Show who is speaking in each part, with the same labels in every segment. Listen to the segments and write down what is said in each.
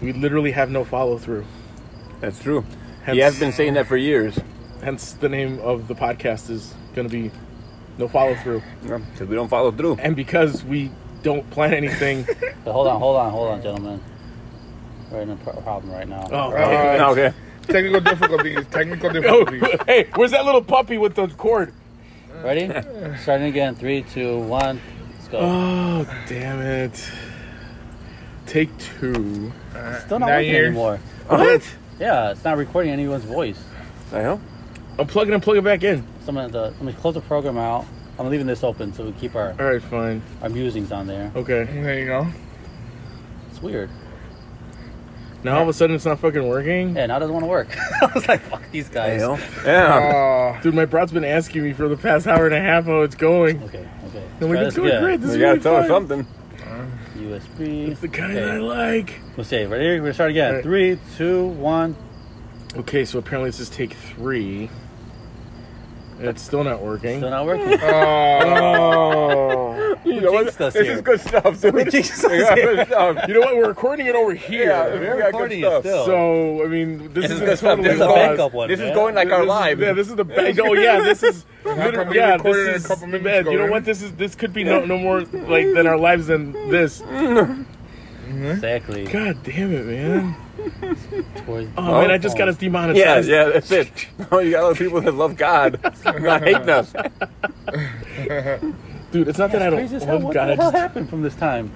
Speaker 1: We literally have no follow through.
Speaker 2: That's true.
Speaker 1: Hence-
Speaker 2: he has been saying that for years.
Speaker 1: Hence, the name of the podcast is going to be No Follow Through.
Speaker 2: Because we don't follow through.
Speaker 1: And because we don't plan anything,
Speaker 3: But hold on, hold on, hold on, gentlemen. We're in a pro- problem right now.
Speaker 1: oh,
Speaker 4: Uh,
Speaker 2: No, okay.
Speaker 4: Technical difficulties. Technical
Speaker 1: Oh,
Speaker 4: difficulties.
Speaker 1: hey, where's that little puppy with the cord?
Speaker 3: Ready? Starting again. Three, two, one. Let's go.
Speaker 1: Oh, damn it. Take two.
Speaker 3: Still not
Speaker 4: now
Speaker 3: working
Speaker 4: you're-
Speaker 3: anymore.
Speaker 1: What?
Speaker 3: Yeah, it's not recording anyone's voice.
Speaker 2: I know.
Speaker 1: Unplug it and plug it back in.
Speaker 3: Someone, the, let me close the program out. I'm leaving this open so we keep our,
Speaker 1: All right, fine.
Speaker 3: our musings on there.
Speaker 1: Okay.
Speaker 4: There you go.
Speaker 3: It's weird.
Speaker 1: Now all of a sudden it's not fucking working?
Speaker 3: Yeah, now it doesn't want to work. I was like, fuck these
Speaker 2: I
Speaker 3: guys.
Speaker 2: know. Yeah.
Speaker 4: Oh,
Speaker 1: Dude, my brod's been asking me for the past hour and a half how it's going.
Speaker 3: Okay, okay.
Speaker 1: And we're
Speaker 3: Let's
Speaker 1: just
Speaker 3: try
Speaker 1: doing great. This
Speaker 3: this again.
Speaker 2: we
Speaker 1: is
Speaker 2: gotta
Speaker 1: really
Speaker 2: tell her
Speaker 1: fun.
Speaker 2: something.
Speaker 1: It's the
Speaker 3: USB.
Speaker 1: kind
Speaker 3: Okay.
Speaker 1: I like.
Speaker 3: We'll see. Ready? We're gonna start
Speaker 1: All
Speaker 3: again.
Speaker 1: right.
Speaker 3: Three, two, one.
Speaker 1: Okay, so apparently it's just take three. And it's still not working.
Speaker 3: Still not working.
Speaker 4: oh,
Speaker 3: you know what? Us
Speaker 2: This
Speaker 3: here.
Speaker 2: is good stuff. dude.
Speaker 3: Jesus.
Speaker 2: We got good stuff.
Speaker 1: You know what? We're recording it over
Speaker 2: Yeah,
Speaker 1: here.
Speaker 2: we
Speaker 3: We're
Speaker 2: got
Speaker 3: recording
Speaker 2: good
Speaker 3: it
Speaker 2: stuff.
Speaker 3: still.
Speaker 1: So, I mean, this,
Speaker 2: This
Speaker 1: is
Speaker 2: is
Speaker 1: the
Speaker 2: good stuff.
Speaker 1: total
Speaker 2: This is
Speaker 3: a
Speaker 1: cost.
Speaker 3: backup one,
Speaker 2: This is
Speaker 3: man.
Speaker 2: going like our
Speaker 1: This is-
Speaker 2: live.
Speaker 1: Yeah, this is the bank. Oh yeah, this is.
Speaker 4: come we
Speaker 1: yeah,
Speaker 4: recorded
Speaker 1: this
Speaker 4: it a
Speaker 1: is,
Speaker 4: couple minutes
Speaker 1: man,
Speaker 4: ago,
Speaker 1: You know
Speaker 4: right?
Speaker 1: what? This is this could be no no more like than our lives than this.
Speaker 3: Exactly.
Speaker 1: God damn it, man!
Speaker 3: Towards-
Speaker 1: Oh man, I just got us
Speaker 2: Yeah,
Speaker 1: demonetized.
Speaker 2: yeah, that's it. No, you got those people that love God, not hating us.
Speaker 1: dude. It's not that I don't
Speaker 3: Crazy as hell.
Speaker 1: love
Speaker 3: What
Speaker 1: Oh, God. I
Speaker 3: the hell
Speaker 1: just-
Speaker 3: happened from this time?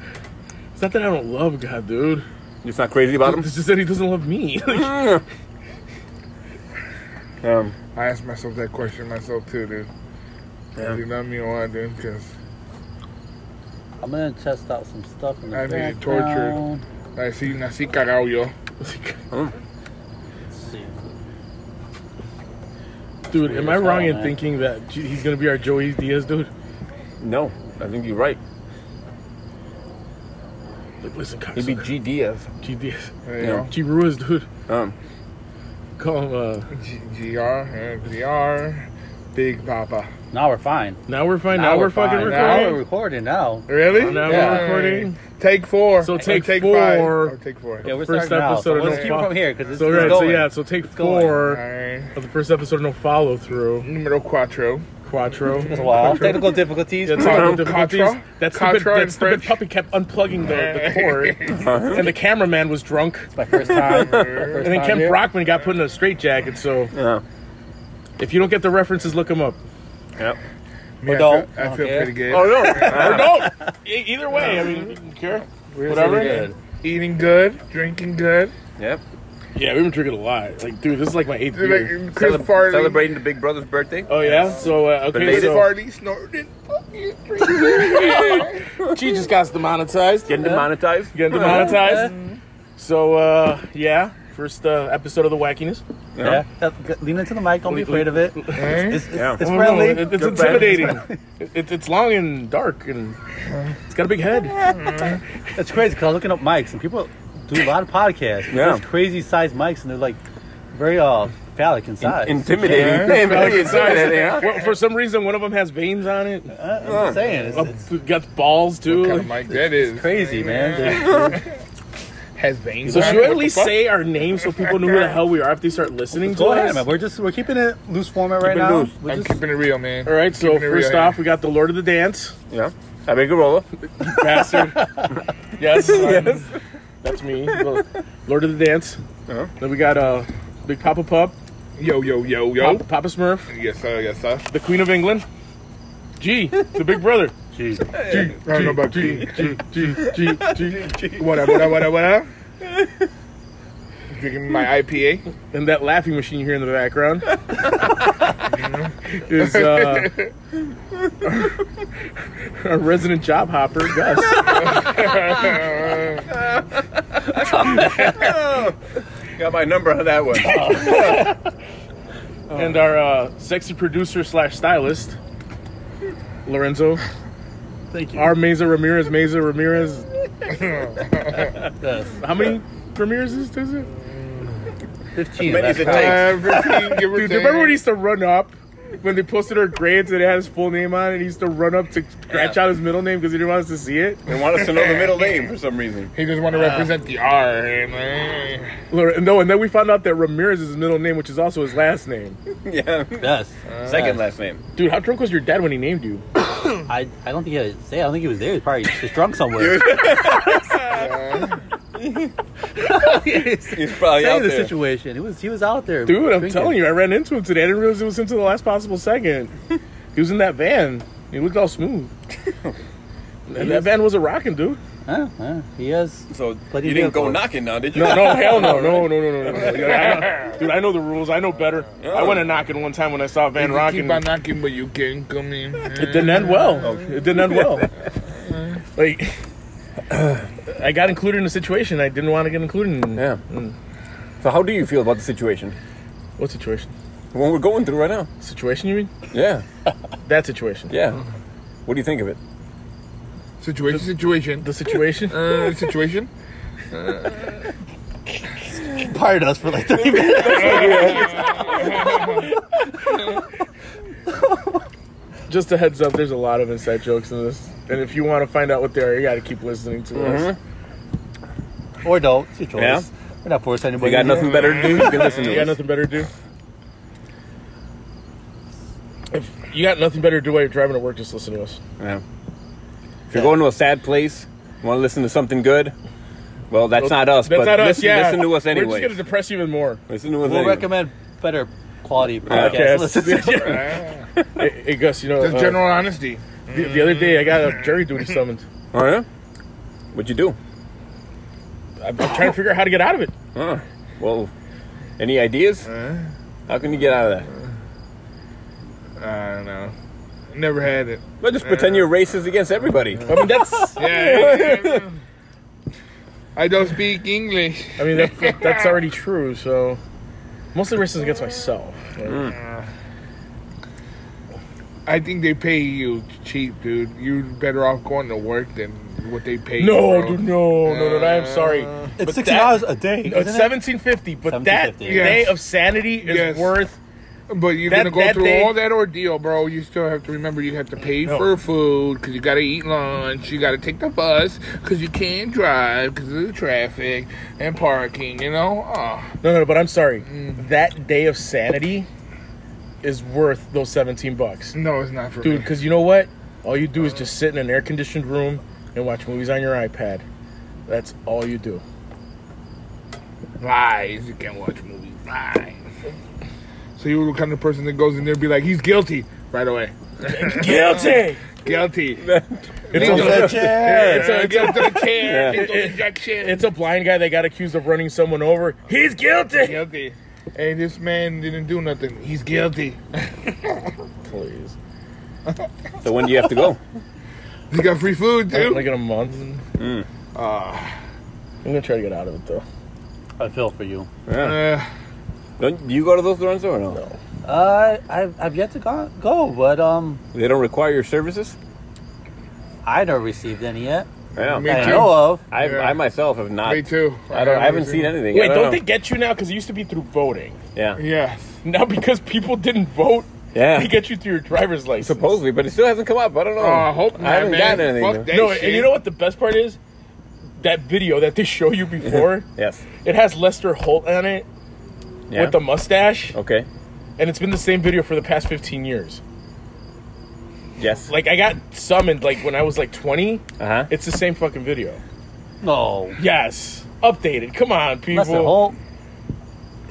Speaker 1: It's not that I don't love God, dude.
Speaker 2: It's not crazy about him.
Speaker 1: It's just that He doesn't love me. Like,
Speaker 2: Um,
Speaker 4: I asked myself that question myself too, dude.
Speaker 2: Yeah.
Speaker 4: You know me a lot, dude, because
Speaker 3: I'm gonna test out some stuff in the
Speaker 4: I need
Speaker 3: background.
Speaker 4: torture. I see, I see cagao yo.
Speaker 3: Let's see.
Speaker 1: dude, am I
Speaker 3: as
Speaker 1: wrong
Speaker 3: hell,
Speaker 1: in
Speaker 3: man.
Speaker 1: thinking that gee, He's gonna be our Joey Diaz, dude?
Speaker 2: no, I think you're right.
Speaker 1: Like, listen,
Speaker 2: He'd be
Speaker 1: cocksucker.
Speaker 2: G Diaz.
Speaker 1: G Diaz,
Speaker 4: There you
Speaker 2: Yeah.
Speaker 4: go.
Speaker 1: G Ruiz, dude.
Speaker 2: Um,
Speaker 1: Call him. uh
Speaker 4: G- GR, uh, GR, Big Papa.
Speaker 3: Now we're fine.
Speaker 1: Now we're fine. Now, we're, fucking
Speaker 3: fine. Now we're
Speaker 1: recording.
Speaker 3: recording now.
Speaker 4: Really?
Speaker 1: Now
Speaker 3: Yeah.
Speaker 1: we're recording.
Speaker 4: Take four.
Speaker 1: So
Speaker 4: Or
Speaker 1: take
Speaker 4: Five.
Speaker 1: four.
Speaker 4: Or take four.
Speaker 3: Yeah, we're
Speaker 1: First
Speaker 3: starting now.
Speaker 1: episode
Speaker 3: So
Speaker 1: of
Speaker 3: let's
Speaker 1: No
Speaker 3: keep
Speaker 1: Fo-
Speaker 3: from here because this
Speaker 1: So
Speaker 3: is
Speaker 1: right, so
Speaker 3: going.
Speaker 1: yeah, so take
Speaker 3: going.
Speaker 4: All
Speaker 1: four
Speaker 4: right.
Speaker 1: of the first episode, no follow through.
Speaker 4: Numero cuatro.
Speaker 1: Quattro.
Speaker 3: It's a while. Technical difficulties.
Speaker 1: Yeah,
Speaker 4: Quattro.
Speaker 1: technical difficulties.
Speaker 4: Quattro?
Speaker 1: That stupid,
Speaker 4: Quattro in
Speaker 1: that stupid
Speaker 4: French.
Speaker 1: puppy kept unplugging the, the cord, and the cameraman was drunk.
Speaker 3: My first time. My
Speaker 1: And
Speaker 3: first
Speaker 1: then
Speaker 3: time
Speaker 1: Ken
Speaker 3: here.
Speaker 1: Brockman got put in a straitjacket. So
Speaker 2: yeah,
Speaker 1: if you don't get the references, look them up.
Speaker 2: yeah.
Speaker 4: Me, I
Speaker 3: don't.
Speaker 4: feel, I feel
Speaker 3: Okay.
Speaker 4: pretty good.
Speaker 2: Oh no,
Speaker 1: Or don't. E- Either way, I mean, you don't care.
Speaker 4: We're
Speaker 1: Whatever.
Speaker 4: pretty good. Eating good, drinking good.
Speaker 2: Yep.
Speaker 1: Yeah, we've been drinking a lot. Like, dude, this is like my eighth
Speaker 4: Dude,
Speaker 1: beer.
Speaker 4: like, Chris
Speaker 2: Cele-
Speaker 4: farting.
Speaker 2: Celebrating the big brother's birthday.
Speaker 1: Oh yeah. So uh, okay.
Speaker 4: Chris
Speaker 1: So
Speaker 4: farting, snorting. fucking drinking.
Speaker 1: she just got demonetized.
Speaker 2: Getting demonetized.
Speaker 1: Getting demonetized. So uh, yeah, first uh, episode of the wackiness.
Speaker 3: Yeah. yeah. Lean into the mic. Don't be
Speaker 1: Le-
Speaker 3: afraid of it.
Speaker 4: Eh?
Speaker 3: It's, it's,
Speaker 2: Yeah.
Speaker 3: it's
Speaker 1: Oh,
Speaker 3: friendly.
Speaker 1: it- it's
Speaker 2: Good
Speaker 1: intimidating. It, it's long and dark, and it's got a big head.
Speaker 3: It's crazy because I was looking up mics and people do a lot of podcasts. with
Speaker 2: Yeah.
Speaker 3: Those crazy sized mics and they're like very uh phallic in size.
Speaker 2: Intimidating.
Speaker 4: Yeah.
Speaker 2: Hey, man, you intimidating, huh?
Speaker 1: Well, for some reason, one of them has veins on it.
Speaker 3: Uh, I'm just saying. It's,
Speaker 1: Up,
Speaker 3: it's
Speaker 1: got balls too.
Speaker 4: kind of mic that is.
Speaker 3: crazy, man. They're-
Speaker 4: Has veins.
Speaker 1: so
Speaker 4: on
Speaker 1: should
Speaker 4: it?
Speaker 1: we at
Speaker 4: What the
Speaker 1: least
Speaker 4: fuck?
Speaker 1: say our names so people know who the hell we are if they start listening to
Speaker 3: Go
Speaker 1: us?
Speaker 3: ahead, man. We're just we're keeping it loose format right
Speaker 2: it
Speaker 3: now.
Speaker 2: loose.
Speaker 3: We're
Speaker 4: I'm
Speaker 3: just-
Speaker 4: keeping it real, man.
Speaker 1: All right. So
Speaker 4: Keeping it
Speaker 1: first
Speaker 4: real,
Speaker 1: off, we got the Lord of the Dance,
Speaker 2: Yeah. I make a roller.
Speaker 1: bastard. yes, yes. That's me, the Lord of the Dance.
Speaker 2: Uh-huh.
Speaker 1: Then we got uh, Big Papa Pup,
Speaker 4: Yo, yo, yo, yo.
Speaker 1: Papa, Papa Smurf,
Speaker 4: Yes, sir. Yes, sir.
Speaker 1: the Queen of England, G, the Big Brother.
Speaker 3: Jeez.
Speaker 4: G, I don't know about G.
Speaker 1: G, G, G, G.
Speaker 4: What up, what up, what up, what up? Drinking my IPA.
Speaker 1: And that laughing machine you hear in the background is uh, our resident job hopper, Gus.
Speaker 2: Got my number on that one.
Speaker 1: And our uh, sexy producer slash stylist, Lorenzo.
Speaker 3: Thank you.
Speaker 1: Our Mesa Ramirez, Mesa Ramirez.
Speaker 3: Yes.
Speaker 1: How many Ramirez is this? Dude,
Speaker 3: Fifteen.
Speaker 2: Many
Speaker 3: last
Speaker 2: to
Speaker 3: time.
Speaker 2: take.
Speaker 4: Uh, 15, give or
Speaker 1: do you remember when he
Speaker 4: take.
Speaker 1: used to run up when they posted our grades and it had his full name on it, he used to run up to scratch
Speaker 2: Yeah.
Speaker 1: out his middle name because he didn't want us to see it.
Speaker 2: They want us to know the middle name for some reason.
Speaker 1: He just wanted to represent the R. No, and then we found out that Ramirez is his middle name, which is also his last name.
Speaker 2: Yeah.
Speaker 3: Yes.
Speaker 2: Second last name.
Speaker 1: Dude, how drunk was your dad when he named you?
Speaker 3: I, I don't think he was there. I don't think he was there. He was probably just drunk somewhere.
Speaker 2: He's probably
Speaker 3: Tell
Speaker 2: out
Speaker 3: you the
Speaker 2: there.
Speaker 3: situation. He was he was out there.
Speaker 1: Dude, I'm telling you, I ran into him today. I didn't realize it was him to the last possible second. he was in that van. He looked all smooth. and that van wasn't rocking, dude.
Speaker 3: Huh? Huh? He has.
Speaker 2: So
Speaker 3: But he
Speaker 2: you didn't
Speaker 3: did,
Speaker 2: go
Speaker 3: though.
Speaker 2: knocking now, did you?
Speaker 1: No, no, hell no, no, no, no, no, no. Dude, I know, dude, I know the rules. I know better. I went to knocking one time when I saw Van rocking.
Speaker 4: Keep on knocking, but you can't come in.
Speaker 1: It didn't end well. It didn't end well. like, I got included in a situation I didn't want to get included in.
Speaker 2: Yeah. So how do you feel about the situation?
Speaker 1: What situation?
Speaker 2: The one we're going through right now.
Speaker 1: Situation you mean?
Speaker 2: Yeah.
Speaker 1: That situation.
Speaker 2: Yeah. What do you think of it?
Speaker 4: Situation, situation.
Speaker 1: The situation.
Speaker 4: Uh, situation.
Speaker 3: Fired us for like three minutes.
Speaker 1: Just a heads up, there's a lot of inside jokes in this, and if you want to find out what they are, you got to keep listening to us.
Speaker 4: Mm-hmm.
Speaker 3: Or don't. It's your choice.
Speaker 2: Yeah.
Speaker 3: We're not forcing
Speaker 2: We
Speaker 3: anybody.
Speaker 2: got nothing better to do. You can listen
Speaker 1: You
Speaker 2: to
Speaker 1: got
Speaker 2: us.
Speaker 1: nothing better to do. If you got nothing better to do while you're driving to work, just listen to us.
Speaker 2: Yeah. If you're going to a sad place, want to listen to something good, well, that's not us.
Speaker 1: That's
Speaker 2: but
Speaker 1: not us.
Speaker 2: listen,
Speaker 1: Yeah,
Speaker 2: listen to us
Speaker 1: We're just
Speaker 2: anyway.
Speaker 1: gonna depress you even more.
Speaker 2: Listen to us.
Speaker 3: We'll
Speaker 2: anyway.
Speaker 3: recommend better quality
Speaker 1: Okay.
Speaker 3: podcasts. Listen to-
Speaker 1: hey, hey, Gus, you know,
Speaker 4: Just
Speaker 1: uh,
Speaker 4: general honesty.
Speaker 1: the, the other day I got a jury duty summons.
Speaker 2: Oh yeah. What'd you do?
Speaker 1: I'm, I'm trying to figure out how to get out of it.
Speaker 2: Huh. Well, any ideas?
Speaker 4: Uh-huh.
Speaker 2: How can you get out of that?
Speaker 4: I don't know. Never had it.
Speaker 2: Well, just pretend you're racist against everybody.
Speaker 1: I mean, that's.
Speaker 4: Yeah. I don't speak English.
Speaker 1: I mean, that, that's already true. So, mostly racism against myself. Like,
Speaker 2: Mm.
Speaker 4: I think they pay you cheap, dude. You're better off going to work than what they pay. you,
Speaker 1: No,
Speaker 4: bro.
Speaker 1: dude, no, no, no, no. I'm sorry.
Speaker 2: Uh,
Speaker 3: It's
Speaker 1: But
Speaker 3: sixteen
Speaker 1: that-
Speaker 3: hours a day.
Speaker 1: No, it's
Speaker 3: isn't it?
Speaker 1: seventeen fifty, but that
Speaker 3: 1750.
Speaker 1: day
Speaker 4: Yes.
Speaker 1: of sanity is
Speaker 4: Yes.
Speaker 1: worth.
Speaker 4: But you're
Speaker 1: That-
Speaker 4: gonna go
Speaker 1: that
Speaker 4: through
Speaker 1: day-
Speaker 4: all that ordeal, bro. You still have to remember you have to pay for food because you gotta eat lunch. You gotta take the bus because you can't drive because of the traffic and parking. You know, oh,
Speaker 1: No, no, no, but I'm sorry.
Speaker 4: Mm.
Speaker 1: That day of sanity is worth those seventeen bucks,
Speaker 4: no, it's not for
Speaker 1: dude.
Speaker 4: me.
Speaker 1: Because you know what? All you do is just sit in an air conditioned room and watch movies on your iPad. That's all you do.
Speaker 4: Lies. You can't watch movies. Lies. So you're the kind of person that goes in there and be like, he's guilty right away.
Speaker 1: Guilty.
Speaker 4: Guilty.
Speaker 1: It's
Speaker 4: Legal.
Speaker 1: a,
Speaker 4: It's a, get to the chair.
Speaker 2: Yeah.
Speaker 4: Get to the injection.
Speaker 1: it's a blind guy that got accused of running someone over. He's guilty.
Speaker 4: guilty. Hey, this man didn't do nothing. He's guilty.
Speaker 1: Please.
Speaker 2: So when do you have to go?
Speaker 4: He got free food too. Ah,
Speaker 1: Like in a month. I'm gonna try to get out of it though.
Speaker 3: I feel for you.
Speaker 2: Yeah.
Speaker 4: Uh,
Speaker 2: Don't do you go to those runs or no?
Speaker 3: Uh, I've, I've yet to go, go, but um,
Speaker 2: They don't require your services.
Speaker 3: I never received any yet.
Speaker 2: Yeah.
Speaker 4: Me
Speaker 3: that I
Speaker 4: too.
Speaker 3: know of.
Speaker 2: I,
Speaker 4: Yeah.
Speaker 2: I myself have not.
Speaker 4: Me too.
Speaker 2: I don't. I haven't seen anything. I
Speaker 1: Wait, don't
Speaker 2: know.
Speaker 1: they get you now? Because it used to be through voting.
Speaker 2: Yeah.
Speaker 4: Yes.
Speaker 1: Now because people didn't vote,
Speaker 2: Yeah.
Speaker 1: they get you through your driver's license.
Speaker 2: Supposedly, but it still hasn't come up. I don't know.
Speaker 4: Oh, I hope not.
Speaker 2: I haven't
Speaker 4: man.
Speaker 2: gotten anything.
Speaker 4: Fuck
Speaker 2: though.
Speaker 4: that
Speaker 1: No,
Speaker 4: shit.
Speaker 1: and you know what the best part is? That video that they show you before,
Speaker 2: Yes.
Speaker 1: it has Lester Holt on it
Speaker 2: Yeah.
Speaker 1: with the mustache,
Speaker 2: okay.
Speaker 1: and it's been the same video for the past 15 years.
Speaker 2: Yes.
Speaker 1: Like I got summoned like when I was like 20.
Speaker 2: Uh huh.
Speaker 1: It's the same fucking video.
Speaker 3: No,
Speaker 1: Yes, updated. Come on, people.
Speaker 3: Lester Holt.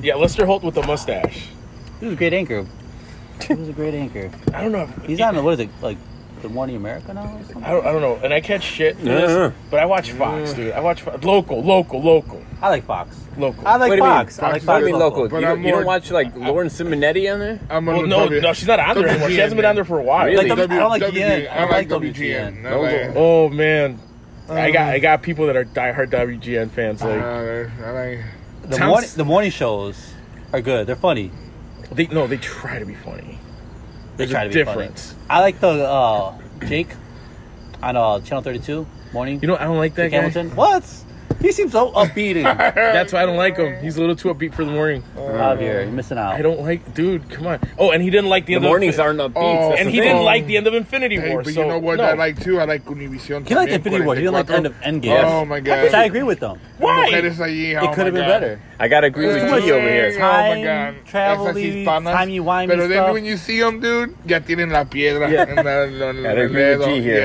Speaker 1: Yeah, Lester Holt with the mustache.
Speaker 3: He was a great anchor. He was a great anchor.
Speaker 1: I don't know. If,
Speaker 3: He's on the what is it like the Morning America now? Or something?
Speaker 1: I don't, I don't know, and I catch shit for
Speaker 2: No,
Speaker 1: this,
Speaker 2: no, no.
Speaker 1: but I watch Fox, dude. I watch Fo- local, local, local,
Speaker 3: I like Fox.
Speaker 1: local.
Speaker 3: I like
Speaker 2: What do you mean?
Speaker 3: Fox. I like
Speaker 4: Fox
Speaker 2: I
Speaker 3: Fox.
Speaker 4: is
Speaker 2: mean, local.
Speaker 4: But
Speaker 2: You, don't,
Speaker 4: I'm
Speaker 2: you don't
Speaker 4: more-
Speaker 2: watch like Lauren Simonetti on there?
Speaker 4: I'm
Speaker 1: Well,
Speaker 4: on
Speaker 1: no,
Speaker 4: W-
Speaker 1: no, she's not on there anymore. She hasn't been on there for a while.
Speaker 2: Really?
Speaker 3: Like, I don't like
Speaker 4: W-
Speaker 3: EN.
Speaker 4: I like WGN. I like-
Speaker 2: Those
Speaker 1: Oh man, I
Speaker 3: Um,
Speaker 1: got I got people that are diehard WGN fans. Like
Speaker 4: Uh, I like.
Speaker 3: The
Speaker 1: Tom's-
Speaker 3: morning the morning shows are good. They're funny.
Speaker 1: they no, they try to be funny.
Speaker 3: They
Speaker 1: There's
Speaker 3: try
Speaker 1: a
Speaker 3: to be
Speaker 1: difference.
Speaker 3: funny. I like the uh, Jake on uh, Channel Thirty Two morning.
Speaker 1: You know, I don't like that
Speaker 3: Jake
Speaker 1: guy.
Speaker 3: Hamilton. What? He seems so upbeat. and-
Speaker 1: That's why I don't like him. He's a little too upbeat for the morning.
Speaker 3: Javier, you're missing out.
Speaker 1: I don't like, dude. Come on. Oh, and he didn't like the,
Speaker 2: The
Speaker 1: end
Speaker 2: mornings
Speaker 1: of
Speaker 2: aren't upbeat.
Speaker 4: Oh,
Speaker 2: that's
Speaker 1: and
Speaker 2: the
Speaker 1: he
Speaker 2: thing.
Speaker 1: didn't like the end of Infinity
Speaker 4: Hey,
Speaker 1: War.
Speaker 4: but
Speaker 1: so,
Speaker 4: you know what
Speaker 1: no.
Speaker 4: I like too? I like Univision.
Speaker 3: He liked
Speaker 4: también,
Speaker 3: Infinity War. He didn't like the end of
Speaker 4: 44.
Speaker 3: Endgame.
Speaker 4: Oh my god.
Speaker 3: Which I agree with him.
Speaker 1: Why?
Speaker 4: Mujeres allí, oh
Speaker 3: it could
Speaker 4: my
Speaker 3: have been
Speaker 4: God.
Speaker 3: better.
Speaker 2: I gotta agree with
Speaker 4: Yeah.
Speaker 2: G over here.
Speaker 4: Oh my
Speaker 3: Time,
Speaker 4: God.
Speaker 3: travel,
Speaker 4: Esas
Speaker 3: y-
Speaker 4: hispanas.
Speaker 3: timey-wimey
Speaker 4: Pero then
Speaker 3: stuff.
Speaker 4: when you see them, dude, ya tienen la piedra.
Speaker 2: Yeah.
Speaker 4: en la- lo- lo-
Speaker 2: Gotta agree with G here.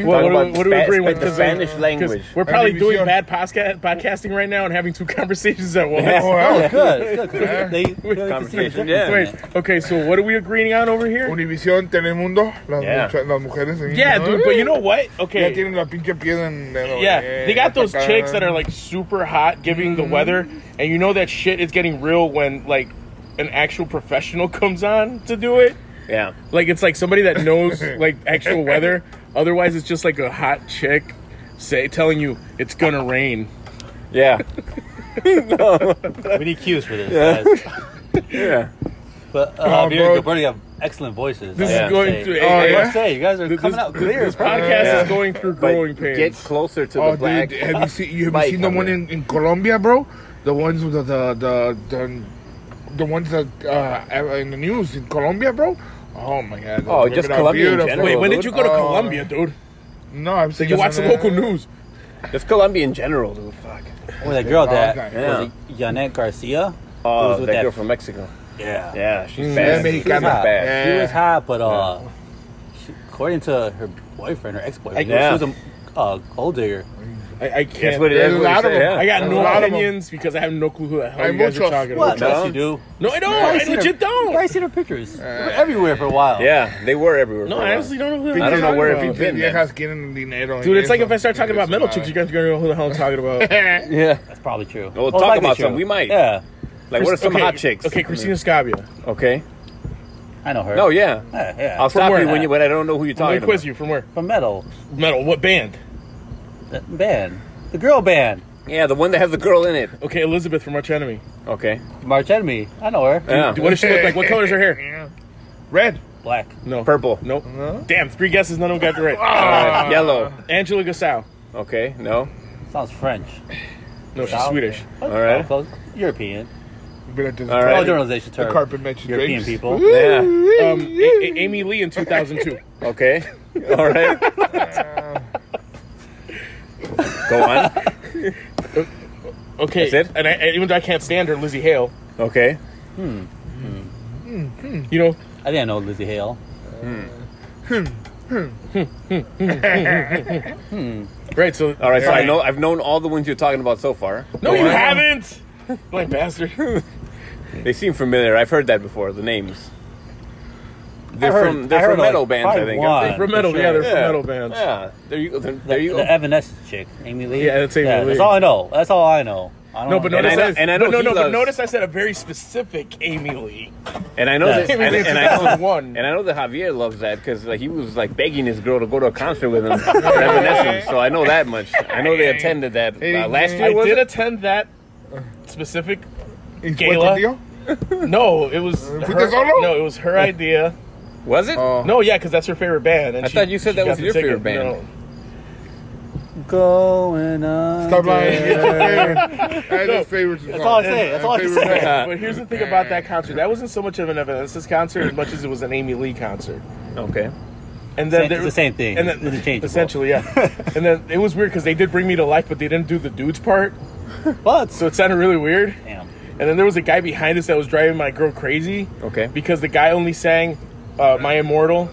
Speaker 4: Yeah.
Speaker 1: Well, what
Speaker 2: Talk
Speaker 1: do we-
Speaker 2: about
Speaker 1: what do we
Speaker 2: Spa-
Speaker 1: agree with?
Speaker 2: The
Speaker 1: 'Cause, uh,
Speaker 2: Spanish
Speaker 1: 'Cause
Speaker 2: language.
Speaker 1: We're probably
Speaker 4: Univision.
Speaker 1: doing bad posca- podcasting right now and having two conversations at once.
Speaker 2: Yeah.
Speaker 4: Oh,
Speaker 3: It's good. It's good. 'cause
Speaker 4: Yeah.
Speaker 3: They, they, they can see the
Speaker 2: Conversation,
Speaker 3: difference in
Speaker 2: yeah.
Speaker 1: Wait,
Speaker 3: it.
Speaker 1: okay, so what are we agreeing on over here?
Speaker 4: Univision, Telemundo, las,
Speaker 2: Yeah.
Speaker 4: mucha- las mujeres. en-
Speaker 1: Yeah, dude, but you know what?
Speaker 4: Ya
Speaker 1: Okay.
Speaker 4: tienen la pinche piedra en en-
Speaker 1: Yeah,
Speaker 4: eh,
Speaker 1: they got those
Speaker 4: acá.
Speaker 1: chicks that are like super hot giving
Speaker 4: Mm-hmm.
Speaker 1: the weather, and you know that shit is getting real when like an actual professional comes on to do it.
Speaker 2: Yeah.
Speaker 1: Like it's like somebody that knows like actual weather. Otherwise, it's just like a hot chick say telling you it's gonna rain.
Speaker 2: Yeah.
Speaker 3: We need cues for this. guys.
Speaker 2: Yeah.
Speaker 3: But uh,
Speaker 4: Oh,
Speaker 3: Javier
Speaker 4: bro.
Speaker 3: and Gilberto have excellent voices.
Speaker 1: This
Speaker 3: I
Speaker 1: is
Speaker 3: gotta
Speaker 1: going
Speaker 3: say.
Speaker 1: to-
Speaker 3: I
Speaker 4: Oh,
Speaker 3: gotta
Speaker 4: yeah?
Speaker 3: say, you guys are
Speaker 1: This-
Speaker 3: coming out clear.
Speaker 1: This
Speaker 3: bro.
Speaker 1: podcast
Speaker 2: Yeah.
Speaker 1: is going through
Speaker 2: But
Speaker 1: growing
Speaker 2: get
Speaker 1: pains.
Speaker 2: closer to
Speaker 4: Oh,
Speaker 2: the black.
Speaker 4: dude, have you seen? You have
Speaker 2: Mike
Speaker 4: you seen the
Speaker 2: on
Speaker 4: one
Speaker 2: there.
Speaker 4: in, in Colombia, bro? The ones with the the the the, the ones that uh, are in the news in Colombia, bro. Oh my god!
Speaker 2: Oh,
Speaker 4: those
Speaker 2: just
Speaker 4: women are
Speaker 2: Colombia in
Speaker 4: beautiful.
Speaker 2: general,
Speaker 1: Wait, when did you go to
Speaker 4: Oh.
Speaker 1: Colombia, dude?
Speaker 4: No, I'm saying
Speaker 1: You watch the local news.
Speaker 2: Just Colombia in general, dude. Fuck.
Speaker 3: With that girl that
Speaker 4: okay.
Speaker 2: Yeah.
Speaker 3: was it Yanette Garcia.
Speaker 2: Oh,
Speaker 3: Who's
Speaker 2: that,
Speaker 3: with that-
Speaker 2: girl from Mexico.
Speaker 3: Yeah.
Speaker 2: Yeah, she's
Speaker 4: Mm.
Speaker 2: bad.
Speaker 4: Yeah,
Speaker 2: She's
Speaker 4: Mexicana.
Speaker 2: bad.
Speaker 4: Yeah.
Speaker 3: She was hot, but uh, she, according to her boyfriend, her ex-boyfriend,
Speaker 2: Like, yeah.
Speaker 3: she was a uh, gold digger.
Speaker 1: I, I
Speaker 2: That's
Speaker 1: can't.
Speaker 2: what it
Speaker 4: There's
Speaker 2: is.
Speaker 4: a
Speaker 2: what you
Speaker 4: lot of
Speaker 2: say,
Speaker 4: them.
Speaker 2: yeah.
Speaker 1: I got
Speaker 4: There's a lot
Speaker 1: no
Speaker 4: of 'em.
Speaker 1: opinions because I have no clue who the hell
Speaker 4: Hay
Speaker 1: you guys
Speaker 4: muchos.
Speaker 1: are talking
Speaker 3: What?
Speaker 1: about.
Speaker 3: Yes, you do.
Speaker 1: No, I don't.
Speaker 3: I
Speaker 1: I
Speaker 3: seen her-
Speaker 1: legit
Speaker 3: You
Speaker 1: don't.
Speaker 3: probably seen her pictures. They were everywhere for a while.
Speaker 2: Yeah, they were everywhere.
Speaker 1: No,
Speaker 2: for a
Speaker 1: I
Speaker 2: while.
Speaker 1: honestly don't know who.
Speaker 2: I don't know where
Speaker 1: if
Speaker 2: if
Speaker 1: you
Speaker 2: you've been. man.
Speaker 4: Viejas quieren dinero.
Speaker 1: Dude, it's like if I start talking about metal chicks, you guys are gonna know who the hell I'm talking about.
Speaker 4: guys.
Speaker 2: Yeah.
Speaker 3: That's probably true. Oh,
Speaker 2: Well,
Speaker 3: Most
Speaker 2: talk
Speaker 3: likely
Speaker 2: about
Speaker 3: true.
Speaker 2: some. We might.
Speaker 3: Yeah.
Speaker 2: Like, what are some
Speaker 1: okay,
Speaker 2: hot chicks?
Speaker 1: Okay, Christina Scabia.
Speaker 2: Okay.
Speaker 3: I know her.
Speaker 2: No, yeah.
Speaker 3: Yeah, yeah.
Speaker 2: I'll stop
Speaker 1: where?
Speaker 2: you when you when I don't know who you're
Speaker 1: I'm
Speaker 2: talking
Speaker 1: gonna quiz
Speaker 2: about.
Speaker 1: you from where?
Speaker 3: From metal.
Speaker 1: Metal. What band?
Speaker 3: That band. The girl band.
Speaker 2: Yeah, the one that has the girl in it.
Speaker 1: Okay, Elizabeth from Arch Enemy.
Speaker 2: Okay.
Speaker 3: March Enemy. I know her.
Speaker 2: Yeah.
Speaker 1: Dude, What does she look like? What color is her hair?
Speaker 4: Red.
Speaker 3: Black.
Speaker 1: No.
Speaker 2: Purple.
Speaker 1: Nope. Damn, three guesses, none of them got it right.
Speaker 2: Uh, yellow.
Speaker 1: Angela Gasau.
Speaker 2: Okay. No.
Speaker 3: Sounds French.
Speaker 1: No, she's
Speaker 3: Gasol?
Speaker 1: Swedish.
Speaker 3: What?
Speaker 2: All right.
Speaker 3: Oh, close. European.
Speaker 2: All
Speaker 3: Oh,
Speaker 2: right.
Speaker 3: generalization term.
Speaker 4: The carpet mentioned
Speaker 3: European
Speaker 4: grapes.
Speaker 3: people.
Speaker 2: Yeah.
Speaker 1: Um, A- A- Amy Lee in 2002.
Speaker 2: Okay. All right. Go on.
Speaker 1: Okay.
Speaker 2: That's it?
Speaker 1: And I, and even though I can't stand her, Lizzie Hale.
Speaker 2: Okay.
Speaker 1: You know,
Speaker 3: I didn't know Lizzie Hale.
Speaker 1: right? So
Speaker 2: All right. So I know I've known all the ones you're talking about so far.
Speaker 1: No,
Speaker 2: Go
Speaker 1: you
Speaker 2: on.
Speaker 1: haven't. Blind bastard.
Speaker 2: They seem familiar. I've heard that before. The names. They're
Speaker 3: I heard-
Speaker 2: from they're
Speaker 3: I heard
Speaker 2: from
Speaker 3: like
Speaker 2: metal bands. I
Speaker 3: probably
Speaker 2: think.
Speaker 3: one.
Speaker 2: aren't
Speaker 1: They're from metal.
Speaker 3: sure.
Speaker 1: Yeah, they're
Speaker 2: they?
Speaker 1: from metal bands.
Speaker 2: Yeah. There you go. There, there
Speaker 3: The,
Speaker 2: you
Speaker 3: the
Speaker 2: go.
Speaker 3: Evanescence chick, Amy Lee.
Speaker 1: Yeah, that's Amy Lee.
Speaker 3: That's all I know. That's all I know. I don't
Speaker 1: No, but
Speaker 3: know.
Speaker 2: And
Speaker 1: notice,
Speaker 2: I know-
Speaker 1: I,
Speaker 2: and I
Speaker 1: but
Speaker 2: know
Speaker 1: no,
Speaker 2: he
Speaker 1: no, but
Speaker 2: loves-
Speaker 1: notice I said a very specific Amy Lee.
Speaker 2: And I know
Speaker 3: Yeah.
Speaker 2: that. And,
Speaker 1: Maybe
Speaker 2: and I know.
Speaker 1: 2001.
Speaker 2: And I know that Javier loves that because like, he was like begging his girl to go to a concert with him for Evanescence. So I know that much. I know they attended that uh, last year.
Speaker 1: I
Speaker 2: was
Speaker 1: did
Speaker 2: it?
Speaker 1: attend that specific.
Speaker 4: ¿Y fue
Speaker 1: Gala.
Speaker 4: contigo?
Speaker 1: No, it was
Speaker 4: Fuiste
Speaker 1: her,
Speaker 4: solo?
Speaker 1: no, it was her idea.
Speaker 2: Was it?
Speaker 4: Oh.
Speaker 1: No, yeah, because that's her favorite band. And
Speaker 2: I
Speaker 1: she-
Speaker 2: thought you said
Speaker 1: she
Speaker 2: that
Speaker 1: got
Speaker 2: was
Speaker 1: the
Speaker 2: your
Speaker 1: ticket.
Speaker 2: favorite band.
Speaker 1: No.
Speaker 3: Going on.
Speaker 4: Stop lying. I know favorites.
Speaker 3: That's all I say. That's all I can say.
Speaker 1: But here's the thing about that concert. That wasn't so much of an Evanescence concert as much as it was an Amy Lee concert.
Speaker 2: okay.
Speaker 1: And then
Speaker 3: Same-
Speaker 1: there was-
Speaker 3: it's the same thing.
Speaker 1: And
Speaker 3: It's
Speaker 1: then,
Speaker 3: interchangeable.
Speaker 1: essentially, yeah. and then it was weird because they did bring me to life, but they didn't do the dudes part,
Speaker 3: But
Speaker 1: so it sounded really weird.
Speaker 3: damn.
Speaker 1: And then there was a guy behind us that was driving my girl crazy.
Speaker 2: Okay.
Speaker 1: Because the guy only sang uh, "My Immortal"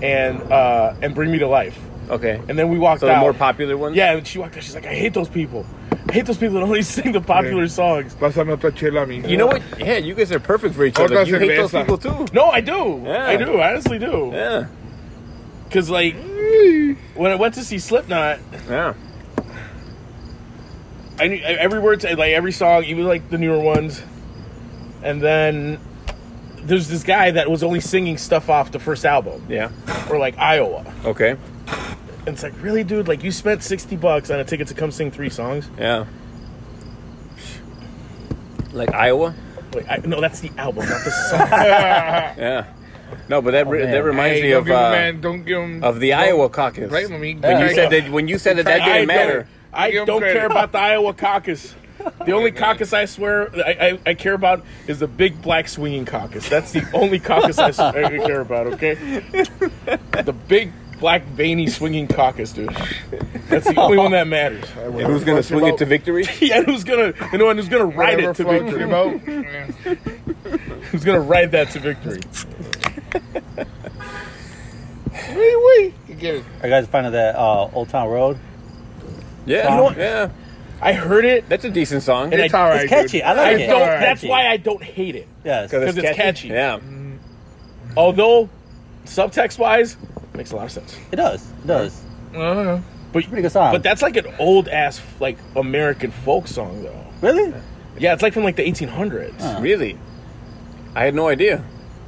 Speaker 1: and uh, and "Bring Me to Life,"
Speaker 2: Okay.
Speaker 1: and then we walked
Speaker 2: So
Speaker 1: out.
Speaker 2: the more popular ones.
Speaker 1: yeah, and she walked out. She's like, "I hate those people. I hate those people that only sing the popular
Speaker 4: Yeah.
Speaker 1: songs."
Speaker 4: Pásame otra chela, amigo.
Speaker 2: You know what? Yeah, you guys are perfect for each other.
Speaker 4: Otra
Speaker 2: You hate those
Speaker 4: cerveza.
Speaker 2: people too.
Speaker 1: No, I do.
Speaker 2: Yeah.
Speaker 1: I do. I honestly do.
Speaker 2: Yeah.
Speaker 1: Because like when I went to see Slipknot,
Speaker 2: Yeah.
Speaker 1: I knew e, every word to like every song, even like the newer ones. And then there's this guy that was only singing stuff off the first album,
Speaker 2: Yeah.
Speaker 1: or like Iowa.
Speaker 2: Okay.
Speaker 1: And it's like, really, dude? Like you spent sixty bucks on a ticket to come sing three songs?
Speaker 2: Yeah. Like Iowa.
Speaker 1: Wait, I, no, that's the album, not the song.
Speaker 2: Yeah. No, but that re-
Speaker 3: man.
Speaker 2: that reminds
Speaker 4: Hey,
Speaker 2: me
Speaker 4: don't
Speaker 2: of
Speaker 4: give him,
Speaker 2: uh,
Speaker 4: man. Don't give him.
Speaker 2: of the Iowa caucus.
Speaker 4: Blame him. He-
Speaker 2: When
Speaker 4: Yeah.
Speaker 2: you said that when you said that that
Speaker 1: I
Speaker 2: didn't
Speaker 1: don't-
Speaker 2: matter.
Speaker 1: I
Speaker 4: Give 'em
Speaker 1: don't
Speaker 4: credit.
Speaker 1: care about the Iowa caucus. The only caucus I swear I, I, I care about is the big black swinging caucus. That's the only caucus I, s- I care about. Okay, the big black veiny swinging caucus, dude. That's the only one that matters.
Speaker 2: And who's gonna swing it to victory?
Speaker 1: Yeah, and who's gonna and the one who's gonna ride it to
Speaker 4: floats your
Speaker 1: victory?
Speaker 4: boat.
Speaker 1: Who's gonna ride that to victory?
Speaker 4: Wee wee. You get it.
Speaker 3: Are you guys a fan of that uh, Old Town Road?
Speaker 2: Yeah,
Speaker 3: You know what?
Speaker 2: yeah.
Speaker 1: I heard it.
Speaker 2: That's a decent song.
Speaker 1: And I-
Speaker 4: It's all right.
Speaker 3: It's catchy. I
Speaker 1: I
Speaker 3: like it.
Speaker 1: don't.
Speaker 4: Alright,
Speaker 1: That's
Speaker 3: dude.
Speaker 1: why I don't hate it
Speaker 3: Yes.
Speaker 1: because it's catchy.
Speaker 2: yeah,
Speaker 1: Although subtext wise, makes a lot of sense.
Speaker 3: It does. It does.
Speaker 4: Dude. Uh-huh.
Speaker 1: But
Speaker 3: Pretty good song.
Speaker 1: But that's like an old ass like American folk song though.
Speaker 3: really?
Speaker 1: Yeah, it's like from like the 1800s.
Speaker 2: really. I had no idea.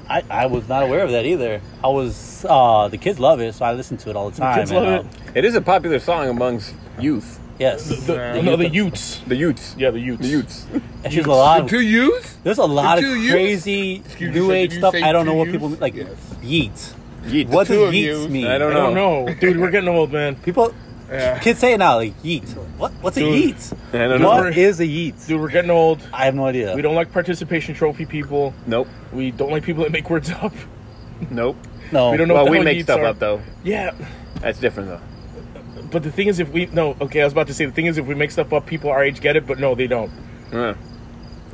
Speaker 3: I, I was not aware of that either. I was uh, the kids love it, so I listen to it all the time.
Speaker 1: Kids love
Speaker 3: and,
Speaker 1: it.
Speaker 3: uh,
Speaker 2: It is a popular song amongst youth,
Speaker 3: Yes,
Speaker 1: The,
Speaker 4: Yeah.
Speaker 1: no, the Utes.
Speaker 2: the youths.
Speaker 1: Yeah, the Utes.
Speaker 2: The youths.
Speaker 3: And there's a lot. Of,
Speaker 4: Two U's?
Speaker 3: there's a lot of
Speaker 4: two youths?
Speaker 3: crazy
Speaker 4: Excuse me,
Speaker 3: new
Speaker 4: sir,
Speaker 3: age
Speaker 4: did you
Speaker 3: stuff.
Speaker 4: say
Speaker 3: I don't
Speaker 4: two
Speaker 3: know what
Speaker 4: youths?
Speaker 3: people like.
Speaker 4: Yes.
Speaker 3: Yeet.
Speaker 2: Yeet.
Speaker 3: What
Speaker 4: two
Speaker 3: does
Speaker 4: of
Speaker 3: yeet
Speaker 4: you.
Speaker 3: mean?
Speaker 2: I
Speaker 1: I
Speaker 2: don't know.
Speaker 1: don't know, dude. We're getting old, man.
Speaker 3: People,
Speaker 4: Yeah.
Speaker 3: kids say it now like yeet. What? What's a
Speaker 1: Dude.
Speaker 3: yeet?
Speaker 2: I don't know.
Speaker 3: What is a yeet?
Speaker 1: Dude, we're getting old.
Speaker 3: I have no idea.
Speaker 1: We don't like participation trophy people.
Speaker 2: Nope.
Speaker 1: We don't like people that make words up.
Speaker 2: Nope.
Speaker 3: know.
Speaker 1: we don't know
Speaker 2: Well,
Speaker 1: what the
Speaker 2: we
Speaker 1: hell
Speaker 2: make
Speaker 1: yeets
Speaker 2: stuff
Speaker 1: are.
Speaker 2: up though.
Speaker 1: Yeah,
Speaker 2: That's different though.
Speaker 1: but the thing is, if we no, okay, I was about to say the thing is, if we make stuff up, people our age get it, but no, they don't.
Speaker 2: Yeah.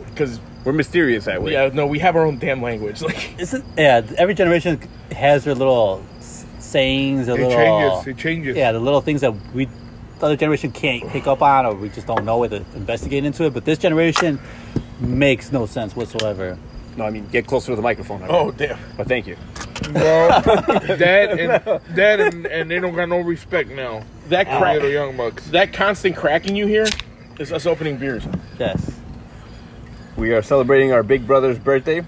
Speaker 1: Because
Speaker 2: We're mysterious that way.
Speaker 1: yeah, no, we have our own damn language. Like
Speaker 3: Isn't, yeah, every generation has their little s- sayings, their
Speaker 4: It
Speaker 3: little
Speaker 4: changes. It changes.
Speaker 3: yeah, the little things that we the other generation can't pick up on, or we just don't know where to investigate into it. But this generation makes no sense whatsoever.
Speaker 2: No, I mean get closer to the microphone.
Speaker 1: oh damn,
Speaker 2: But thank you.
Speaker 4: Well, that and that and, and they don't got no respect now.
Speaker 1: that
Speaker 4: The
Speaker 1: crack,
Speaker 4: Little young bucks.
Speaker 1: that constant cracking you hear is us opening beers.
Speaker 3: Yes,
Speaker 2: We are celebrating our big brother's birthday.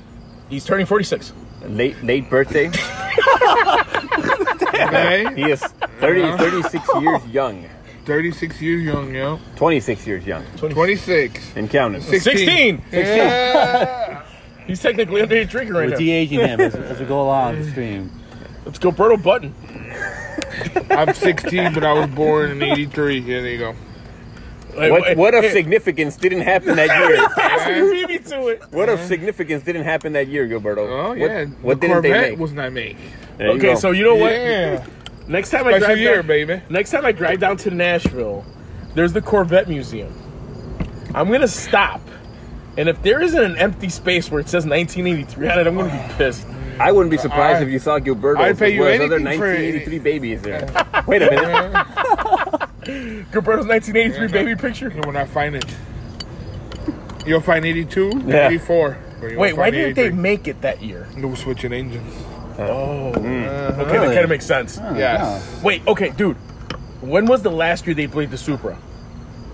Speaker 1: He's turning 46.
Speaker 2: Late late birthday.
Speaker 4: Okay?
Speaker 2: He is 30, 36 years young.
Speaker 4: 36 years young, yo.
Speaker 2: 26 years young.
Speaker 4: 26.
Speaker 2: And counting.
Speaker 1: 16.
Speaker 4: Yeah.
Speaker 1: He's technically underage drinking right
Speaker 3: we're
Speaker 1: now.
Speaker 3: de-aging him as, as we go along the stream.
Speaker 1: Let's go, Berto Button.
Speaker 4: I'm 16, but I was born in 83. Yeah, there you go.
Speaker 1: Like,
Speaker 2: What, what of
Speaker 1: hey,
Speaker 2: significance didn't happen that year?
Speaker 1: That's what beat me to it.
Speaker 2: What of significance didn't happen that year, Gilberto?
Speaker 4: Oh,
Speaker 2: What-
Speaker 4: yeah.
Speaker 2: What,
Speaker 4: the
Speaker 2: didn't they
Speaker 4: Corvette
Speaker 2: make?
Speaker 4: was not made.
Speaker 2: There you
Speaker 1: Okay,
Speaker 2: go.
Speaker 1: so you know what?
Speaker 4: Yeah.
Speaker 1: Next time I
Speaker 4: Special
Speaker 1: drive
Speaker 4: year,
Speaker 1: down,
Speaker 4: baby.
Speaker 1: next time I drive down to Nashville, there's the Corvette Museum. I'm gonna stop, and if there isn't an empty space where it says 1983 on it, I'm gonna be pissed.
Speaker 2: I wouldn't be surprised
Speaker 4: I-
Speaker 2: if you saw Gilberto
Speaker 4: I'd
Speaker 2: as
Speaker 4: pay you
Speaker 2: well as other
Speaker 4: anything for it.
Speaker 2: 1983 babies there. Wait a minute.
Speaker 1: Gilberto's 1983
Speaker 4: Yeah.
Speaker 1: baby picture.
Speaker 4: And when I find it, you'll find 82,
Speaker 2: Yeah.
Speaker 4: 84. but you won't
Speaker 1: Wait, why
Speaker 4: find
Speaker 1: didn't they
Speaker 4: 83.
Speaker 1: make it that year?
Speaker 4: No switching engines.
Speaker 1: Oh, okay, that
Speaker 3: Really?
Speaker 1: kind of makes sense.
Speaker 2: Oh,
Speaker 4: yes.
Speaker 1: Wait, okay, dude, when was the last year they played the Supra?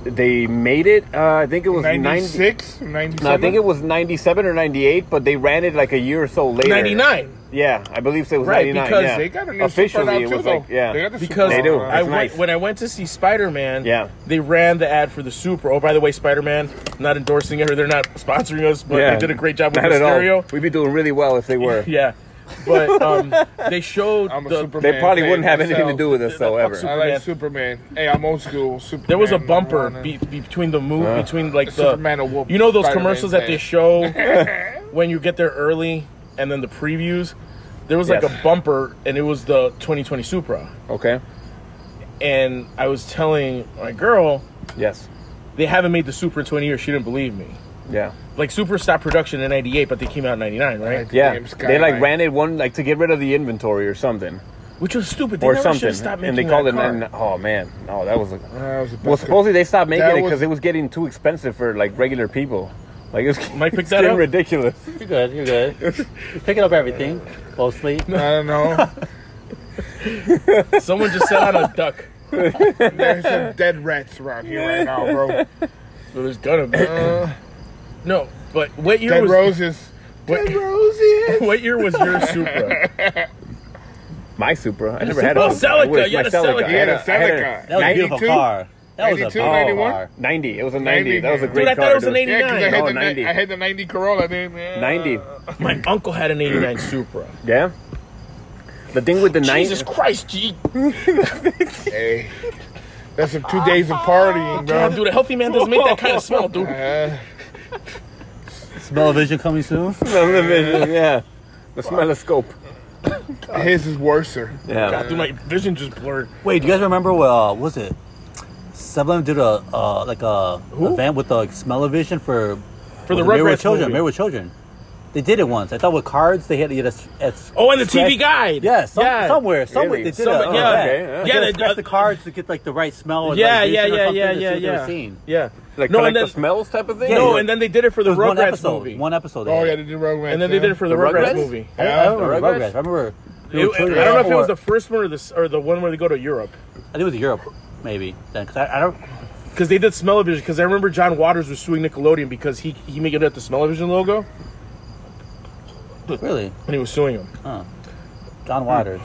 Speaker 2: They made it. Uh, I think it was 90,
Speaker 4: 96, 97.
Speaker 2: no, I think it was 97 or 98, but they ran it like a year or so later.
Speaker 1: 99.
Speaker 2: Yeah, I believe so. It was
Speaker 1: Right,
Speaker 2: 99.
Speaker 1: because
Speaker 2: yeah.
Speaker 4: They got a new
Speaker 2: Officially,
Speaker 4: Supra now,
Speaker 2: it
Speaker 4: too,
Speaker 2: was
Speaker 4: though.
Speaker 2: like yeah.
Speaker 4: They got the
Speaker 1: because
Speaker 4: Supra
Speaker 2: They do.
Speaker 4: now.
Speaker 1: I
Speaker 2: That's
Speaker 1: went,
Speaker 2: nice.
Speaker 1: when I went to see Spider Man,
Speaker 2: Yeah.
Speaker 1: they ran the ad for the Super. Oh, by the way, Spider Man, not endorsing it or they're not sponsoring us, but
Speaker 2: Yeah.
Speaker 1: they did a great job with
Speaker 2: Not
Speaker 1: the
Speaker 2: at all.
Speaker 1: stereo.
Speaker 2: We'd be doing really well if they were.
Speaker 1: Yeah, but um, they showed
Speaker 4: I'm a
Speaker 1: the,
Speaker 4: Superman
Speaker 2: They probably
Speaker 4: fan
Speaker 2: wouldn't have anything to
Speaker 4: myself.
Speaker 2: do with us, though,
Speaker 1: fuck
Speaker 2: ever.
Speaker 1: Superman.
Speaker 4: I like Superman. Hey, I'm old school. Superman.
Speaker 1: there was a
Speaker 4: I
Speaker 1: bumper
Speaker 4: wanna-
Speaker 1: be, be- between the movie
Speaker 2: Uh.
Speaker 1: between like the
Speaker 4: Superman will whoop
Speaker 1: you know those
Speaker 4: Spider-Man's
Speaker 1: commercials that they
Speaker 4: ass.
Speaker 1: show when you get there early and then the previews. There was like
Speaker 2: Yes.
Speaker 1: a bumper, and it was the 2020 Supra.
Speaker 2: Okay.
Speaker 1: And I was telling my girl
Speaker 2: Yes.
Speaker 1: they haven't made the Supra in 20 years. She didn't believe me.
Speaker 2: Yeah.
Speaker 1: like Super stopped production in '98, but they came out in '99, right?
Speaker 2: Yeah.
Speaker 4: Damn
Speaker 2: They like
Speaker 4: skyline.
Speaker 2: ran it one like to get rid of the inventory or something,
Speaker 1: Which was stupid. They
Speaker 2: or
Speaker 1: never
Speaker 2: something,
Speaker 1: should've stopped making
Speaker 2: and they called
Speaker 1: that
Speaker 2: it.
Speaker 1: car.
Speaker 2: 99 oh man, no, that was. A,
Speaker 4: That uh, was the best
Speaker 2: well, supposedly they stopped making
Speaker 4: That
Speaker 2: it because
Speaker 4: was-
Speaker 2: it was getting too expensive for like regular people. Like it was
Speaker 1: Mike picked
Speaker 2: it's
Speaker 1: that
Speaker 2: getting
Speaker 1: up?
Speaker 2: ridiculous.
Speaker 3: You're good. You're good. You're picking up everything mostly.
Speaker 4: I don't know.
Speaker 1: Someone just sat out a duck.
Speaker 4: There's some dead rats around here right now, bro.
Speaker 1: So there's gonna be. uh, no, but what year
Speaker 4: Dead
Speaker 1: was
Speaker 4: roses. Dead roses.
Speaker 1: what year was your Supra?
Speaker 2: My Supra, I never had a
Speaker 1: Supra.
Speaker 2: Supra.
Speaker 1: Oh,
Speaker 2: I wish
Speaker 1: Celica, you had
Speaker 2: my
Speaker 1: a Celica.
Speaker 2: I
Speaker 4: You had a
Speaker 2: I had
Speaker 4: Celica.
Speaker 3: That was a beautiful
Speaker 4: 92?
Speaker 3: car. That was a
Speaker 4: 92,
Speaker 3: beautiful
Speaker 4: 91?
Speaker 3: car.
Speaker 2: 90. It was a 90.
Speaker 4: 90.
Speaker 2: That was a
Speaker 4: Dude,
Speaker 2: great
Speaker 1: I thought
Speaker 2: car.
Speaker 1: it was an
Speaker 2: dude.
Speaker 4: Yeah, because I, had
Speaker 2: Oh,
Speaker 4: the ni-
Speaker 2: 90.
Speaker 4: I had the 90 Corolla. Dude. Yeah.
Speaker 2: 90.
Speaker 1: My uncle had an '89 Supra.
Speaker 2: Yeah. The thing with the 90s.
Speaker 1: Jesus Christ, G.
Speaker 4: Hey. That's some two days of partying,
Speaker 1: Damn,
Speaker 4: bro.
Speaker 1: dude, a healthy man doesn't make that kind of smell, dude.
Speaker 4: Uh,
Speaker 3: Smell of vision coming soon.
Speaker 2: yeah. The smell of scope.
Speaker 4: Uh, his is worser.
Speaker 2: Yeah.
Speaker 1: God, dude, my vision just blurred.
Speaker 3: Wait, do you guys remember? Well, was it? Seven did a uh, like a event with the like, smell of vision for
Speaker 1: For the
Speaker 3: was it Married
Speaker 1: Rugrats
Speaker 3: with children.
Speaker 1: movie.
Speaker 3: Married with children. They did it once. I thought with cards they had to get a. s- a
Speaker 1: Oh, and the
Speaker 3: scratch-
Speaker 1: TV guide.
Speaker 3: Yeah, some,
Speaker 1: yeah.
Speaker 3: somewhere, somewhere
Speaker 2: Really?
Speaker 3: they did
Speaker 1: Some- yeah,
Speaker 3: a, yeah,
Speaker 2: okay,
Speaker 3: yeah,
Speaker 2: yeah.
Speaker 3: yeah.
Speaker 1: Yeah,
Speaker 3: yeah
Speaker 1: they-
Speaker 3: scratch the cards to get like the right smell. Or,
Speaker 1: Yeah,
Speaker 3: like,
Speaker 1: yeah,
Speaker 3: vision or
Speaker 1: yeah,
Speaker 3: something
Speaker 1: yeah,
Speaker 3: to see
Speaker 1: yeah,
Speaker 3: what they were
Speaker 1: yeah.
Speaker 3: seeing.
Speaker 1: Yeah.
Speaker 2: Like
Speaker 1: No,
Speaker 2: collect
Speaker 1: and
Speaker 2: the
Speaker 1: then-
Speaker 2: smells type of thing?
Speaker 3: Yeah,
Speaker 1: No,
Speaker 3: yeah.
Speaker 1: and then they did it for the
Speaker 3: It was one
Speaker 1: Rugrats
Speaker 3: episode.
Speaker 1: movie.
Speaker 3: One episode. they
Speaker 4: Oh
Speaker 3: had.
Speaker 4: yeah, they did Rugrats.
Speaker 1: And then they did it for the,
Speaker 2: The
Speaker 1: Rugrats,
Speaker 2: Rugrats?
Speaker 1: movie.
Speaker 3: I don't, I don't remember
Speaker 2: Rugrats?
Speaker 3: Rugrats. I remember. we
Speaker 1: It-
Speaker 3: were children.
Speaker 1: I don't know if it was
Speaker 3: Or-
Speaker 1: the first one or the s- or the one where they go to Europe
Speaker 3: I think it was Europe, maybe. Then, 'cause I, I don't.
Speaker 1: because they did Smell-O-Vision because I remember John Waters was suing Nickelodeon because he he made it at the Smell-O-Vision logo
Speaker 3: Really,
Speaker 1: and he was suing him.
Speaker 3: John Waters.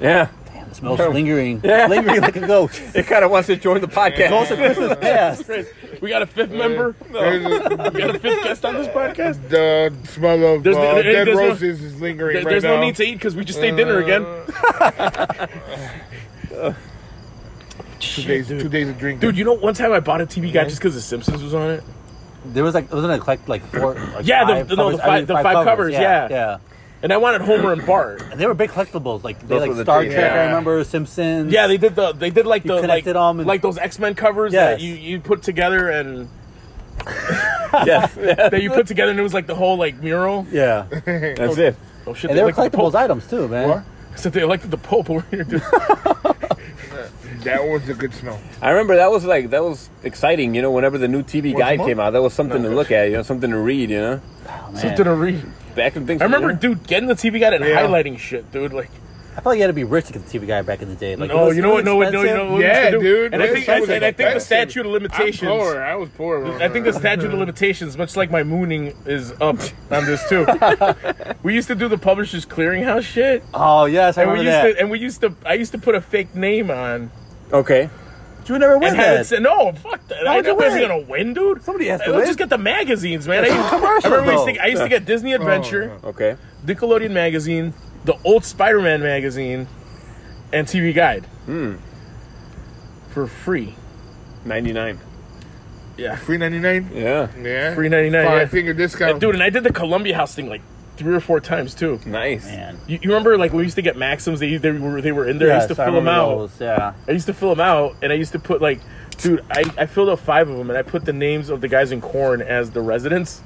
Speaker 2: Yeah.
Speaker 1: Hmm.
Speaker 3: Damn, the smell's lingering, lingering like a ghost.
Speaker 2: It kind of wants to join the podcast.
Speaker 3: Ghost of Christmas past.
Speaker 1: We got a fifth member.
Speaker 4: There's-
Speaker 1: We got a fifth guest on this podcast.
Speaker 4: the smell of
Speaker 1: There's-
Speaker 4: uh,
Speaker 1: there-
Speaker 4: dead
Speaker 1: there's no-
Speaker 4: roses is lingering
Speaker 1: There-
Speaker 4: right
Speaker 1: there's
Speaker 4: now.
Speaker 1: no need to eat because we just ate dinner again.
Speaker 4: Uh, two days, two days of drinking.
Speaker 1: Dude, you know, one time I bought a TV guide just because The Simpsons was on it.
Speaker 3: There was like, wasn't it collect like four? Like
Speaker 1: Yeah, the-
Speaker 3: five
Speaker 1: the- no, the
Speaker 3: covers? I
Speaker 1: five-
Speaker 3: mean,
Speaker 1: the five covers, yeah.
Speaker 3: yeah, yeah.
Speaker 1: And I wanted Homer and Bart.
Speaker 3: And they were big collectibles, like they
Speaker 2: Those were
Speaker 3: like
Speaker 2: the
Speaker 3: Star
Speaker 2: days.
Speaker 3: Trek.
Speaker 4: Yeah.
Speaker 3: I remember Simpsons.
Speaker 1: Yeah, they did the they did like the like,
Speaker 3: connected 'em and-
Speaker 1: like those X Men covers
Speaker 3: Yes.
Speaker 1: that you, you put together and
Speaker 2: yes. Yeah.
Speaker 1: that you put together and it was like the whole like mural.
Speaker 3: yeah.
Speaker 2: That's it.
Speaker 1: Oh shit!
Speaker 3: And they were
Speaker 1: elected the
Speaker 3: collectibles
Speaker 1: Pope.
Speaker 3: items too, man.
Speaker 4: What?
Speaker 1: Said they elected the Pope over here. Dude.
Speaker 4: that was a good smell.
Speaker 2: I remember that was like, that was exciting, you know, whenever the new TV guide
Speaker 4: more?
Speaker 2: came out. That was something
Speaker 4: Oh,
Speaker 2: to look at, you know, something to read, you know.
Speaker 3: Oh, man.
Speaker 1: Something to read.
Speaker 2: Back when things
Speaker 1: I remember,
Speaker 2: you know,
Speaker 1: dude, getting the TV guide and
Speaker 4: Yeah.
Speaker 1: highlighting shit, dude. Like,
Speaker 3: I felt like you had to be rich to get the TV guy back in the day. Like, it
Speaker 1: no,
Speaker 3: was
Speaker 1: you know what?
Speaker 3: really
Speaker 1: No, what- no, you know
Speaker 3: expensive.
Speaker 1: what we used
Speaker 4: Yeah,
Speaker 1: to do?
Speaker 4: dude,
Speaker 1: And I
Speaker 4: that
Speaker 1: think,
Speaker 4: shit
Speaker 1: I,
Speaker 4: was
Speaker 1: and I think the
Speaker 4: expensive.
Speaker 1: statute of
Speaker 4: I'm
Speaker 1: limitations.
Speaker 4: poor. I was poor. when
Speaker 1: I think the statute of limitations, much like my mooning, is up on this too. we used to do the publishers clearinghouse shit,
Speaker 3: Oh yes, I
Speaker 1: and we
Speaker 3: remember
Speaker 1: used
Speaker 3: that.
Speaker 1: to, and we used to, I used to put a fake name on
Speaker 2: Okay.
Speaker 3: you never win
Speaker 1: and have it
Speaker 3: that.
Speaker 1: say, no, fuck that. I
Speaker 3: would you
Speaker 1: wasn't
Speaker 3: win?
Speaker 1: gonna win, dude.
Speaker 3: Somebody has to
Speaker 1: I would
Speaker 3: win.
Speaker 1: Just get the magazines, man. I, used, I
Speaker 3: commercial,
Speaker 1: remember I used,
Speaker 3: though. Oh.
Speaker 1: to, I used to get Disney Adventure.
Speaker 2: Okay.
Speaker 1: Nickelodeon magazine, the old Spider-Man magazine, and TV Guide.
Speaker 3: Hmm.
Speaker 1: For free.
Speaker 2: 99.
Speaker 1: Yeah.
Speaker 4: three ninety nine.
Speaker 2: Yeah.
Speaker 4: Yeah,
Speaker 1: Three ninety nine.
Speaker 4: Five
Speaker 1: Yeah.
Speaker 4: finger discount.
Speaker 1: And dude, and I did the Columbia House thing like three or four times too.
Speaker 2: Nice.
Speaker 3: Man.
Speaker 1: You, you remember like we usst to get Maxims? They they were they were in there. I used to
Speaker 3: Yes, I
Speaker 1: fill them
Speaker 3: remember
Speaker 1: out.
Speaker 3: those, Yeah.
Speaker 1: I used to fill them out, and I used to put like, dude, I, I filled out five of them, and I put the names of the guys in corn as the residents.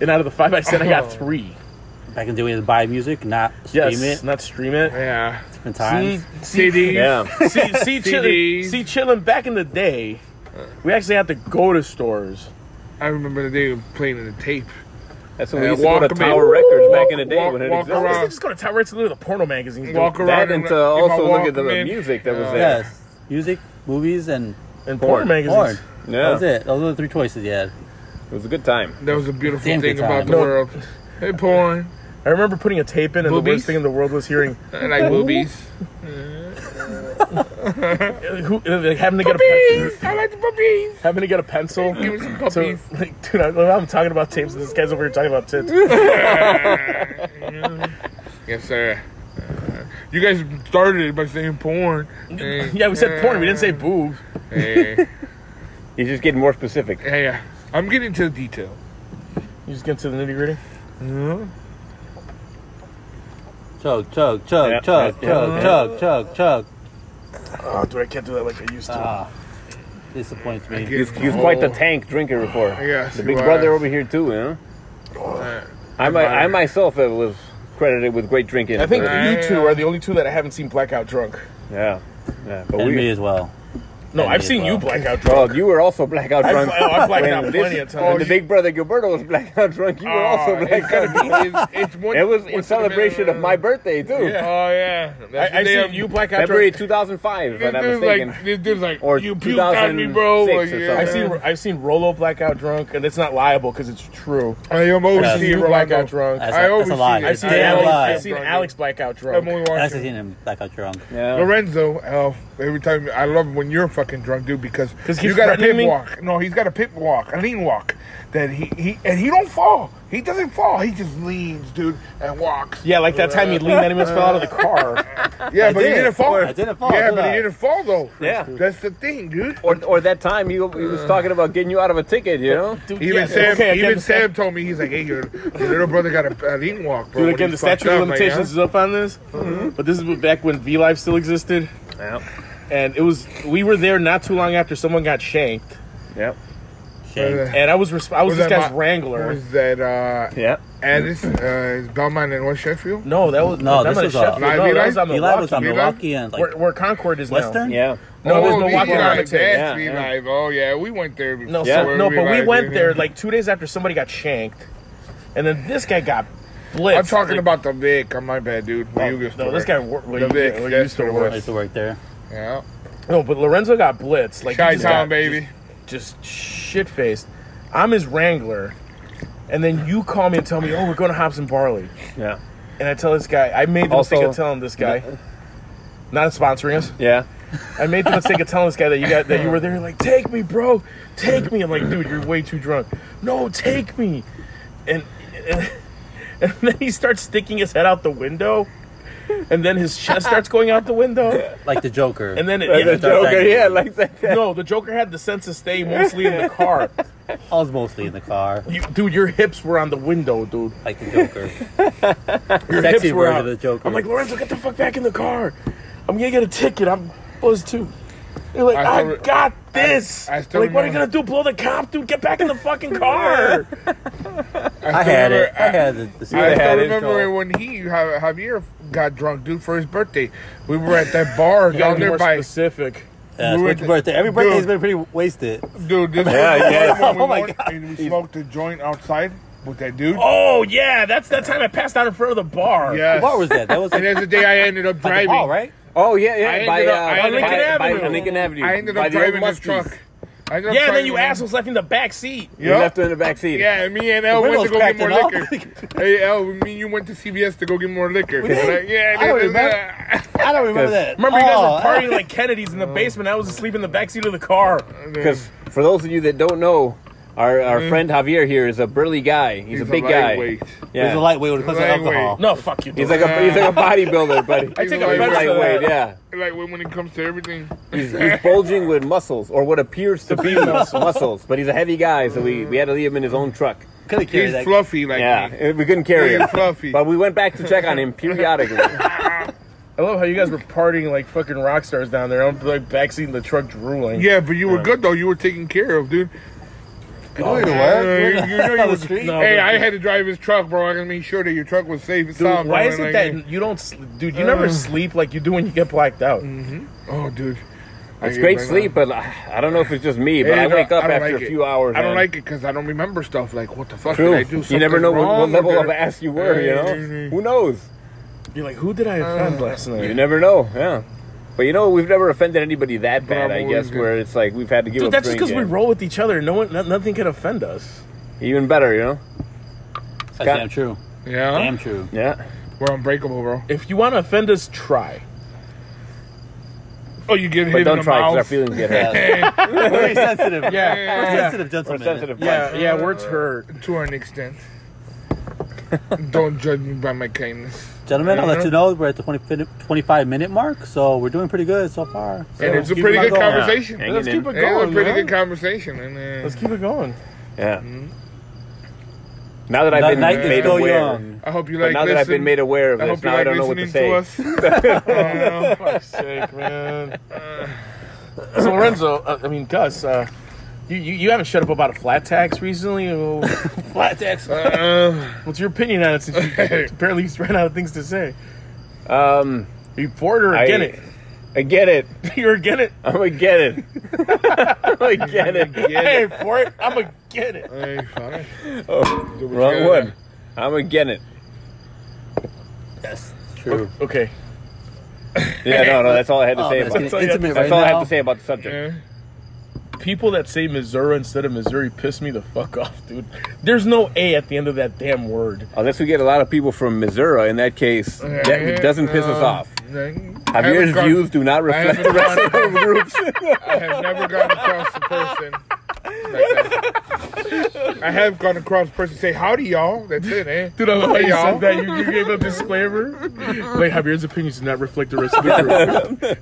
Speaker 1: And out of the five I sent, I
Speaker 4: Oh.
Speaker 1: got three.
Speaker 3: Back in the day, we had to buy music, not stream
Speaker 1: Yes,
Speaker 3: it.
Speaker 1: not stream it.
Speaker 4: yeah,
Speaker 3: Different times.
Speaker 4: CDs.
Speaker 2: Yeah.
Speaker 1: see, see, chilling,
Speaker 4: CDs.
Speaker 1: see, chilling. Back in the day, we actually had to go to stores.
Speaker 4: I remember the day of playing in the tape.
Speaker 2: That's when we
Speaker 4: Yeah,
Speaker 2: used to go to
Speaker 4: Walkman.
Speaker 2: Tower Records back in the day
Speaker 4: Walk-
Speaker 2: when it
Speaker 4: walk
Speaker 2: existed.
Speaker 1: I used
Speaker 4: around.
Speaker 1: to just go to Tower Records and look at the porno magazines, dude,
Speaker 4: Walk around
Speaker 2: That and
Speaker 4: in
Speaker 2: to
Speaker 4: my- in my
Speaker 2: also look at the
Speaker 4: Walkman.
Speaker 2: music that was
Speaker 4: Yeah.
Speaker 2: there.
Speaker 3: Yes. Music, movies, and
Speaker 1: and porno
Speaker 2: Porn.
Speaker 1: magazines.
Speaker 3: porn. That was
Speaker 2: Yeah.
Speaker 3: it. Those were the three choices you had.
Speaker 2: It was a good time.
Speaker 4: That was a beautiful
Speaker 3: Damn
Speaker 4: thing
Speaker 3: good
Speaker 4: about
Speaker 3: time.
Speaker 4: the
Speaker 3: No.
Speaker 4: world. Hey, porn.
Speaker 1: I remember putting a tape in, and the
Speaker 4: Boobies?
Speaker 1: worst thing in the world was hearing
Speaker 4: I like boobies.
Speaker 1: uh, who, uh, like, having to get a pen,
Speaker 4: I like the puppies.
Speaker 1: having to get a pencil.
Speaker 4: Give me some
Speaker 1: So,
Speaker 4: puppies.
Speaker 1: like, dude, I, I'm talking about tapes, and this guy's over here talking about tits.
Speaker 4: Yes, sir. Uh, You guys started by saying porn. Hey,
Speaker 1: yeah, we said porn. We didn't say boob.
Speaker 4: hey,
Speaker 2: He's just getting more specific.
Speaker 4: hey, uh, I'm getting to the detail.
Speaker 1: You just get to the nitty gritty.
Speaker 3: Chug, chug, chug,
Speaker 2: Yeah,
Speaker 3: chug,
Speaker 2: yeah,
Speaker 3: chug, chug, chug, chug.
Speaker 1: Oh, dude, I can't do that like I used to.
Speaker 3: Ah, disappoints me.
Speaker 2: He's, he's quite the tank drinker before.
Speaker 4: Yes,
Speaker 2: The
Speaker 4: he
Speaker 2: big
Speaker 4: was.
Speaker 2: brother over here too, you know? I, mi- I myself uh, was credited with great drinking.
Speaker 1: I think
Speaker 4: Yeah, yeah,
Speaker 1: you two
Speaker 4: yeah.
Speaker 1: are the only two that I haven't seen blackout drunk.
Speaker 2: Yeah. Yeah. But
Speaker 3: And me
Speaker 2: we
Speaker 3: as well.
Speaker 1: No,
Speaker 3: And
Speaker 1: I've
Speaker 3: me
Speaker 1: seen
Speaker 3: as
Speaker 1: you
Speaker 3: well.
Speaker 1: blackout drunk.
Speaker 2: Well, you were also blackout
Speaker 1: I-
Speaker 2: drunk.
Speaker 1: oh, I blacked
Speaker 2: When
Speaker 1: out
Speaker 2: this-
Speaker 1: plenty of times.
Speaker 2: when the big brother Gilberto was blackout drunk. You were also
Speaker 4: Oh, it's
Speaker 2: blackout drunk.
Speaker 4: gonna be- it's- it's one-
Speaker 2: It was in
Speaker 4: what's the
Speaker 2: celebration
Speaker 4: matter?
Speaker 2: of my birthday too.
Speaker 4: Oh yeah, That's
Speaker 1: I, I've
Speaker 4: the day
Speaker 1: seen
Speaker 4: I'm-
Speaker 1: you blackout
Speaker 2: February
Speaker 1: drunk.
Speaker 2: 2005, if
Speaker 4: This
Speaker 2: I'm not
Speaker 4: dude's
Speaker 2: mistaken.
Speaker 4: like, this dude's like,
Speaker 2: Or
Speaker 4: you puked on me, bro.
Speaker 2: 2006 or
Speaker 4: Like,
Speaker 2: something.
Speaker 1: I've seen I've seen Rolo blackout drunk, and it's not liable because it's true.
Speaker 4: I am always
Speaker 3: Yeah.
Speaker 1: I've seen
Speaker 4: seeing
Speaker 1: you blackout
Speaker 4: Rolando.
Speaker 1: drunk.
Speaker 3: That's
Speaker 4: I
Speaker 3: a,
Speaker 4: always
Speaker 3: that's a lie.
Speaker 4: see it.
Speaker 1: I've seen
Speaker 4: I
Speaker 3: Damn
Speaker 1: Alex,
Speaker 4: always
Speaker 3: lie.
Speaker 1: I've seen
Speaker 4: drunk.
Speaker 1: Alex blackout
Speaker 4: I'm
Speaker 1: drunk.
Speaker 4: only
Speaker 3: I actually
Speaker 4: watching.
Speaker 3: seen him blackout drunk.
Speaker 2: yeah.
Speaker 4: Lorenzo, Elf. Every time I love when you're fucking drunk, dude, because
Speaker 1: 'Cause he
Speaker 4: you
Speaker 1: keeps
Speaker 4: got a
Speaker 1: threatening
Speaker 4: pip
Speaker 1: me?
Speaker 4: walk. No, he's got a pip walk, a lean walk. That he, he and he don't fall. He doesn't fall. He just leans, dude, and walks.
Speaker 1: Yeah, like that time he leaned on him and fell out of the car.
Speaker 4: Yeah, but he
Speaker 3: did.
Speaker 4: didn't fall.
Speaker 3: I didn't fall,
Speaker 4: Yeah,
Speaker 3: did
Speaker 4: but
Speaker 3: I?
Speaker 4: he didn't fall though.
Speaker 2: Yeah.
Speaker 4: that's the thing, dude.
Speaker 2: Or, or that time he, he was talking about getting you out of a ticket, you know?
Speaker 1: Dude,
Speaker 4: Even
Speaker 1: yeah,
Speaker 4: Sam,
Speaker 1: okay, again,
Speaker 4: even
Speaker 1: the
Speaker 4: Sam
Speaker 1: sta-
Speaker 4: told me he's like, "Hey, your, your little brother got a, a lean walk, bro."
Speaker 1: Dude,
Speaker 4: when
Speaker 1: again, the
Speaker 4: he's
Speaker 1: statute
Speaker 4: fucked
Speaker 1: of
Speaker 4: up, like,
Speaker 1: limitations
Speaker 4: huh?
Speaker 1: is up on this, but this is back when V Live still existed,
Speaker 2: Yep.
Speaker 1: and it was we were there not too long after someone got shanked,
Speaker 2: Yep.
Speaker 3: Shame.
Speaker 1: and I was resp- I was,
Speaker 4: Uh, Was
Speaker 1: this
Speaker 4: that
Speaker 1: guy's
Speaker 4: my-
Speaker 1: wrangler.
Speaker 4: Was that uh,
Speaker 2: Yep.
Speaker 4: Addis, uh, Belmont and West Sheffield?
Speaker 1: no, that was
Speaker 3: No,
Speaker 1: that
Speaker 3: this
Speaker 1: was
Speaker 3: was
Speaker 1: at
Speaker 3: a-
Speaker 1: Sheffield.
Speaker 4: Live
Speaker 1: No, that
Speaker 4: Eli?
Speaker 1: was uh, on
Speaker 3: Eli was on
Speaker 4: Milwaukee,
Speaker 3: Milwaukee and like
Speaker 1: where, where Concord is
Speaker 3: Western.
Speaker 2: Yeah.
Speaker 1: now. No,
Speaker 4: oh,
Speaker 1: there's no
Speaker 4: Levi,
Speaker 1: walking around.
Speaker 4: that's
Speaker 1: the table.
Speaker 2: yeah,
Speaker 4: Levi.
Speaker 2: yeah.
Speaker 4: Oh yeah, we went there.
Speaker 1: No,
Speaker 4: before
Speaker 1: so, no, but we
Speaker 4: realized
Speaker 1: went
Speaker 4: it.
Speaker 1: there like two days after somebody got shanked, and then this guy got blitzed.
Speaker 4: I'm talking
Speaker 1: Like,
Speaker 4: about the Vic. I'm my bad, dude. Where you
Speaker 1: no,
Speaker 4: used to
Speaker 1: no, this
Speaker 4: work.
Speaker 1: guy wor- where
Speaker 4: The
Speaker 1: you-
Speaker 4: Vic,
Speaker 1: where you
Speaker 4: that's
Speaker 1: used to
Speaker 4: what it
Speaker 1: work.
Speaker 3: I
Speaker 4: was.
Speaker 3: used to work there.
Speaker 4: Yeah,
Speaker 1: No, but Lorenzo got blitzed. Like he
Speaker 4: Chi
Speaker 1: just
Speaker 4: Town,
Speaker 1: got
Speaker 4: baby.
Speaker 1: just shit faced. I'm his wrangler, and then you call me and tell me, "Oh, we're going to Hops and Barley,"
Speaker 2: Yeah.
Speaker 1: and I tell this guy, I made the
Speaker 2: Also-
Speaker 1: mistake of telling this guy, not sponsoring us.
Speaker 2: Yeah.
Speaker 1: I made the mistake of telling this guy that you got that you were there. Like, take me, bro, take me. I'm like, dude, you're way too drunk. No, take me. And and, and then he starts sticking his head out the window, and then his chest starts going out the window,
Speaker 3: Like the Joker.
Speaker 1: and then it,
Speaker 2: Like
Speaker 1: yeah,
Speaker 2: the Joker, yeah, like that.
Speaker 1: No, the Joker had the sense to stay mostly in the car.
Speaker 3: I was mostly in the car.
Speaker 1: You, dude, your hips were on the window, dude.
Speaker 3: Like the Joker.
Speaker 1: Your
Speaker 3: Sexy
Speaker 1: hips were
Speaker 3: word
Speaker 1: out.
Speaker 3: of the Joker.
Speaker 1: I'm like, Lorenzo, get the fuck back in the car. I'm gonna get a ticket. I'm buzzed too. You're like, I,
Speaker 4: I still re-
Speaker 1: got this.
Speaker 4: I still
Speaker 1: like, what are you gonna
Speaker 4: remember-
Speaker 1: do? Blow the cop, dude? Get back in the fucking car.
Speaker 3: I had
Speaker 4: remember-
Speaker 3: it. I had it. The
Speaker 4: I
Speaker 3: I
Speaker 4: still
Speaker 2: had it,
Speaker 4: remember
Speaker 2: Joel.
Speaker 4: when he Ja- Javier got drunk, dude, for his birthday. We were at that bar
Speaker 1: You gotta
Speaker 4: down
Speaker 1: be
Speaker 4: there
Speaker 1: more
Speaker 4: by
Speaker 1: specific.
Speaker 3: yeah,
Speaker 4: we were-
Speaker 3: it's your birthday. Every birthday's
Speaker 4: Dude.
Speaker 3: been pretty wasted.
Speaker 4: dude. This
Speaker 2: Yeah, yeah.
Speaker 4: When we
Speaker 3: Oh, my
Speaker 4: went And we smoked a joint outside with that dude.
Speaker 1: Oh yeah, that's that time I passed out in front of the bar.
Speaker 4: Yes.
Speaker 3: What was that? That was
Speaker 4: And
Speaker 3: like,
Speaker 4: that's the day I ended up
Speaker 3: like a
Speaker 4: driving.
Speaker 3: ball, right?
Speaker 2: Oh, yeah,
Speaker 4: I
Speaker 2: yeah.
Speaker 4: ended
Speaker 2: By,
Speaker 4: up-
Speaker 2: uh, by,
Speaker 4: I ended
Speaker 1: up
Speaker 2: by, by
Speaker 1: driving-
Speaker 2: Lincoln Avenue.
Speaker 4: I ended
Speaker 2: by
Speaker 4: up
Speaker 2: the old
Speaker 4: driving this
Speaker 2: muskies.
Speaker 4: truck. I ended up
Speaker 1: Yeah, and then
Speaker 4: driving
Speaker 1: you
Speaker 4: him.
Speaker 1: assholes left me in the back seat.
Speaker 2: You
Speaker 4: Yep.
Speaker 2: left her in the back seat.
Speaker 4: Yeah, and me and El went
Speaker 3: Windows
Speaker 4: to go get
Speaker 3: cracked
Speaker 4: more
Speaker 3: and all.
Speaker 4: liquor. hey, El, me and you went to CVS to go get more liquor. Like, yeah,
Speaker 3: I don't
Speaker 4: this-
Speaker 3: remember. I don't remember that.
Speaker 1: Remember, you guys
Speaker 3: Oh,
Speaker 1: were partying like Kennedys in the basement. I was asleep in the back seat of the car.
Speaker 2: Because for those of you that don't know, our, our friend Javier here is a burly guy. He's,
Speaker 4: Mm-hmm. He's
Speaker 2: a big guy.
Speaker 4: lightweight.
Speaker 3: He's a
Speaker 2: Yeah.
Speaker 3: lightweight when it comes to
Speaker 4: Lightweight.
Speaker 3: alcohol.
Speaker 1: No, fuck you.
Speaker 2: He's
Speaker 1: dude.
Speaker 2: like a he's like a bodybuilder, buddy.
Speaker 4: I take
Speaker 2: He's
Speaker 4: offense to
Speaker 2: lightweight.
Speaker 1: that.
Speaker 2: Yeah.
Speaker 4: Like when, when it comes to everything.
Speaker 2: He's, he's bulging with muscles or what appears to be muscles, but he's a heavy guy, so we, we had to leave him in his own truck.
Speaker 3: Could have carried
Speaker 4: He's
Speaker 3: that.
Speaker 4: fluffy like
Speaker 2: Yeah,
Speaker 4: me.
Speaker 2: eh, we couldn't carry
Speaker 4: Yeah,
Speaker 2: him.
Speaker 4: fluffy.
Speaker 2: But we went back to check on him periodically.
Speaker 1: I love how you guys were partying like fucking rock stars down there. I'm like backseat in the truck drooling.
Speaker 4: Yeah, but you were good though. You were taken care of, dude.
Speaker 3: Oh,
Speaker 4: Uh, you know you was-
Speaker 1: No,
Speaker 4: hey,
Speaker 1: but-
Speaker 4: I had to drive his truck, bro. I gotta make sure that your truck was safe and
Speaker 1: Dude,
Speaker 4: sound.
Speaker 1: why
Speaker 4: bro.
Speaker 1: is it
Speaker 4: Like,
Speaker 1: that you don't, sl- dude? You never sleep like you do when you get blacked out.
Speaker 4: Oh, dude. I
Speaker 2: It's
Speaker 4: get
Speaker 2: great
Speaker 4: right
Speaker 2: sleep,
Speaker 4: now.
Speaker 2: but uh, I don't know if it's just me, but
Speaker 4: Hey,
Speaker 2: I
Speaker 4: no,
Speaker 2: wake up
Speaker 4: I don't
Speaker 2: after
Speaker 4: like
Speaker 2: a
Speaker 4: it.
Speaker 2: few hours.
Speaker 4: I don't
Speaker 2: man.
Speaker 4: like it because I don't remember stuff. Like, what the fuck
Speaker 2: True.
Speaker 4: did I do?
Speaker 2: you never
Speaker 4: something
Speaker 2: know what, what
Speaker 4: wrong or
Speaker 2: level
Speaker 4: did
Speaker 2: of
Speaker 4: I-
Speaker 2: ass you were, you know? Who knows?
Speaker 1: You're like, who did I offend last night?
Speaker 2: You never know, yeah. But you know, we've never offended anybody that bad, I
Speaker 4: Probably
Speaker 2: guess,
Speaker 4: good.
Speaker 2: where it's like we've had to give
Speaker 1: dude,
Speaker 2: up
Speaker 1: that's just because we
Speaker 2: drinking.
Speaker 1: roll with each other. No one, no, nothing can offend us.
Speaker 2: Even better, you know?
Speaker 3: That's damn true.
Speaker 4: Yeah,
Speaker 3: Damn true.
Speaker 2: Yeah.
Speaker 4: we're unbreakable, bro.
Speaker 1: If you want to offend us, try.
Speaker 4: Oh, you get
Speaker 2: But
Speaker 4: hit in
Speaker 2: don't
Speaker 4: the
Speaker 2: try because our
Speaker 4: mouth.
Speaker 2: feelings get hurt.
Speaker 3: Yeah. Very sensitive.
Speaker 4: Yeah,
Speaker 3: We're
Speaker 4: yeah, yeah.
Speaker 3: sensitive
Speaker 2: We're
Speaker 3: gentlemen.
Speaker 2: sensitive. bunch.
Speaker 1: Yeah, yeah, words hurt.
Speaker 4: to an extent. don't judge me by my kindness.
Speaker 3: Gentlemen, I'll let you know we're at the 20, fin- 25 minute mark, so we're doing pretty good so far.
Speaker 4: and
Speaker 1: Yeah,
Speaker 4: it's a
Speaker 1: keep
Speaker 4: pretty
Speaker 1: it
Speaker 4: good
Speaker 1: going.
Speaker 4: conversation.
Speaker 2: Yeah. Hang
Speaker 1: Let's
Speaker 2: it
Speaker 1: keep it
Speaker 2: in.
Speaker 4: It was
Speaker 1: going,
Speaker 4: a pretty
Speaker 1: man.
Speaker 4: good conversation, and
Speaker 1: Let's
Speaker 4: uh,
Speaker 1: keep it going.
Speaker 2: Yeah.
Speaker 4: Mm-hmm.
Speaker 2: Now that I've
Speaker 3: Not
Speaker 2: been
Speaker 3: night is
Speaker 2: made
Speaker 3: still
Speaker 2: aware,
Speaker 3: young.
Speaker 4: I hope you
Speaker 2: but
Speaker 4: like.
Speaker 2: now
Speaker 4: listening.
Speaker 2: that I've been made aware of
Speaker 4: I hope
Speaker 2: this,
Speaker 4: you
Speaker 2: now I
Speaker 4: like
Speaker 2: don't know what to
Speaker 4: listening
Speaker 2: say.
Speaker 4: to us. I don't know.
Speaker 1: Fuck's sake, man. Uh, so Lorenzo, uh, I mean Gus, uh, you, you you haven't shut up about a flat tax recently. Oh,
Speaker 3: Flat tax.
Speaker 4: Uh,
Speaker 1: What's your opinion on it? Since you apparently he's ran out of things to say.
Speaker 2: Um,
Speaker 1: Are you for it or
Speaker 2: I-
Speaker 1: again it?
Speaker 2: I get it.
Speaker 1: You're again it.
Speaker 2: I'm gonna get it. I'm gonna get it.
Speaker 1: I ain't for it. I'm again it.
Speaker 4: Hey, fine.
Speaker 2: Oh, Wrong one. I'm gonna get it.
Speaker 3: Yes, true.
Speaker 1: Okay.
Speaker 2: Yeah, no, no. That's all I had to
Speaker 3: Oh,
Speaker 2: say.
Speaker 3: man, it's
Speaker 2: About,
Speaker 3: getting
Speaker 2: that's
Speaker 1: all you-
Speaker 3: intimate right
Speaker 2: all I
Speaker 3: now.
Speaker 2: have to say about the subject.
Speaker 4: Yeah.
Speaker 1: People that say Missouri instead of Missouri piss me the fuck off, dude. There's no A at the end of that damn word.
Speaker 4: uh,
Speaker 2: Unless we get a lot of people from Missouri, in that case, that it doesn't piss us off.
Speaker 4: Like,
Speaker 2: Javier's
Speaker 4: gone-
Speaker 2: views do not reflect the
Speaker 4: haven't
Speaker 2: rest of the groups.
Speaker 4: I have never gone across a person. Like that. I have gone across a person say howdy y'all. That's it, eh?
Speaker 1: Dude, I love how
Speaker 4: Hey,
Speaker 1: you
Speaker 4: y'all.
Speaker 1: said that. You, you gave a disclaimer. Like Javier's opinions do not reflect the rest of the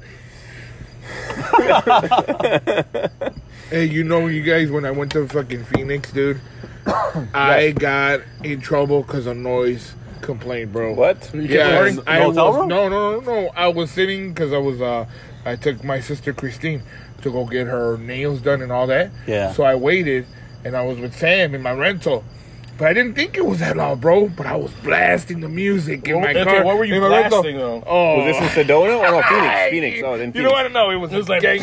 Speaker 1: group.
Speaker 4: Hey, you know you guys when I went to fucking Phoenix, dude. I got in trouble because of noise complaint, bro.
Speaker 2: What?
Speaker 4: Yeah,
Speaker 3: in
Speaker 4: I
Speaker 3: the
Speaker 4: was,
Speaker 3: hotel room?
Speaker 4: no, no, no, no. I was sitting because I was. Uh, I took my sister Christine to go get her nails done and all that.
Speaker 3: Yeah.
Speaker 4: So I waited, and I was with Sam in my rental. But I didn't think it was that loud, bro. But I was blasting the music in my
Speaker 1: okay,
Speaker 4: car.
Speaker 1: what were you
Speaker 4: in my rental.
Speaker 1: blasting, though?
Speaker 4: Oh,
Speaker 2: Was this in Sedona? Oh no, Phoenix. Phoenix. Oh, then
Speaker 4: you know
Speaker 2: Phoenix.
Speaker 4: what? No, it was, it was like gang.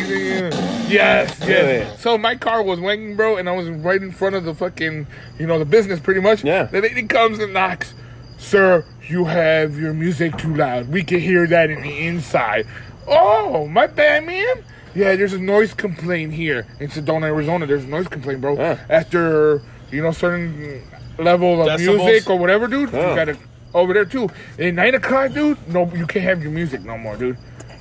Speaker 4: Yes, yes. So my car was wanging, bro, and I was right in front of the fucking, you know, the business pretty much.
Speaker 2: Yeah.
Speaker 4: The lady comes and knocks, sir. You have your music too loud. We can hear that in the inside. Oh, my bad, man. Yeah, there's a noise complaint here in Sedona, Arizona. There's a noise complaint, bro.
Speaker 2: Yeah.
Speaker 4: After you know certain level of
Speaker 1: Decibels.
Speaker 4: music or whatever, dude,
Speaker 2: Yeah.
Speaker 4: you gotta over there too. At nine o'clock, dude, no, you can't have your music no more, dude.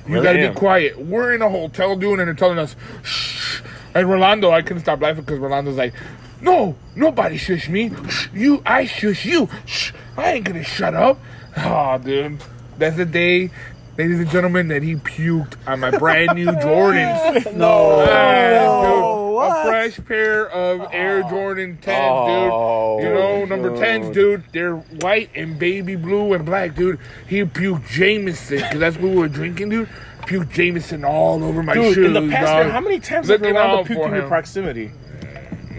Speaker 4: You
Speaker 2: Really
Speaker 4: gotta
Speaker 2: am.
Speaker 4: be quiet. We're in a hotel doing it and they're telling us, shh. And Rolando, I couldn't stop laughing because Rolando's like, no, nobody shush me. Shh, you, I shush you. Shh, I ain't gonna shut up. Oh, dude. That's the day, ladies and gentlemen, that he puked on my brand new Jordans.
Speaker 3: No.
Speaker 4: Yes, dude.
Speaker 1: Oh,
Speaker 3: what?
Speaker 4: A fresh pair of Air Jordan 10s,
Speaker 2: Oh,
Speaker 4: dude. You know, number
Speaker 2: dude.
Speaker 4: 10s, dude. They're white and baby blue and black, dude. He puked Jameson, because that's what we were drinking, dude. Puked Jameson all over my
Speaker 1: Dude,
Speaker 4: shoes,
Speaker 1: in the past,
Speaker 4: dog.
Speaker 1: man, how many times have
Speaker 4: Looking
Speaker 1: Rolando
Speaker 4: out
Speaker 1: puked
Speaker 4: for
Speaker 1: in your
Speaker 4: him.
Speaker 1: proximity?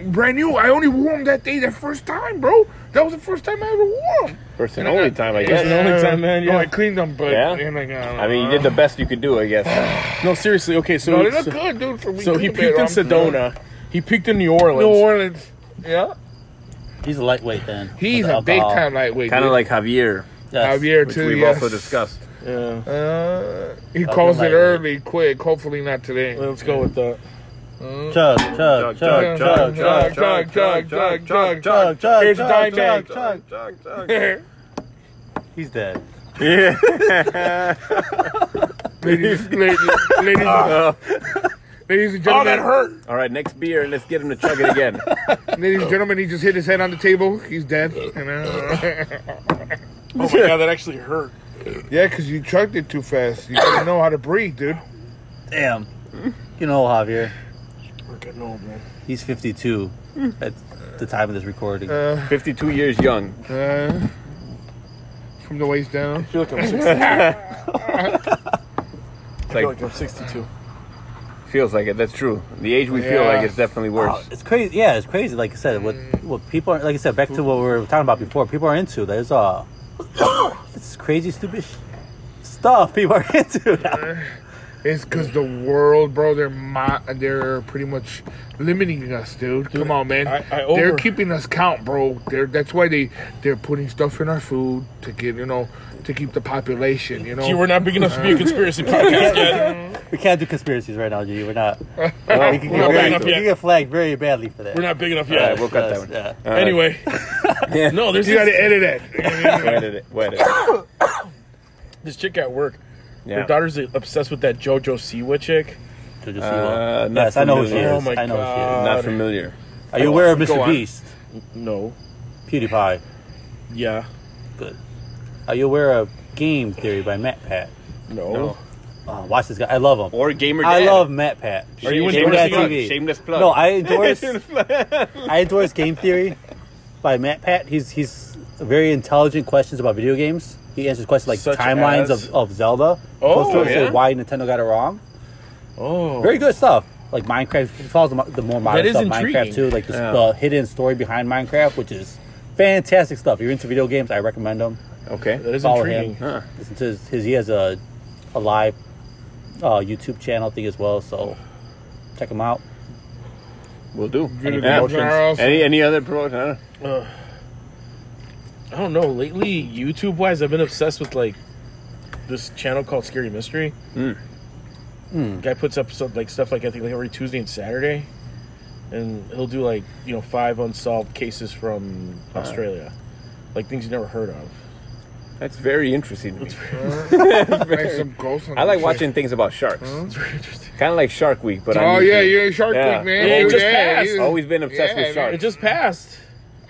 Speaker 4: Brand new. I only wore them that day, that first time, bro. That was the first time I ever wore them.
Speaker 2: First and only time, I guess.
Speaker 1: the only time, man,
Speaker 4: No,
Speaker 1: yeah.
Speaker 4: I cleaned them, but
Speaker 2: Yeah?
Speaker 4: and like, uh,
Speaker 2: I mean, you did the best you could do, I guess.
Speaker 1: No, seriously. Okay, so
Speaker 4: No, they look good, dude. For me
Speaker 1: so he
Speaker 4: too,
Speaker 1: puked in
Speaker 4: man.
Speaker 1: Sedona. He puked in New
Speaker 4: New
Speaker 1: Orleans.
Speaker 4: Orleans. Yeah,
Speaker 3: He's a lightweight then.
Speaker 4: he's
Speaker 3: With
Speaker 4: a big
Speaker 3: alcohol.
Speaker 4: time lightweight.
Speaker 2: Kind of
Speaker 4: dude.
Speaker 2: like Javier,
Speaker 3: Yes.
Speaker 4: Javier
Speaker 2: which
Speaker 4: too.
Speaker 2: we've
Speaker 4: yes.
Speaker 2: also discussed.
Speaker 1: Yeah.
Speaker 4: Uh, he
Speaker 3: Fucking
Speaker 4: calls it
Speaker 3: lightweight.
Speaker 4: early, quick. Hopefully not today.
Speaker 1: Let's go with that.
Speaker 3: Chug, chug, chug,
Speaker 4: chug,
Speaker 3: chug, chug,
Speaker 4: chug, chug, chug, chug, chug,
Speaker 3: chug, chug.
Speaker 4: Here's a
Speaker 3: chug,
Speaker 4: dime
Speaker 3: chug,
Speaker 4: bag.
Speaker 3: chug. He's dead.
Speaker 2: Yeah.
Speaker 4: ladies, ladies, ladies, ladies
Speaker 2: Oh,
Speaker 4: and
Speaker 1: Oh,
Speaker 4: gentlemen,
Speaker 2: All right, next beer. Let's get him to chug it again.
Speaker 4: Ladies and gentlemen, he just hit his head on the table. He's dead. And, uh,
Speaker 1: Oh my god, that actually hurt.
Speaker 4: yeah, because you chugged it too fast. You didn't know how to breathe, dude.
Speaker 3: Damn. You know Javier.
Speaker 1: Freaking no, man.
Speaker 3: He's 52 at the time of this recording.
Speaker 2: Fifty-two years young.
Speaker 4: Uh, from the waist down.
Speaker 1: I feel like I'm 62. I feel
Speaker 2: like-
Speaker 1: like I'm 62.
Speaker 2: Feels like it. That's true. The age we feel
Speaker 4: Yeah. Oh,
Speaker 2: like it's definitely
Speaker 3: Wow,
Speaker 2: worse.
Speaker 3: it's crazy. Yeah, it's crazy. Like I said, what what people are like I said back to what we were talking about before. People are into there's uh it's crazy stupid sh- stuff people are into. now.
Speaker 4: It's because the world, bro. They're mo- they're pretty much limiting us, dude. Come on, man.
Speaker 1: I- I
Speaker 4: they're
Speaker 1: over-
Speaker 4: keeping us count, bro. They're that's why they they're putting stuff in our food to get you know to keep the population. You know.
Speaker 1: Gee, we're not big enough to be a conspiracy podcast yet.
Speaker 3: we can't do conspiracies right now, G. We're not. We
Speaker 2: Well, we're
Speaker 3: can, get
Speaker 1: not
Speaker 2: back
Speaker 3: flagged,
Speaker 1: enough
Speaker 2: to
Speaker 3: we
Speaker 1: yet.
Speaker 2: it.
Speaker 3: can get flagged very badly for that.
Speaker 1: We're not big enough
Speaker 2: All
Speaker 1: yet.
Speaker 2: right, we'll cut
Speaker 3: Yes,
Speaker 2: that one.
Speaker 3: yeah.
Speaker 2: All right.
Speaker 1: Anyway,
Speaker 2: Yeah.
Speaker 1: no, there's
Speaker 4: you gotta
Speaker 1: this,
Speaker 4: edit it.
Speaker 2: Wet it. Wet it.
Speaker 1: this chick at work. Her
Speaker 2: Yeah.
Speaker 1: daughter's obsessed with that JoJo Siwa chick.
Speaker 3: So just, you
Speaker 2: Uh,
Speaker 3: know.
Speaker 2: not
Speaker 3: yes, I know who she
Speaker 2: familiar.
Speaker 3: is.
Speaker 1: Oh my
Speaker 3: I know who she
Speaker 1: God.
Speaker 2: Not familiar.
Speaker 3: is. Are you aware of
Speaker 1: Go
Speaker 3: Mr.
Speaker 1: on.
Speaker 3: Beast,
Speaker 1: No.
Speaker 3: PewDiePie?
Speaker 1: Yeah.
Speaker 3: Good. Are you aware of Game Theory by Matt Pat?
Speaker 1: No.
Speaker 2: No.
Speaker 3: Uh, watch this guy. I love him.
Speaker 2: Or gamer.
Speaker 3: I
Speaker 2: dad.
Speaker 3: love Matt Pat.
Speaker 2: Are you
Speaker 1: Shameless
Speaker 2: shameless
Speaker 1: plug.
Speaker 2: plug?
Speaker 3: TV.
Speaker 2: Shameless plug.
Speaker 3: No, I endorse. I endorse Game Theory by Matt Pat. He's he's very intelligent questions about video games. He answers questions like
Speaker 1: Such
Speaker 3: timelines
Speaker 1: as?
Speaker 3: of, of Zelda.
Speaker 1: Oh,
Speaker 3: Goes through and
Speaker 1: yeah.
Speaker 3: Why Nintendo got it wrong.
Speaker 1: Oh.
Speaker 3: Very good stuff. Like Minecraft he follows the, mo- the more modern
Speaker 1: That is
Speaker 3: stuff.
Speaker 1: intriguing.
Speaker 3: Minecraft too, like the, the hidden story behind Minecraft, which is fantastic stuff. If you're into video games, I recommend them.
Speaker 1: That
Speaker 2: Okay.
Speaker 1: is
Speaker 3: Follow
Speaker 1: intriguing.
Speaker 3: him. Listen to his, his he has a a live uh, YouTube channel thing as well. So check him out.
Speaker 2: We'll do. Any
Speaker 4: Yeah.
Speaker 2: promotions? Any any other promotion? I don't know.
Speaker 1: I don't know. Lately, YouTube wise, I've been obsessed with like this channel called Scary Mystery.
Speaker 3: Mm.
Speaker 1: Guy puts up some, like stuff like I think like every Tuesday and Saturday, and he'll do like you know five unsolved cases from Australia, like things you never heard of.
Speaker 2: That's very interesting. To me.
Speaker 4: Like some ghosts and
Speaker 2: I like
Speaker 4: shit.
Speaker 2: watching things about sharks. Kind of like Shark Week, but
Speaker 4: Oh
Speaker 2: I'm
Speaker 4: yeah, you're a Shark
Speaker 2: Yeah.
Speaker 4: Week, man.
Speaker 2: Yeah, it
Speaker 4: Oh,
Speaker 2: just
Speaker 4: yeah,
Speaker 2: passed.
Speaker 4: you-
Speaker 2: Always been obsessed
Speaker 4: Yeah,
Speaker 2: with sharks.
Speaker 1: It just passed.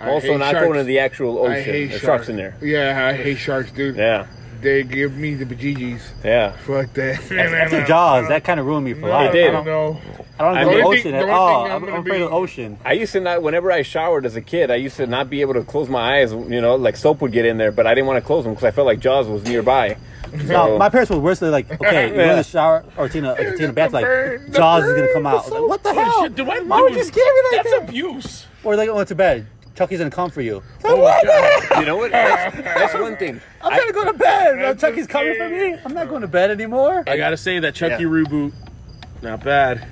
Speaker 4: I
Speaker 2: also
Speaker 4: hate
Speaker 2: not
Speaker 4: sharks.
Speaker 2: going to the actual ocean.
Speaker 4: I hate
Speaker 2: There's
Speaker 4: sharks
Speaker 2: sharks in there.
Speaker 4: Yeah, I hate sharks, dude.
Speaker 2: Yeah,
Speaker 4: They give me the bejeebies.
Speaker 2: yeah.
Speaker 4: Fuck that.
Speaker 3: After Jaws, that kind of ruined me for life.
Speaker 2: did.
Speaker 4: I don't know.
Speaker 3: I don't
Speaker 2: I
Speaker 3: go to the
Speaker 2: mean-
Speaker 4: Only
Speaker 3: ocean
Speaker 4: thing-
Speaker 3: at
Speaker 4: the only
Speaker 3: all.
Speaker 4: thing I'm
Speaker 3: I'm,
Speaker 4: gonna
Speaker 3: I'm afraid
Speaker 4: be-
Speaker 3: of the ocean.
Speaker 2: I used to not. Whenever I showered as a kid, I used to not be able to close my eyes. You know, like soap would get in there, but I didn't want to close them because I felt like Jaws was nearby.
Speaker 3: No,
Speaker 2: So-
Speaker 3: my parents were worse. They're like, okay, you're in
Speaker 2: Yeah.
Speaker 3: the shower, or Tina, like, Tina Beth, like,
Speaker 4: burn, the
Speaker 3: Jaws is
Speaker 4: burn,
Speaker 3: gonna come out. I was like, what the hell?
Speaker 1: Shit, dude, why,
Speaker 3: Why would you scare me like
Speaker 1: That's
Speaker 3: that?
Speaker 1: abuse.
Speaker 3: or they went to bed. Chucky's gonna come for you.
Speaker 2: You know what? That's, that's one thing.
Speaker 3: I'm trying to go to bed. Now Chucky's coming for me. I'm not going to bed anymore.
Speaker 1: I gotta say that Chucky
Speaker 2: Yeah.
Speaker 1: reboot, not bad.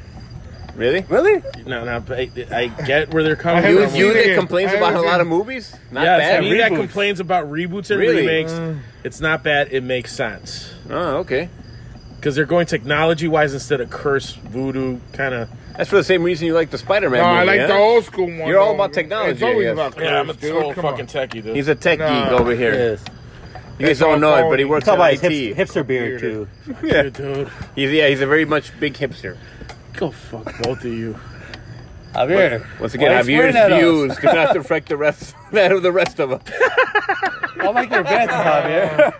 Speaker 2: Really?
Speaker 3: Really?
Speaker 1: No, not bad. I get where they're coming
Speaker 4: haven't
Speaker 2: You,
Speaker 1: from.
Speaker 4: seen
Speaker 2: you
Speaker 4: it
Speaker 2: that
Speaker 4: yet.
Speaker 2: complains
Speaker 4: I
Speaker 2: about a
Speaker 4: haven't
Speaker 2: lot
Speaker 4: seen
Speaker 2: of movies? Not
Speaker 1: Yeah,
Speaker 2: bad.
Speaker 1: it's me that
Speaker 2: Reboots.
Speaker 1: complains about reboots and
Speaker 2: Really?
Speaker 1: remakes. It's not bad. It makes sense
Speaker 2: Oh, okay.
Speaker 1: because they're going technology wise instead of curse voodoo kind of.
Speaker 2: That's for the same reason you like the Spider-Man.
Speaker 4: No,
Speaker 2: movie,
Speaker 4: I like
Speaker 2: huh?
Speaker 4: the old school one.
Speaker 2: You're all
Speaker 4: though.
Speaker 2: about technology,
Speaker 4: It's always
Speaker 2: I guess.
Speaker 4: about curves, dude. Come on.
Speaker 1: techie dude.
Speaker 2: He's a tech
Speaker 4: Nah.
Speaker 2: geek over here.
Speaker 3: Yes.
Speaker 2: You guys
Speaker 4: That's all
Speaker 2: don't know it,
Speaker 4: phony.
Speaker 2: but he works
Speaker 3: It's all
Speaker 2: at
Speaker 3: about
Speaker 2: IT.
Speaker 3: his hip, hipster beard too.
Speaker 1: yeah, dude.
Speaker 2: He's yeah, he's a very much big hipster.
Speaker 1: Go fuck both of you.
Speaker 3: Javier,
Speaker 2: Once again,
Speaker 3: Why
Speaker 2: Javier's
Speaker 3: squirting at us?
Speaker 2: views do not reflect the rest that of the rest of us.
Speaker 3: I'll make your bed, Javier.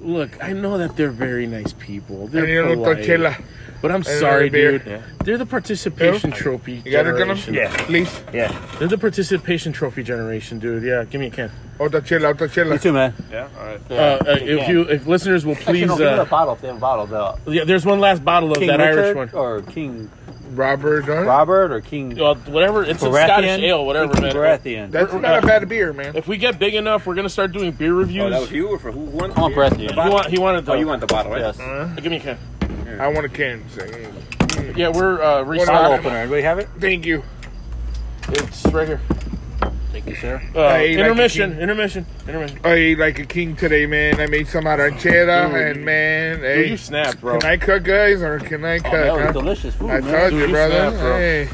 Speaker 1: Look, I know that they're very nice people. They're
Speaker 4: And you don't
Speaker 1: polite,
Speaker 4: look killer.
Speaker 1: but I'm
Speaker 4: another
Speaker 1: sorry,
Speaker 4: beer.
Speaker 1: dude. They're the participation
Speaker 4: Yeah.
Speaker 1: trophy
Speaker 4: You got it, Gunnar?
Speaker 1: generation.
Speaker 4: Please.
Speaker 2: Yeah.
Speaker 1: They're the participation trophy generation, dude. Yeah, give me a can.
Speaker 4: Otra chela, otra
Speaker 3: You
Speaker 4: chela.
Speaker 3: too, man.
Speaker 1: Uh, uh, if you, if listeners will
Speaker 3: Actually,
Speaker 1: please,
Speaker 3: no, give me the
Speaker 1: uh,
Speaker 3: bottle. If they have a bottle, the
Speaker 1: yeah, there's one last bottle of
Speaker 3: King
Speaker 1: that
Speaker 3: Richard
Speaker 1: Irish one.
Speaker 3: or King
Speaker 4: Robert, huh?
Speaker 3: Robert or King
Speaker 1: Well, whatever, it's a
Speaker 3: Baratheon.
Speaker 1: Scottish ale, whatever,
Speaker 3: King
Speaker 1: man.
Speaker 3: Baratheon.
Speaker 4: That's not a bad beer, man.
Speaker 1: If we get big enough, we're gonna start doing
Speaker 4: Oh,
Speaker 1: beer reviews.
Speaker 2: Oh, you or for who won?
Speaker 3: Come on, Baratheon. Oh,
Speaker 1: He, want, he wanted the.
Speaker 2: want the bottle, right?
Speaker 3: Yes.
Speaker 1: Give me a can.
Speaker 4: I want a can. so-
Speaker 1: Yeah, we're uh,
Speaker 4: Bottle
Speaker 1: restocking.
Speaker 4: opener.
Speaker 3: Everybody have it?
Speaker 4: Thank you.
Speaker 1: It's right here.
Speaker 3: Thank you, sir.
Speaker 1: Uh,
Speaker 4: Hey, like
Speaker 1: intermission,
Speaker 4: a
Speaker 1: intermission, intermission.
Speaker 4: I ate like a king today, man. I made some arranchera, and man, hey,
Speaker 1: Dude, you snapped, bro.
Speaker 4: can I cook, guys, or can I cook?
Speaker 3: Oh, that was
Speaker 4: huh?
Speaker 3: delicious food,
Speaker 4: I
Speaker 3: man.
Speaker 4: told
Speaker 1: Dude,
Speaker 4: you,
Speaker 1: you
Speaker 4: brother.
Speaker 1: snapped, bro.
Speaker 4: Hey,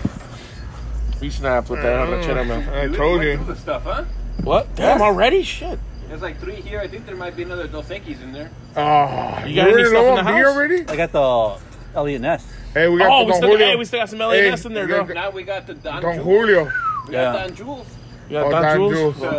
Speaker 1: You snapped with that on the chin, man.
Speaker 4: I told you.
Speaker 2: the stuff, huh?
Speaker 1: What? Damn, already? Shit.
Speaker 2: There's like three here. I think there might be another Dos Equis in there.
Speaker 4: Oh,
Speaker 1: You got any
Speaker 4: already
Speaker 1: stuff
Speaker 4: low
Speaker 1: in
Speaker 4: on
Speaker 1: the
Speaker 4: beer
Speaker 1: house?
Speaker 4: already?
Speaker 3: I got the E Elliot Ness.
Speaker 4: Hey, we got
Speaker 1: Oh,
Speaker 4: the
Speaker 1: we
Speaker 4: Don
Speaker 1: still,
Speaker 4: Julio.
Speaker 1: hey, we still got some LAS in there,
Speaker 4: Hey, you
Speaker 1: bro.
Speaker 4: got
Speaker 2: Now we got the Don,
Speaker 4: Don
Speaker 2: Jules.
Speaker 4: Julio.
Speaker 2: We
Speaker 3: Yeah.
Speaker 2: got Don Jules.
Speaker 1: You got
Speaker 4: Oh,
Speaker 1: Don
Speaker 4: Don
Speaker 1: Jules?
Speaker 4: Jules.
Speaker 2: To, uh,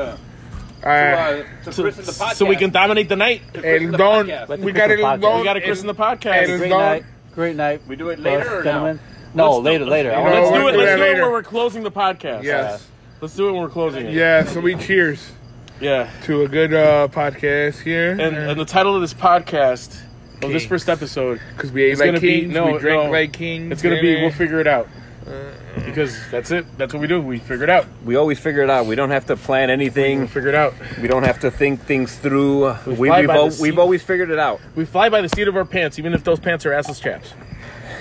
Speaker 4: All right.
Speaker 2: uh, to christen the podcast.
Speaker 1: So we can dominate the night.
Speaker 2: To christen
Speaker 4: El
Speaker 2: the
Speaker 4: Don.
Speaker 2: podcast.
Speaker 3: Let the
Speaker 4: We got
Speaker 3: people
Speaker 4: El
Speaker 3: podcast.
Speaker 4: Don.
Speaker 1: We got to
Speaker 4: El-
Speaker 1: christen the podcast.
Speaker 4: It's
Speaker 3: Great
Speaker 4: gone.
Speaker 3: night. Great night.
Speaker 2: We do it later
Speaker 3: fellas,
Speaker 2: or now?
Speaker 3: gentlemen. No,
Speaker 1: Let's do-
Speaker 3: later, later. I
Speaker 4: You
Speaker 3: wanna-
Speaker 4: know,
Speaker 1: Let's do
Speaker 4: we'll
Speaker 1: it.
Speaker 4: do
Speaker 1: Let's
Speaker 4: that
Speaker 1: do it
Speaker 4: oh, later.
Speaker 1: when we're closing the podcast.
Speaker 4: Yes.
Speaker 1: Let's do it when we're closing it.
Speaker 4: Yeah, so we cheers
Speaker 1: Yeah.
Speaker 4: to a good uh, podcast here.
Speaker 1: And, uh, and the title of this podcast, of this
Speaker 4: Kings.
Speaker 1: first episode,
Speaker 4: Because we ate
Speaker 1: It's
Speaker 4: like
Speaker 1: gonna be-
Speaker 4: kings,
Speaker 1: no,
Speaker 4: we drank
Speaker 1: no.
Speaker 4: like kings.
Speaker 1: it's going to be
Speaker 4: eh,
Speaker 1: We'll Figure It Out. Because that's it. That's what we do. We figure it out.
Speaker 2: We always figure it out. We don't have to plan
Speaker 1: We
Speaker 2: anything.
Speaker 1: figure it out.
Speaker 2: We don't have to think things through. We,
Speaker 1: fly
Speaker 2: have
Speaker 1: by the
Speaker 2: al-
Speaker 1: seat.
Speaker 2: we've always figured it out.
Speaker 1: We fly by the seat of our pants, even if those pants are assless chaps.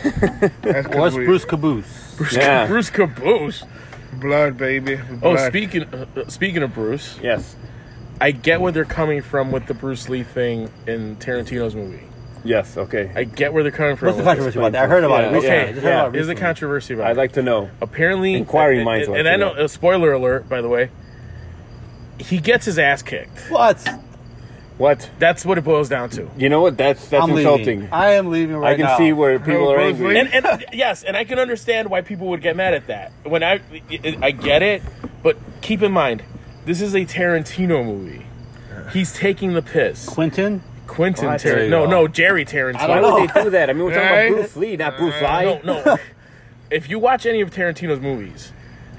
Speaker 4: that's 'cause
Speaker 3: What's
Speaker 4: we-
Speaker 3: Bruce Caboose?
Speaker 2: Yeah.
Speaker 1: Bruce Caboose.
Speaker 4: Blood, baby.
Speaker 1: Oh,
Speaker 4: blood.
Speaker 1: speaking uh, speaking of Bruce,
Speaker 2: Yes.
Speaker 1: I get where they're coming from with the Bruce Lee thing in Tarantino's movie.
Speaker 2: Yes. Okay.
Speaker 1: I get where they're coming from.
Speaker 3: What's the
Speaker 1: with this.
Speaker 3: controversy about that? I heard about it.
Speaker 2: Yeah,
Speaker 3: recently. I
Speaker 1: Okay,
Speaker 3: just heard
Speaker 1: yeah,
Speaker 3: about it
Speaker 1: is the
Speaker 3: recently.
Speaker 1: controversy about
Speaker 2: I'd
Speaker 1: it.
Speaker 2: like to know.
Speaker 1: apparently
Speaker 2: Inquiring
Speaker 1: and-
Speaker 2: minds
Speaker 1: and,
Speaker 2: like
Speaker 1: and I
Speaker 2: to
Speaker 1: know
Speaker 2: know.
Speaker 1: a spoiler alert by the way he gets his ass kicked
Speaker 3: What?
Speaker 2: What?
Speaker 1: that's what it boils down to
Speaker 2: You know what? That's that's
Speaker 3: I'm
Speaker 2: insulting.
Speaker 3: leaving. I am leaving right
Speaker 2: I can
Speaker 3: now.
Speaker 2: see where people are
Speaker 4: Bruce Lee.
Speaker 2: angry.
Speaker 1: and, and yes and I can understand why people would get mad at that when I I get it but keep in mind this is a Tarantino movie he's taking the piss
Speaker 3: Quentin.
Speaker 1: Quentin
Speaker 2: I tell
Speaker 1: Tarantino
Speaker 2: you
Speaker 1: no
Speaker 2: what.
Speaker 1: no Jerry Tarantino
Speaker 2: Why would they do that? I mean, we're talking
Speaker 4: Right?
Speaker 2: about Bruce Lee, not Bruce Lee.
Speaker 1: no no if you watch any of Tarantino's movies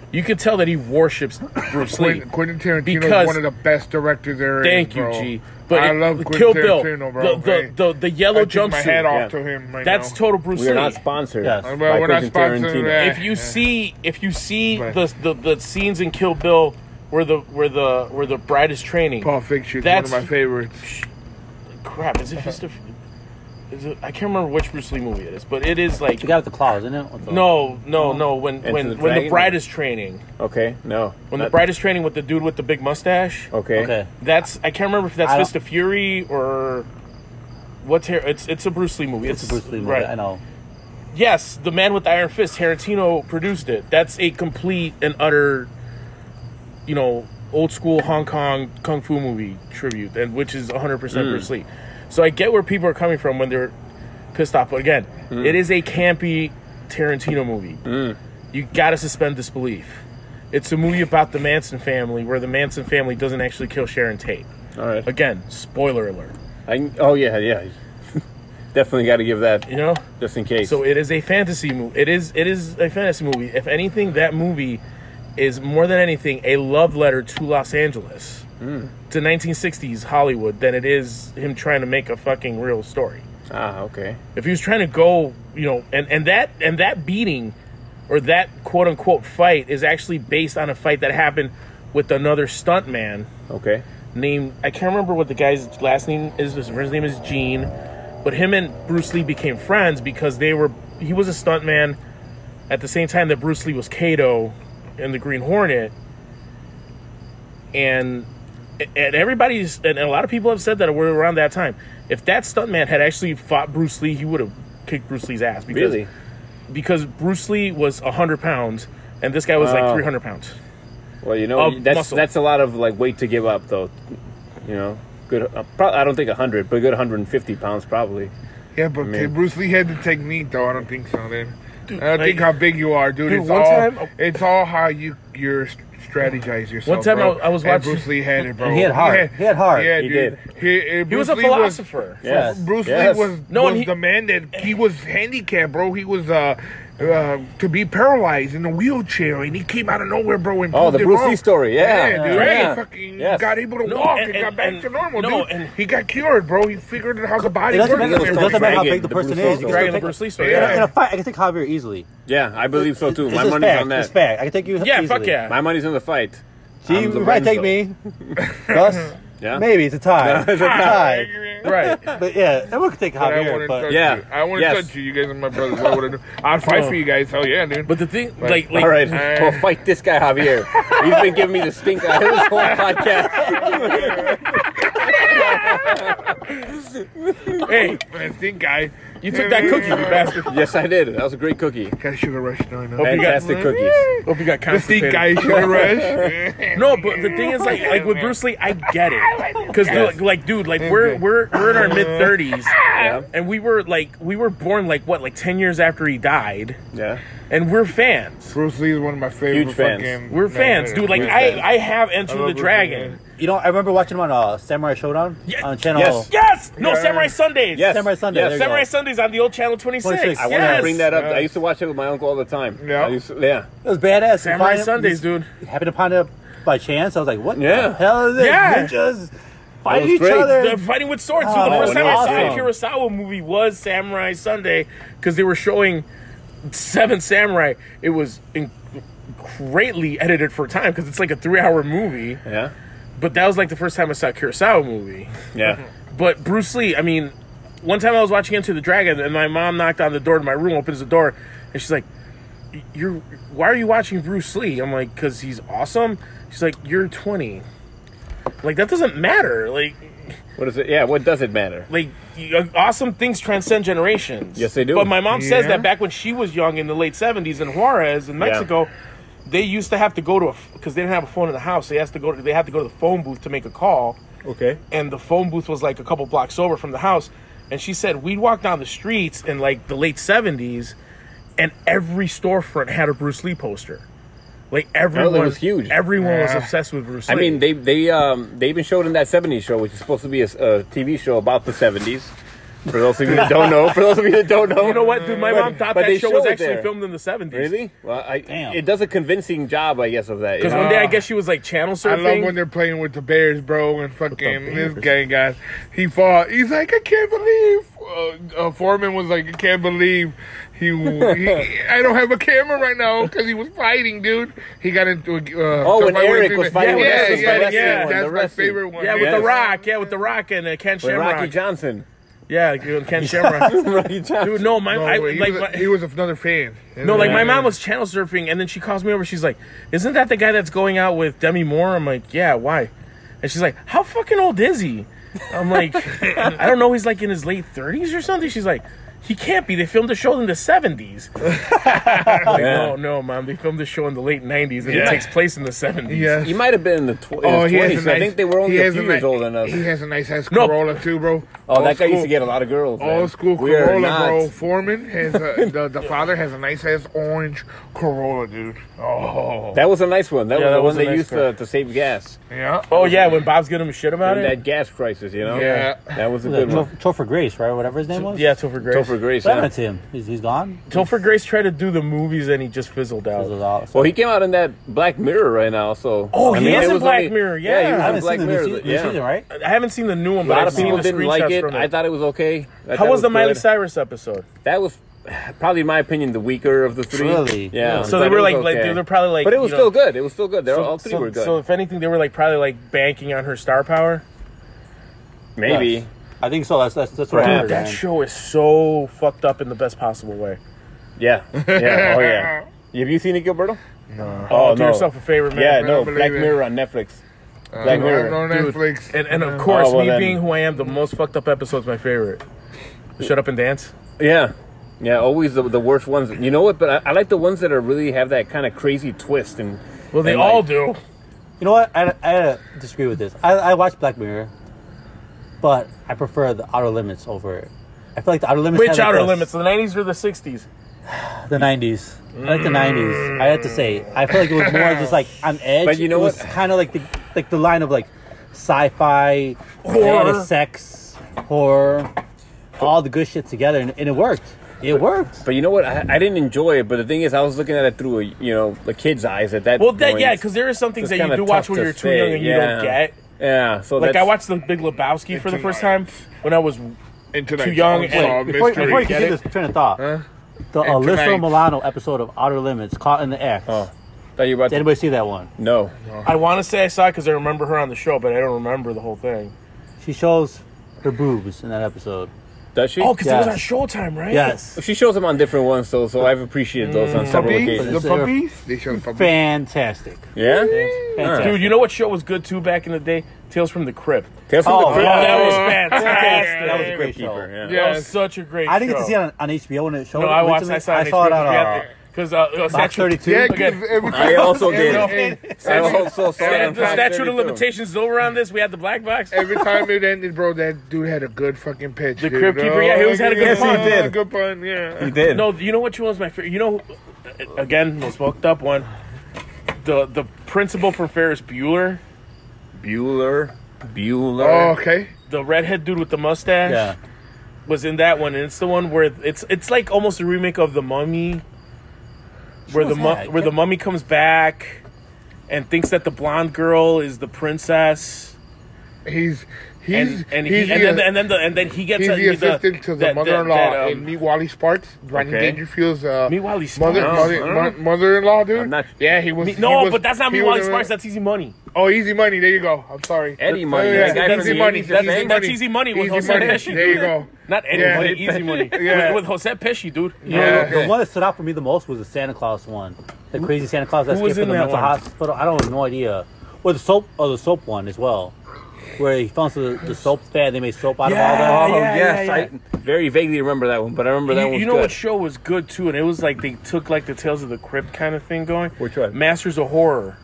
Speaker 1: you could tell that he worships Bruce Lee
Speaker 4: Quentin, Quentin Tarantino
Speaker 1: Because-
Speaker 4: is one of the best directors there is.
Speaker 1: Thank you,
Speaker 4: bro.
Speaker 1: G. But
Speaker 4: I
Speaker 1: it-
Speaker 4: love
Speaker 1: the Kill
Speaker 4: Quentin
Speaker 1: Bill,
Speaker 4: Tarantino, bro.
Speaker 1: the, the,
Speaker 4: Hey,
Speaker 1: the, the yellow
Speaker 4: I take
Speaker 1: jumpsuit.
Speaker 4: my hat off
Speaker 2: Yeah.
Speaker 4: to him right
Speaker 1: That's
Speaker 4: now.
Speaker 1: total Bruce
Speaker 2: We are not
Speaker 1: Lee.
Speaker 2: sponsored
Speaker 3: Yes.
Speaker 2: by
Speaker 4: Well, we're not
Speaker 2: Quentin
Speaker 4: sponsored,
Speaker 2: Tarantino.
Speaker 4: yeah.
Speaker 1: If you see, if you see
Speaker 4: Right.
Speaker 1: the, the the scenes in Kill Bill where the where the where the bride is training,
Speaker 4: Paul Fiction, one of
Speaker 1: That's-
Speaker 4: my favorites.
Speaker 1: crap, is it just a? Is it, I can't remember which Bruce Lee movie it is, but it is like
Speaker 3: The guy with the claws, isn't it? With the-
Speaker 1: no, no,
Speaker 3: Oh.
Speaker 1: no. When
Speaker 2: Enter
Speaker 1: when
Speaker 2: the
Speaker 1: when the
Speaker 2: Dragon?
Speaker 1: bride is training,
Speaker 2: Okay, no.
Speaker 1: when the
Speaker 2: Not-
Speaker 1: bride is training with the dude with the big mustache.
Speaker 2: Okay.
Speaker 3: Okay.
Speaker 1: That's I can't remember if that's
Speaker 3: Oh. I don't-
Speaker 1: Fist of Fury or what's here. It's it's a Bruce Lee movie.
Speaker 3: It's a Bruce Lee movie.
Speaker 1: right?
Speaker 3: I know.
Speaker 1: yes, the man with the iron fist, Tarantino produced it. That's a complete and utter, you know, old school Hong Kong kung fu movie tribute, and which is 100 percent Bruce Lee. So I get where people are coming from when they're pissed off, but again, it is a campy Tarantino movie. You got to suspend disbelief. It's a movie about the Manson family, where the Manson family doesn't actually kill Sharon Tate.
Speaker 2: All right.
Speaker 1: Again, spoiler alert.
Speaker 2: I, oh yeah, yeah. Definitely got to give that
Speaker 1: You know,
Speaker 2: just in case.
Speaker 1: So it is a fantasy movie. It is it is a fantasy movie. If anything, that movie is more than anything a love letter to Los Angeles, to 1960s Hollywood, than it is him trying to make a fucking real story.
Speaker 2: ah, okay.
Speaker 1: If he was trying to go, you know, and and that and that beating, or that quote unquote fight, is actually based on a fight that happened with another stuntman
Speaker 2: Okay.
Speaker 1: named I can't remember what the guy's last name is. His first name is Gene, but him and Bruce Lee became friends because they were he was a stuntman at the same time that Bruce Lee was Kato in the Green Hornet, and and everybody's and a lot of people have said that we're around that time. If that stuntman had actually fought Bruce Lee, he would have kicked Bruce Lee's ass because
Speaker 2: Really?
Speaker 1: because Bruce Lee was hundred pounds and this guy was like
Speaker 2: Wow.
Speaker 1: three hundred pounds.
Speaker 2: Well, you know,
Speaker 1: Of
Speaker 2: that's
Speaker 1: muscle.
Speaker 2: that's a lot of like weight to give up, though. You know, good. Uh, pro- I don't think hundred, but a good hundred and fifty pounds probably.
Speaker 4: Yeah, but
Speaker 2: Man.
Speaker 4: Bruce Lee had the technique, though. I don't think so, then. I don't
Speaker 1: like-
Speaker 4: think how big you are, dude.
Speaker 1: Dude,
Speaker 4: it's
Speaker 1: one
Speaker 4: all
Speaker 1: time-
Speaker 4: it's all how you you strategize yourself.
Speaker 1: One time
Speaker 4: bro.
Speaker 1: I- I was
Speaker 4: And
Speaker 1: watching-
Speaker 4: Bruce Lee had it, bro.
Speaker 3: And he had heart. He had heart.
Speaker 4: Yeah,
Speaker 2: He
Speaker 4: dude.
Speaker 2: did.
Speaker 4: He, uh,
Speaker 1: He was a
Speaker 4: Bruce Lee
Speaker 1: philosopher.
Speaker 2: Yes.
Speaker 4: Bruce
Speaker 2: yes.
Speaker 4: Lee was
Speaker 1: No,
Speaker 4: was
Speaker 1: and he-
Speaker 4: the man that he was handicapped, bro. He was uh, uh to be paralyzed in a wheelchair, and he came out of nowhere, bro. And
Speaker 2: Oh, the
Speaker 4: proved it
Speaker 2: Bruce Lee
Speaker 4: wrong.
Speaker 2: story, yeah.
Speaker 4: dude.
Speaker 2: Yeah.
Speaker 4: He fucking
Speaker 2: Yes.
Speaker 4: got able to
Speaker 1: No,
Speaker 4: walk and,
Speaker 1: and-
Speaker 4: got
Speaker 1: and-
Speaker 4: back
Speaker 1: and-
Speaker 4: to normal,
Speaker 1: no,
Speaker 4: dude.
Speaker 1: and-
Speaker 4: he got cured, bro. He figured out how the body
Speaker 3: It doesn't
Speaker 4: works.
Speaker 3: matter. It
Speaker 4: and
Speaker 3: doesn't matter how
Speaker 4: everything.
Speaker 3: big the
Speaker 2: The
Speaker 3: person
Speaker 2: Bruce
Speaker 3: is. You
Speaker 2: Lee
Speaker 3: can still
Speaker 1: Dragon
Speaker 3: take
Speaker 1: the
Speaker 3: a-
Speaker 1: Bruce Lee story.
Speaker 4: Yeah.
Speaker 3: In a fight, I can take Javier easily.
Speaker 2: Yeah, I believe so too.
Speaker 3: It's
Speaker 2: My
Speaker 3: just
Speaker 2: money's
Speaker 3: fact.
Speaker 2: on that.
Speaker 3: It's fact. I can take you.
Speaker 1: Yeah,
Speaker 3: easily.
Speaker 1: fuck yeah.
Speaker 2: My money's on the fight.
Speaker 3: Gee,
Speaker 2: I'm
Speaker 3: you
Speaker 2: the
Speaker 3: might take
Speaker 2: winner,
Speaker 3: me. Gus,
Speaker 2: Yeah.
Speaker 3: maybe it's a tie.
Speaker 2: It's a
Speaker 4: I
Speaker 3: tie.
Speaker 4: agree.
Speaker 1: Right.
Speaker 3: But yeah, everyone can take
Speaker 4: But I wouldn't
Speaker 3: Javier. But
Speaker 4: touch
Speaker 2: Yeah.
Speaker 4: you. I wouldn't
Speaker 2: Yes.
Speaker 4: touch you. You guys are my brothers. I wouldn't. I'd fight for you guys. Hell yeah, dude.
Speaker 1: But the thing, like, like
Speaker 2: All right,
Speaker 4: Uh,
Speaker 2: well, fight this guy Javier. He's been giving me the stink eye this whole podcast.
Speaker 1: hey,
Speaker 4: I think I.
Speaker 1: you took that cookie, you bastard.
Speaker 2: Yes, I did. That was a great cookie.
Speaker 4: Got sugar rush now.
Speaker 1: you
Speaker 4: no.
Speaker 1: got-
Speaker 2: Fantastic cookies.
Speaker 1: Hope you got
Speaker 2: Oh,
Speaker 4: The think
Speaker 1: constipated.
Speaker 4: I sugar rush.
Speaker 1: No, but the thing is, like, like with Bruce Lee, I get it. Because, like, like, dude, like, we're we're we're in our mid thirties,
Speaker 2: Yeah,
Speaker 1: and we were like, we were born like what, like ten years after he died,
Speaker 2: yeah.
Speaker 1: and we're fans.
Speaker 4: Bruce Lee is one of my favorite
Speaker 2: Huge fans.
Speaker 4: fucking.
Speaker 1: We're fans, dude. Like,
Speaker 2: We're fans.
Speaker 1: I I have Enter
Speaker 4: love
Speaker 1: the
Speaker 4: Bruce
Speaker 1: Dragon.
Speaker 3: you know, I remember watching him on uh, Samurai Showdown
Speaker 1: Yeah.
Speaker 3: on channel.
Speaker 2: Yes.
Speaker 1: Yes. No,
Speaker 4: Yeah.
Speaker 1: Samurai Sundays.
Speaker 2: Yes.
Speaker 3: Samurai Sunday.
Speaker 2: Yes.
Speaker 3: There you
Speaker 1: Samurai
Speaker 3: go.
Speaker 1: Sundays on the old channel twenty six.
Speaker 3: 26.
Speaker 2: I
Speaker 1: Yes.
Speaker 2: want to bring that up. I
Speaker 4: Yes.
Speaker 2: used to watch it with my uncle all the time.
Speaker 4: Yeah.
Speaker 2: I used to- yeah.
Speaker 3: It was badass.
Speaker 1: Samurai
Speaker 3: Find-
Speaker 1: Sundays, dude.
Speaker 3: Happened upon it by chance. I was like, what
Speaker 2: Yeah.
Speaker 3: the hell is this?
Speaker 1: Yeah.
Speaker 3: Ninjas fighting
Speaker 2: was
Speaker 3: each
Speaker 2: great.
Speaker 3: other.
Speaker 1: The fighting with swords. so
Speaker 3: Oh,
Speaker 1: the first time I saw a
Speaker 3: awesome.
Speaker 1: Kurosawa movie was Samurai Sunday because they were showing Seven Samurai. It was in- greatly edited for time because it's like a three-hour movie.
Speaker 2: Yeah.
Speaker 1: But that was like the first time I saw a Kurosawa movie.
Speaker 2: Yeah.
Speaker 1: But Bruce Lee, I mean, one time I was watching Into the Dragon and my mom knocked on the door to my room, opens the door, and she's like, "You're why are you watching Bruce Lee?" I'm like, "Cause he's awesome." She's like, "You're 20." Like that doesn't matter. Like
Speaker 2: What is it? Yeah. What does it matter?
Speaker 1: like y- uh, awesome things transcend generations.
Speaker 2: Yes, they do.
Speaker 1: But my mom says
Speaker 4: Yeah.
Speaker 1: that back when she was young in the late seventies in Juarez in Mexico, they used to have to go to a because they didn't have a phone in the house. They has to go to they had to go to the phone booth to make a call,
Speaker 2: Okay.
Speaker 1: and the phone booth was like a couple blocks over from the house. And she said we'd walk down the streets in like the late seventies, and every storefront had a Bruce Lee poster. Like everyone
Speaker 2: was huge.
Speaker 1: Everyone was
Speaker 4: Yeah.
Speaker 1: obsessed with Bruce Lee.
Speaker 2: I mean, they they um they even showed in that '70s show, which is supposed to be a, s- a TV show about the '70s. For those of you that don't know, for those of you that don't know,
Speaker 1: you know what, dude? My
Speaker 2: But-
Speaker 1: mom thought
Speaker 2: but
Speaker 1: that
Speaker 2: they
Speaker 1: show was
Speaker 2: show it
Speaker 1: actually
Speaker 2: there.
Speaker 1: filmed in the seventies.
Speaker 2: Really? Well, I,
Speaker 3: Damn.
Speaker 2: it does a convincing job, I guess, of that. you
Speaker 1: Because
Speaker 2: know?
Speaker 1: one day I guess she was like channel
Speaker 4: I
Speaker 1: surfing.
Speaker 4: love when they're playing with the Bears, bro, and fucking this guy guys. He fought. He's like, I can't believe. Uh, uh, Foreman was like, I can't believe he, he. I don't have a camera right now because he was fighting, dude. He got into. A, uh,
Speaker 2: Oh, when
Speaker 4: fight with
Speaker 2: Eric
Speaker 4: him.
Speaker 2: was fighting
Speaker 4: yeah,
Speaker 1: with
Speaker 4: yeah,
Speaker 1: Eric, the
Speaker 4: yeah,
Speaker 1: wrestling one,
Speaker 4: yeah. That's
Speaker 2: the
Speaker 4: my
Speaker 2: wrestling.
Speaker 4: favorite one.
Speaker 1: yeah, with the
Speaker 2: Yes.
Speaker 1: Rock. Yeah, with the Rock and uh, Ken
Speaker 2: With
Speaker 1: Shamrock.
Speaker 2: Rocky Johnson.
Speaker 1: Yeah, like, you know, Ken Shamrock.
Speaker 2: Rocky Johnson.
Speaker 1: Dude, no, my
Speaker 4: No,
Speaker 1: I,
Speaker 4: he,
Speaker 1: like
Speaker 4: was,
Speaker 1: my,
Speaker 4: he was another fan.
Speaker 1: no, like my mom was channel surfing, and then she calls me over. She's like, "Isn't that the guy that's going out with Demi Moore?" I'm like, "Yeah, why?" And she's like, "How fucking old is he?" I'm like, "I don't know. He's like in his late 30s or something." She's like, He can't be. They filmed the show in the 70s. like, no, no, mom. They filmed the show in the late 90s and it
Speaker 4: Yeah.
Speaker 1: takes place in the 70s.
Speaker 4: Yes.
Speaker 2: You might have been in the tw-
Speaker 4: Oh, he has a
Speaker 2: twenties. I
Speaker 4: nice-
Speaker 2: think they were
Speaker 4: he
Speaker 2: only a
Speaker 4: has
Speaker 2: few
Speaker 4: ni-
Speaker 2: years older than us.
Speaker 4: He has a nice ass
Speaker 1: No.
Speaker 4: Corolla too, bro.
Speaker 2: Oh, that guy
Speaker 4: school,
Speaker 2: used to get a lot of girls. man.
Speaker 4: old school
Speaker 2: We are
Speaker 4: Corolla,
Speaker 2: not-
Speaker 4: bro. Foreman has a, the the father has a nice ass orange Corolla, dude. Oh,
Speaker 2: That was a nice one. That
Speaker 1: Yeah, that was
Speaker 2: was the
Speaker 1: a
Speaker 2: one they
Speaker 1: nice
Speaker 2: used to, to save gas
Speaker 4: yeah.
Speaker 1: Oh, yeah, when Bob's giving him shit about
Speaker 2: during
Speaker 1: it.
Speaker 2: that gas crisis. You know,
Speaker 4: Yeah.
Speaker 2: that was a
Speaker 3: Who's
Speaker 2: good
Speaker 3: that?
Speaker 2: one.
Speaker 3: Topher- Topher Grace, right? Whatever his name was.
Speaker 1: Yeah, Topher Grace.
Speaker 2: Topher
Speaker 1: Topher,
Speaker 2: Grace.
Speaker 3: What
Speaker 2: Yeah.
Speaker 3: happened to him? He's, he's gone.
Speaker 1: Grace tried to do the movies and he just fizzled out.
Speaker 3: He's out.
Speaker 2: Well, he came out in that Black Mirror right now. So
Speaker 1: Oh, he is
Speaker 2: it
Speaker 1: in
Speaker 2: was
Speaker 1: Black Mirror, yeah.
Speaker 2: he
Speaker 3: I
Speaker 2: was in
Speaker 3: haven't
Speaker 2: Black
Speaker 3: seen the
Speaker 2: Mirror.
Speaker 3: new, se- new
Speaker 2: yeah.
Speaker 3: season, right?
Speaker 1: I haven't seen the new one,
Speaker 2: A
Speaker 1: but
Speaker 2: lot
Speaker 1: I've
Speaker 2: of
Speaker 1: seen
Speaker 2: people
Speaker 1: the
Speaker 2: didn't like
Speaker 1: screenshots
Speaker 2: it.
Speaker 1: from
Speaker 2: I thought it was okay. I
Speaker 1: How
Speaker 2: thought
Speaker 1: was
Speaker 2: it
Speaker 1: the Miley
Speaker 2: good.
Speaker 1: Cyrus episode?
Speaker 2: That was probably, in my opinion, the weaker of the three.
Speaker 3: Really?
Speaker 2: Yeah.
Speaker 1: So
Speaker 2: but
Speaker 1: they
Speaker 2: it
Speaker 1: were
Speaker 2: was
Speaker 1: like, like
Speaker 2: okay.
Speaker 1: they were probably like,
Speaker 2: but it was
Speaker 1: you know-
Speaker 2: still good. It was still good. They're all three
Speaker 1: so,
Speaker 2: were good.
Speaker 1: so if anything, they were like probably like banking on her star power.
Speaker 2: Maybe.
Speaker 3: Yes. I think so. That's that's that's what
Speaker 2: Dude,
Speaker 3: I
Speaker 1: Dude,
Speaker 3: heard.
Speaker 1: that
Speaker 3: man.
Speaker 1: show is so fucked up in the best possible way.
Speaker 2: Yeah. Yeah. Oh yeah. Have you seen it, Gilberto? No. Oh,
Speaker 1: Oh, do
Speaker 2: no.
Speaker 1: yourself a favor, man.
Speaker 2: yeah.
Speaker 4: I
Speaker 2: No.
Speaker 4: don't
Speaker 2: Black
Speaker 4: believe it. Uh,
Speaker 2: Mirror on Netflix.
Speaker 4: I
Speaker 2: Black
Speaker 4: don't
Speaker 2: Mirror.
Speaker 4: know Netflix.
Speaker 1: And, and of course,
Speaker 2: Oh, well
Speaker 1: me
Speaker 2: then.
Speaker 1: being who I am, the most fucked up episode's my favorite. The Shut up and dance.
Speaker 2: Yeah. Yeah. Always the, the worst ones. You know what? But I, I like the ones that are really have that kind of crazy twist and.
Speaker 1: Well, they
Speaker 2: and
Speaker 1: all
Speaker 2: like-
Speaker 1: do.
Speaker 3: You know what? I, I uh, disagree with this. I, I watch Black Mirror, but I prefer the Outer Limits over it. I feel like the Outer Limits.
Speaker 1: Which
Speaker 3: had, like,
Speaker 1: outer
Speaker 3: the-
Speaker 1: limits? The nineties or the sixties?
Speaker 3: The nineties. I like the nineties. I have to say, I feel like it was more just like on edge.
Speaker 2: But you know
Speaker 3: it was
Speaker 2: what?
Speaker 3: Kind of like the like the line of like sci-fi,
Speaker 1: Horror.
Speaker 3: horror, sex, horror, all the good shit together, and, and it worked. It worked.
Speaker 2: But you know what? I, I didn't enjoy it. But the thing is, I was looking at it through a you know a kid's eyes at that.
Speaker 1: Well, that,
Speaker 2: point.
Speaker 1: yeah, because there are some things
Speaker 2: It's
Speaker 1: that you
Speaker 2: kinda
Speaker 1: do watch
Speaker 2: tough
Speaker 1: when
Speaker 2: to
Speaker 1: you're too
Speaker 2: say,
Speaker 1: young and you don't
Speaker 2: yeah.
Speaker 1: get.
Speaker 2: Yeah. So
Speaker 1: Like
Speaker 2: that's,
Speaker 1: I watched The Big Lebowski for the first time when I was.
Speaker 4: Into
Speaker 1: Too young and-
Speaker 3: Before, before you
Speaker 4: mystery.
Speaker 3: continue this train of thought, the
Speaker 4: And
Speaker 3: Alyssa
Speaker 4: tonight-
Speaker 3: Milano episode of Outer Limits, Caught in the Act.
Speaker 2: Oh. Thought you were about to,
Speaker 3: Did anybody see that one?
Speaker 2: no.
Speaker 1: I want to say I saw it because I remember her on the show, but I don't remember the whole thing.
Speaker 3: She shows her boobs in that episode.
Speaker 2: Does she?
Speaker 1: Oh, because
Speaker 3: Yeah.
Speaker 1: it was on Showtime, right?
Speaker 3: Yes.
Speaker 2: She shows them on different ones, so so I've appreciated those
Speaker 1: Mm.
Speaker 2: on several
Speaker 4: Puppies?
Speaker 2: occasions.
Speaker 4: The
Speaker 3: Is there-
Speaker 4: puppies? They show the puppies.
Speaker 3: Fantastic.
Speaker 2: Yeah.
Speaker 3: Fantastic.
Speaker 1: Dude, you know what show was good too back in the day? Tales from the Crypt.
Speaker 2: Tales from
Speaker 3: Oh,
Speaker 2: the Crypt.
Speaker 3: yeah.
Speaker 1: that was
Speaker 3: That
Speaker 1: fantastic.
Speaker 3: was a great show.
Speaker 2: Keeper, yeah.
Speaker 1: That
Speaker 4: Yes.
Speaker 1: was such a great.
Speaker 3: I didn't get to
Speaker 1: show.
Speaker 3: see it on, on HBO when it showed.
Speaker 1: No,
Speaker 3: it
Speaker 1: I watched. I
Speaker 3: originally.
Speaker 1: saw it.
Speaker 3: I saw it on uh,
Speaker 1: because uh, it was
Speaker 3: Box
Speaker 1: actually-
Speaker 3: 32.
Speaker 4: Yeah,
Speaker 1: Again,
Speaker 4: 'cause every
Speaker 2: I
Speaker 4: time-
Speaker 2: also
Speaker 4: every-
Speaker 2: did.
Speaker 4: every-
Speaker 2: I also saw it
Speaker 1: And
Speaker 2: on
Speaker 1: the statute
Speaker 2: 532.
Speaker 1: of limitations is over on this. We had the black box.
Speaker 4: Every time it ended, bro, that dude had a good fucking pitch.
Speaker 1: The
Speaker 4: dude.
Speaker 1: Crypt Keeper, yeah, he always had a good
Speaker 4: Yes,
Speaker 1: pun.
Speaker 4: he
Speaker 2: Yeah.
Speaker 4: did. Good pun, yeah.
Speaker 2: He did.
Speaker 1: No, you know what? You was my favorite. You know, again, most fucked up one. The the principal from Ferris Bueller,
Speaker 2: Bueller.
Speaker 4: Oh,
Speaker 2: Bueller.
Speaker 4: okay.
Speaker 1: the redhead dude with the mustache,
Speaker 3: yeah.
Speaker 1: was in that one, and it's the one where it's it's like almost a remake of the Mummy, where the
Speaker 3: was
Speaker 1: mu-
Speaker 3: that?
Speaker 1: where the mummy comes back, and thinks that the blonde girl is the princess.
Speaker 4: He's he's
Speaker 1: and and,
Speaker 4: he's
Speaker 1: he, and,
Speaker 4: the,
Speaker 1: then, and then the and then he gets
Speaker 4: he's
Speaker 1: a,
Speaker 4: the assistant to the
Speaker 1: that- that-
Speaker 4: mother-in-law
Speaker 1: that, um,
Speaker 4: in Meet Wally Sparks. Rodney
Speaker 2: okay.
Speaker 4: Dangerfield's uh,
Speaker 1: Meet Wally Sparks?
Speaker 4: mother,
Speaker 1: No,
Speaker 4: mother,
Speaker 2: I
Speaker 4: mo-
Speaker 2: don't
Speaker 4: mother-in-law, dude.
Speaker 2: I'm not-
Speaker 4: yeah, he was.
Speaker 1: Me-
Speaker 4: he
Speaker 1: no,
Speaker 4: was-
Speaker 1: but that's not
Speaker 4: he
Speaker 1: me,
Speaker 4: was
Speaker 1: Wally
Speaker 4: in-
Speaker 1: Sparks. That's Easy Money.
Speaker 4: oh, Easy Money. There you go. I'm sorry,
Speaker 2: Eddie
Speaker 4: Oh,
Speaker 2: Money, that
Speaker 4: yeah,
Speaker 2: guy
Speaker 4: that's
Speaker 2: from
Speaker 4: Easy
Speaker 2: the
Speaker 4: Money.
Speaker 2: 80s,
Speaker 4: That's
Speaker 2: that's-
Speaker 4: Easy
Speaker 1: that's
Speaker 4: Money.
Speaker 1: Easy Money with
Speaker 4: Easy
Speaker 1: Jose
Speaker 4: Money.
Speaker 1: Pesci,
Speaker 4: There you
Speaker 1: dude.
Speaker 4: go.
Speaker 1: Not Eddie
Speaker 4: Yeah.
Speaker 1: Money, Easy Money.
Speaker 4: Yeah.
Speaker 1: with, with Jose Pesci, dude.
Speaker 4: Yeah.
Speaker 3: The one that stood out for me the most was the Santa Claus one, the crazy Santa Claus that
Speaker 1: Who was
Speaker 3: escaped from
Speaker 1: in
Speaker 3: the
Speaker 1: that
Speaker 3: mental
Speaker 1: one?
Speaker 3: hospital. I don't have no idea. Or the soap, or the soap one as well, where he found the, the soap fad. They made soap out
Speaker 1: Yeah,
Speaker 3: of all that.
Speaker 2: Oh,
Speaker 1: yeah,
Speaker 2: yes,
Speaker 1: yeah, yeah.
Speaker 2: I very vaguely remember that one, but I remember that
Speaker 1: You,
Speaker 2: one.
Speaker 1: you know what show was good too, and it was like they took like the Tales of the Crypt kind of thing going.
Speaker 2: Which one?
Speaker 1: Masters of Horror,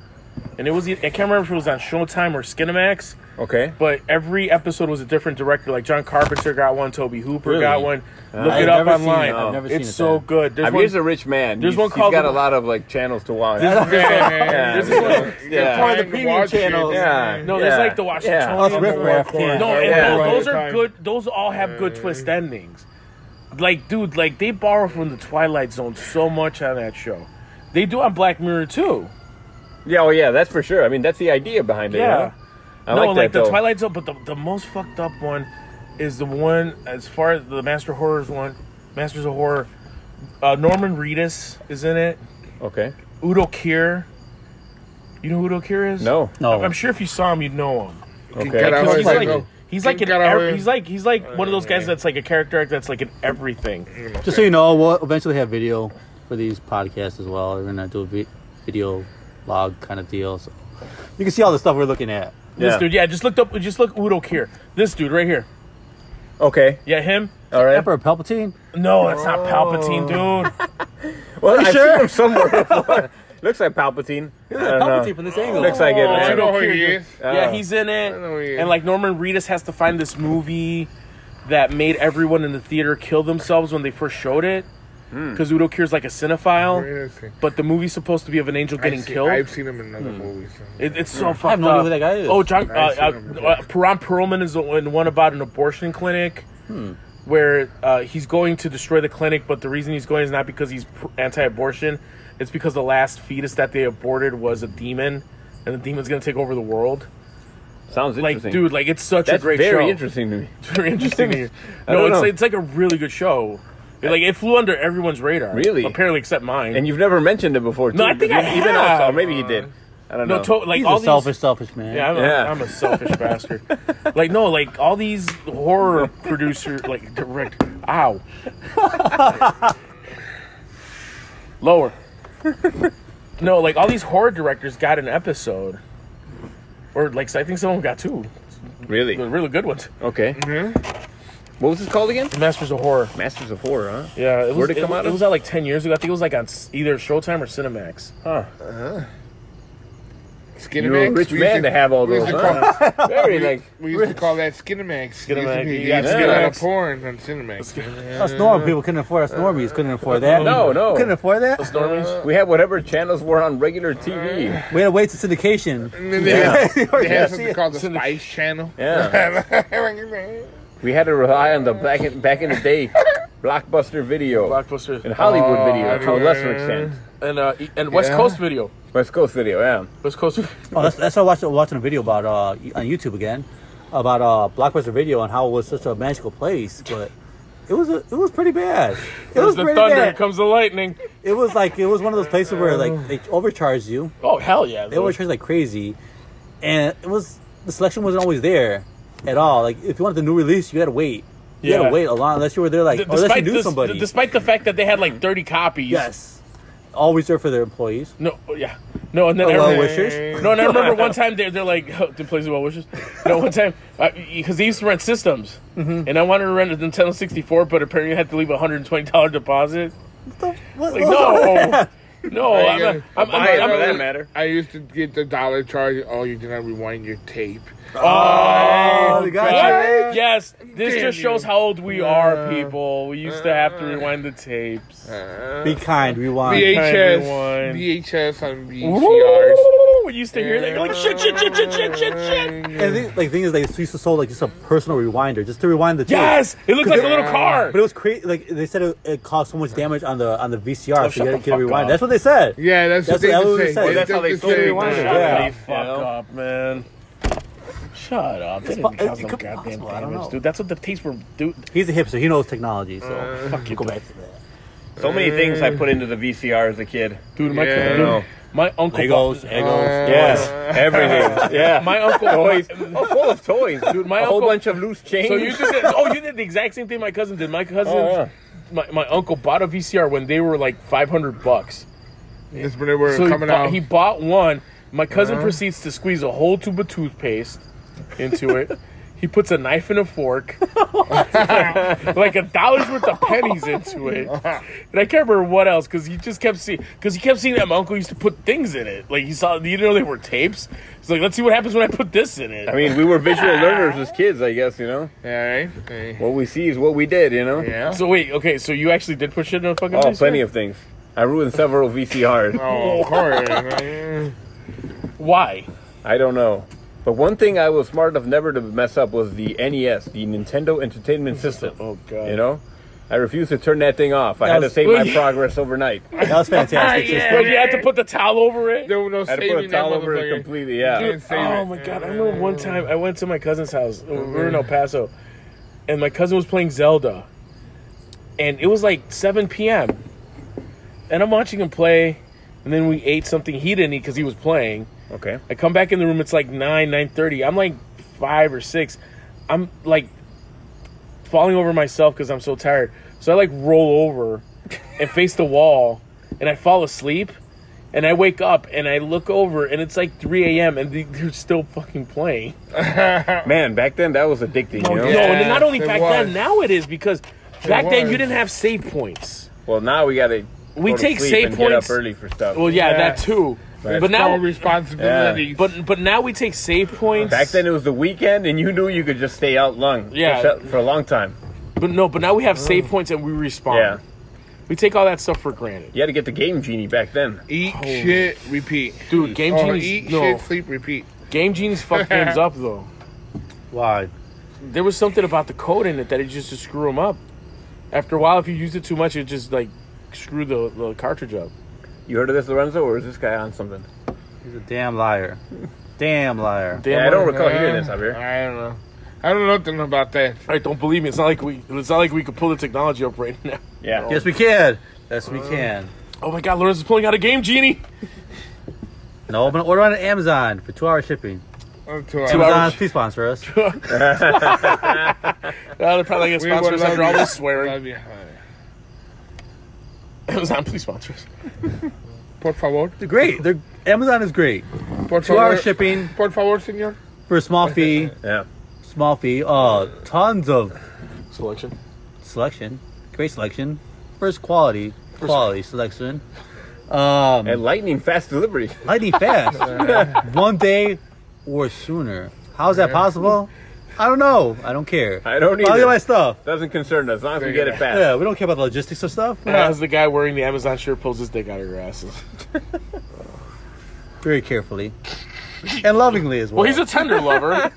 Speaker 1: and it was e, I can't remember if it was on Showtime or Skinamax,
Speaker 2: Okay.
Speaker 1: but every episode was a different director. Like John Carpenter got one, Toby Hooper
Speaker 3: Really?
Speaker 1: got one. Look
Speaker 2: Uh,
Speaker 3: I've
Speaker 1: it up
Speaker 3: never seen
Speaker 1: online.
Speaker 3: it. I've never seen
Speaker 1: it's
Speaker 3: it,
Speaker 1: so
Speaker 3: man.
Speaker 1: good. There's
Speaker 2: I mean, he's uh, a rich man.
Speaker 1: there's
Speaker 2: He's-
Speaker 1: one called
Speaker 2: He's got
Speaker 1: the-
Speaker 2: a lot of like channels to watch.
Speaker 4: Yeah.
Speaker 2: yeah. Yeah.
Speaker 4: Find
Speaker 3: the premium
Speaker 4: watch it.
Speaker 3: channels.
Speaker 2: Yeah.
Speaker 1: No, there's
Speaker 2: yeah,
Speaker 1: like the
Speaker 2: Yeah.
Speaker 1: Washingtonian.
Speaker 3: Oh, Riff
Speaker 1: the
Speaker 3: Raff
Speaker 1: War-
Speaker 3: can't.
Speaker 1: No, and
Speaker 2: Yeah. Uh.
Speaker 1: tho- those
Speaker 4: Yeah.
Speaker 1: are good. Those all have good twist endings. Like, dude, like they borrow from the Twilight Zone so much on that show. They do on Black Mirror too.
Speaker 2: Yeah, oh yeah, that's for sure. I mean, that's the idea behind it.
Speaker 1: Yeah.
Speaker 2: Yeah. I
Speaker 1: no,
Speaker 2: like,
Speaker 1: like,
Speaker 2: that
Speaker 1: the
Speaker 2: though.
Speaker 1: Twilight Zone, but the, the most fucked up one is the one as far as the Master Horrors one, Masters of Horror. Uh, Norman Reedus is in it.
Speaker 2: Okay.
Speaker 1: Udo Kier. You know who Udo Kier is?
Speaker 2: No.
Speaker 3: No,
Speaker 1: I'm sure if you saw him, you'd know him.
Speaker 2: Okay.
Speaker 4: Get out.
Speaker 1: Because he's
Speaker 4: Like,
Speaker 1: like
Speaker 4: no.
Speaker 1: he's like an
Speaker 4: Gotta
Speaker 1: ev-
Speaker 4: hurry.
Speaker 1: he's like he's like one of those guys that's like a character actor that's like in everything.
Speaker 3: just so you know, we'll eventually have video for these podcasts as well. We're gonna do a vi- video log kind of deal, so you can see all the stuff we're looking at.
Speaker 1: This
Speaker 2: Yeah.
Speaker 1: dude, yeah, just looked up, just look Udo Kier. This dude right here,
Speaker 2: Okay.
Speaker 1: yeah, him.
Speaker 2: All right.
Speaker 3: Emperor Palpatine.
Speaker 1: No, that's not Palpatine, dude.
Speaker 2: Well, I've
Speaker 3: sure?
Speaker 2: seen him somewhere before. Looks like Palpatine. I don't know.
Speaker 3: Palpatine from this angle.
Speaker 2: Looks like it.
Speaker 4: I
Speaker 2: man.
Speaker 4: Oh, know who he is.
Speaker 1: yeah, he's in it.
Speaker 4: know he is.
Speaker 1: And like Norman Reedus has to find this movie that made everyone in the theater kill themselves when they first showed it. Because Udo Kier's like a cinephile,
Speaker 4: Interesting.
Speaker 1: but the movie's supposed to be of an angel getting
Speaker 4: I've seen-
Speaker 1: killed.
Speaker 4: I've seen him in other movies.
Speaker 1: It, it's so fucked
Speaker 3: I have no
Speaker 1: up.
Speaker 3: idea who that guy is.
Speaker 1: Oh, John. Uh,
Speaker 4: I've
Speaker 1: uh,
Speaker 4: seen him
Speaker 1: uh, Peron Perlman is in one about an abortion clinic, where uh, he's going to destroy the clinic, but the reason he's going is not because he's pr- anti-abortion. It's because the last fetus that they aborted was a demon, and the demon's gonna take over the world.
Speaker 2: Sounds
Speaker 1: Like,
Speaker 2: interesting.
Speaker 1: dude, like it's such
Speaker 2: that's
Speaker 1: a great
Speaker 2: very
Speaker 1: show.
Speaker 2: interesting to me.
Speaker 1: very interesting. to you.
Speaker 2: I
Speaker 1: No,
Speaker 2: don't
Speaker 1: it's
Speaker 2: know.
Speaker 1: like, it's like a really good show. It, like it flew under everyone's radar.
Speaker 2: Really?
Speaker 1: Apparently, except mine.
Speaker 2: And you've never mentioned it before. Too.
Speaker 1: No, I think I
Speaker 2: even, even
Speaker 1: have.
Speaker 2: us, or maybe he did. I don't
Speaker 1: no,
Speaker 2: know.
Speaker 1: to- like
Speaker 3: He's
Speaker 1: all
Speaker 3: a
Speaker 1: these-
Speaker 3: selfish, selfish man.
Speaker 1: Yeah, I'm,
Speaker 2: Yeah.
Speaker 1: A, I'm a selfish bastard. Like no, like all these horror producer, like direct. Ow. Lower. No, like all these horror directors got an episode, or like so I think someone got two,
Speaker 2: really?
Speaker 1: the really good ones.
Speaker 2: Okay. What was this called again?
Speaker 1: Masters of Horror.
Speaker 2: Masters of Horror, huh?
Speaker 1: Yeah, it was,
Speaker 2: Where'd it come
Speaker 1: was-
Speaker 2: out
Speaker 1: It
Speaker 2: of?
Speaker 1: was out like ten years ago. I think it was like on s- either Showtime or Cinemax.
Speaker 2: You're a
Speaker 4: Skinemax.
Speaker 2: rich
Speaker 4: we used
Speaker 2: man to have all
Speaker 4: we used
Speaker 2: those.
Speaker 4: to
Speaker 2: Huh? Very like.
Speaker 4: We used to call that Skinemax.
Speaker 1: Skinemax,
Speaker 4: Skinemax. You
Speaker 1: yeah,
Speaker 4: got to get out of
Speaker 1: Skinemax.
Speaker 4: porn on Cinemax.
Speaker 3: Us normal people couldn't afford. Us normies couldn't afford that.
Speaker 2: No, no.
Speaker 3: Couldn't afford
Speaker 1: Uh,
Speaker 3: that.
Speaker 2: Normies. We had whatever channels were on regular TV.
Speaker 3: We had to wait to syndication. Oh,
Speaker 4: And then they have, they have something
Speaker 3: Yeah.
Speaker 4: called the Spice Channel.
Speaker 2: Yeah.
Speaker 1: Oh,
Speaker 2: we had to rely on the back in, back in the day, blockbuster video
Speaker 1: Blockbuster
Speaker 2: and Hollywood
Speaker 4: Oh,
Speaker 2: video to a
Speaker 4: yeah.
Speaker 2: lesser extent.
Speaker 1: and uh, e- and West
Speaker 4: Yeah.
Speaker 1: Coast Video.
Speaker 2: West Coast video, yeah.
Speaker 1: West Coast. Video.
Speaker 3: Oh, that's, that's what I watched watching a video about uh, on YouTube again about uh, Blockbuster Video and how it was such a magical place, but it was a, it was pretty bad. It
Speaker 1: There's
Speaker 3: was
Speaker 1: the
Speaker 3: pretty
Speaker 1: thunder.
Speaker 3: bad.
Speaker 1: Comes the lightning.
Speaker 3: It was like it was one of those places where like they overcharged you.
Speaker 1: Oh hell yeah!
Speaker 3: They overcharged like crazy, and it was the selection wasn't always there at all. Like if you wanted the new release, you had to wait. You had
Speaker 1: Yeah.
Speaker 3: to wait a lot unless you were there like
Speaker 1: D-
Speaker 3: or Oh, unless you
Speaker 1: despite
Speaker 3: knew
Speaker 1: this,
Speaker 3: somebody.
Speaker 1: despite the fact that they had like 30 copies.
Speaker 3: yes, all reserved for their employees.
Speaker 1: No. oh, Yeah. No. And then I
Speaker 3: Well
Speaker 1: remember-
Speaker 3: wishers.
Speaker 1: no. And I remember one time they're they're like oh, the place of well wishes. No. One time because they used to rent systems,
Speaker 3: Mm-hmm.
Speaker 1: and I wanted to rent a Nintendo 64, but apparently I had to leave a 120 dollar deposit.
Speaker 3: What-
Speaker 1: Like
Speaker 3: what-
Speaker 1: no. No,
Speaker 4: I,
Speaker 1: I'm,
Speaker 4: uh,
Speaker 1: not- I'm, I'm,
Speaker 2: buy it
Speaker 1: I'm,
Speaker 2: for that matter.
Speaker 4: I used to get the dollar charge. Oh, you did not rewind your tape.
Speaker 3: Oh, they got you.
Speaker 1: What? Yes, this
Speaker 4: Damn
Speaker 1: just shows
Speaker 4: you.
Speaker 1: how old we are, people. We used to have to rewind the tapes.
Speaker 3: Be kind. Rewind.
Speaker 4: VHS,
Speaker 1: rewind.
Speaker 4: VHS on VCRs.
Speaker 1: Ooh, We used to hear that. You're like shit, shit, shit, shit, shit, shit, shit.
Speaker 3: And the, like thing is, like they used to sell like just a personal rewinder, just to rewind the tape.
Speaker 1: Yes, it looked like a little car.
Speaker 3: But it was crazy. Like they said, it, it caused so much damage on the on the VCR, so
Speaker 1: Oh, shut
Speaker 3: you
Speaker 1: the
Speaker 3: had to get a
Speaker 1: fuck
Speaker 3: rewind.
Speaker 1: up.
Speaker 3: That's what they said.
Speaker 4: Yeah, that's,
Speaker 3: That's what
Speaker 4: what
Speaker 3: Elwood
Speaker 4: they say.
Speaker 3: said. Well,
Speaker 2: that's how they sold it.
Speaker 4: say.
Speaker 2: Yeah.
Speaker 1: Shut
Speaker 3: Yeah.
Speaker 1: the fuck
Speaker 2: Yeah.
Speaker 1: up, man. Shut up. They didn't
Speaker 3: po-
Speaker 1: cause
Speaker 3: it
Speaker 1: no
Speaker 3: could be
Speaker 1: goddamn
Speaker 3: possible, I don't know.
Speaker 1: damage, dude. That's what the tapes were, dude.
Speaker 3: He's a hipster. He knows technology, so
Speaker 1: Fuck you,
Speaker 3: go
Speaker 1: dude.
Speaker 3: back to that.
Speaker 2: So many things I put into the VCR as a kid.
Speaker 1: Dude, my,
Speaker 4: Yeah.
Speaker 1: dude,
Speaker 2: No.
Speaker 1: my uncle.
Speaker 3: Legos,
Speaker 1: bought-
Speaker 3: Legos.
Speaker 2: Yes, everything. Yeah,
Speaker 1: My uncle.
Speaker 2: toys. Oh, full of toys, dude.
Speaker 1: my
Speaker 2: a whole
Speaker 1: uncle-
Speaker 2: bunch of loose change.
Speaker 1: so you did the, oh, you did the exact same thing my cousin did. My cousin,
Speaker 2: Oh, yeah.
Speaker 1: my, my uncle bought a VCR when they were like 500 bucks.
Speaker 4: That's when they were
Speaker 1: So he
Speaker 4: coming
Speaker 1: bought,
Speaker 4: out.
Speaker 1: he bought one. My cousin
Speaker 2: Uh-huh.
Speaker 1: proceeds to squeeze a whole tube of toothpaste into it. he puts a knife and a fork, like a dollar's worth of pennies into it. And I can't remember what else because he just kept seeing because he kept seeing that my uncle used to put things in it. Like he saw, he didn't know they were tapes. He's like, let's see what happens when I put this in it.
Speaker 2: I mean, we were visual learners as kids, I guess. You know,
Speaker 4: yeah, right? Okay.
Speaker 2: what we see is what we did. You know.
Speaker 4: Yeah.
Speaker 1: so wait, okay, so you actually did put shit in a fucking.
Speaker 2: Oh,
Speaker 1: VCR?
Speaker 2: plenty of things. I ruined several VCRs.
Speaker 4: oh, of course. right?
Speaker 1: Why?
Speaker 2: I don't know. But one thing I was smart enough never to mess up was the NES, the Nintendo Entertainment System.
Speaker 1: Oh god.
Speaker 2: You know, I refused to turn that thing off. I had to
Speaker 3: was-
Speaker 2: save my
Speaker 1: Well, yeah.
Speaker 2: progress overnight. I
Speaker 3: That was fantastic.
Speaker 1: Well, you had to put the towel over it.
Speaker 4: There was no
Speaker 2: had to put
Speaker 4: saving
Speaker 2: a
Speaker 4: that
Speaker 2: towel over it
Speaker 4: motherfucker.
Speaker 2: completely. Yeah.
Speaker 4: Dude, save
Speaker 1: oh
Speaker 4: it.
Speaker 1: my god! I remember one time I went to my cousin's house. uh, We were in El Paso, and my cousin was playing Zelda, and it was like 7 p.m. And I'm watching him play, and then we ate something he didn't eat because he was playing.
Speaker 2: Okay.
Speaker 1: I come back in the room. It's like nine, nine thirty. I'm like five or six. I'm like falling over myself because I'm so tired. So I like roll over and face the wall, and I fall asleep. And I wake up and I look over and it's like 3 a.m. and they- they're still fucking playing.
Speaker 2: Man, back then that was addicting. You know.
Speaker 1: Oh, No, and not only
Speaker 4: it
Speaker 1: back
Speaker 4: was.
Speaker 1: then, now it is because Back then,
Speaker 4: was.
Speaker 1: you didn't have save points.
Speaker 2: Well, now we gotta.
Speaker 1: We
Speaker 2: go to
Speaker 1: take
Speaker 2: sleep
Speaker 1: save
Speaker 2: and Get up
Speaker 1: points-
Speaker 2: early for stuff.
Speaker 1: Well, yeah,
Speaker 4: Yeah.
Speaker 1: that too.
Speaker 2: Right.
Speaker 1: But
Speaker 4: Now
Speaker 1: now,
Speaker 4: responsibility.
Speaker 1: but but now we take save points.
Speaker 2: Back then it was the weekend, and you knew you could just stay out long.
Speaker 1: Yeah.
Speaker 2: for sh- for a long time.
Speaker 1: but no, but now we have save points and we respond.
Speaker 2: Yeah,
Speaker 1: We take all that stuff for granted,
Speaker 2: you had to get the game genie back then.
Speaker 4: eat shit, repeat.
Speaker 1: dude. Game
Speaker 4: Or
Speaker 1: Genie's
Speaker 4: eat
Speaker 1: no.
Speaker 4: shit, sleep, repeat.
Speaker 1: Game Genie's fucked games up though.
Speaker 3: Why?
Speaker 1: There was something about the code in it that it just to screw them up. After a while, if you used it too much, it just like screwed the, the cartridge up.
Speaker 2: You heard of this, Lorenzo, or is this guy on something?
Speaker 3: He's a damn liar. Damn liar.
Speaker 1: Damn,
Speaker 2: Yeah, I don't
Speaker 1: right.
Speaker 2: recall hearing this,
Speaker 4: Uh,
Speaker 2: Javier.
Speaker 4: I don't know. I don't know nothing about that.
Speaker 1: All right, don't believe me. It's not like we. It's not like we could pull the technology up right now.
Speaker 2: Yeah.
Speaker 3: Yes, we can. Yes, we can.
Speaker 1: Oh my God, Lorenz is pulling out a game genie.
Speaker 3: No, I'm gonna order on Amazon for two hour shipping.
Speaker 4: Up to
Speaker 1: Two
Speaker 4: our-
Speaker 1: hours.
Speaker 3: Amazon, please sponsor us.
Speaker 1: Uh, they're probably gonna
Speaker 4: We
Speaker 1: sponsor
Speaker 4: would
Speaker 1: us
Speaker 4: love
Speaker 1: after
Speaker 4: you.
Speaker 1: all this swearing.
Speaker 4: Love you, honey.
Speaker 1: Amazon, please sponsor us.
Speaker 4: Por favor.
Speaker 3: They're great. They're Amazon is great.
Speaker 4: Por
Speaker 3: Two hour
Speaker 4: favor.
Speaker 3: shipping
Speaker 4: Por favor, señor.
Speaker 3: for a small fee.
Speaker 2: Yeah.
Speaker 3: Small fee. Uh, tons of
Speaker 1: Selection.
Speaker 3: selection. Great selection. First quality. Quality selection. Um,
Speaker 2: And lightning fast delivery.
Speaker 3: lightning fast. One day or sooner. How is that possible? I don't know. I don't care.
Speaker 2: I don't
Speaker 3: I'll get
Speaker 2: either.
Speaker 3: my stuff.
Speaker 2: Doesn't concern us as long as we get it fast.
Speaker 3: Yeah, we don't care about the logistics of stuff. We're not
Speaker 1: As the guy wearing the Amazon shirt pulls his dick out of your asses.
Speaker 3: very carefully and lovingly as well.
Speaker 1: Well, he's a tender lover.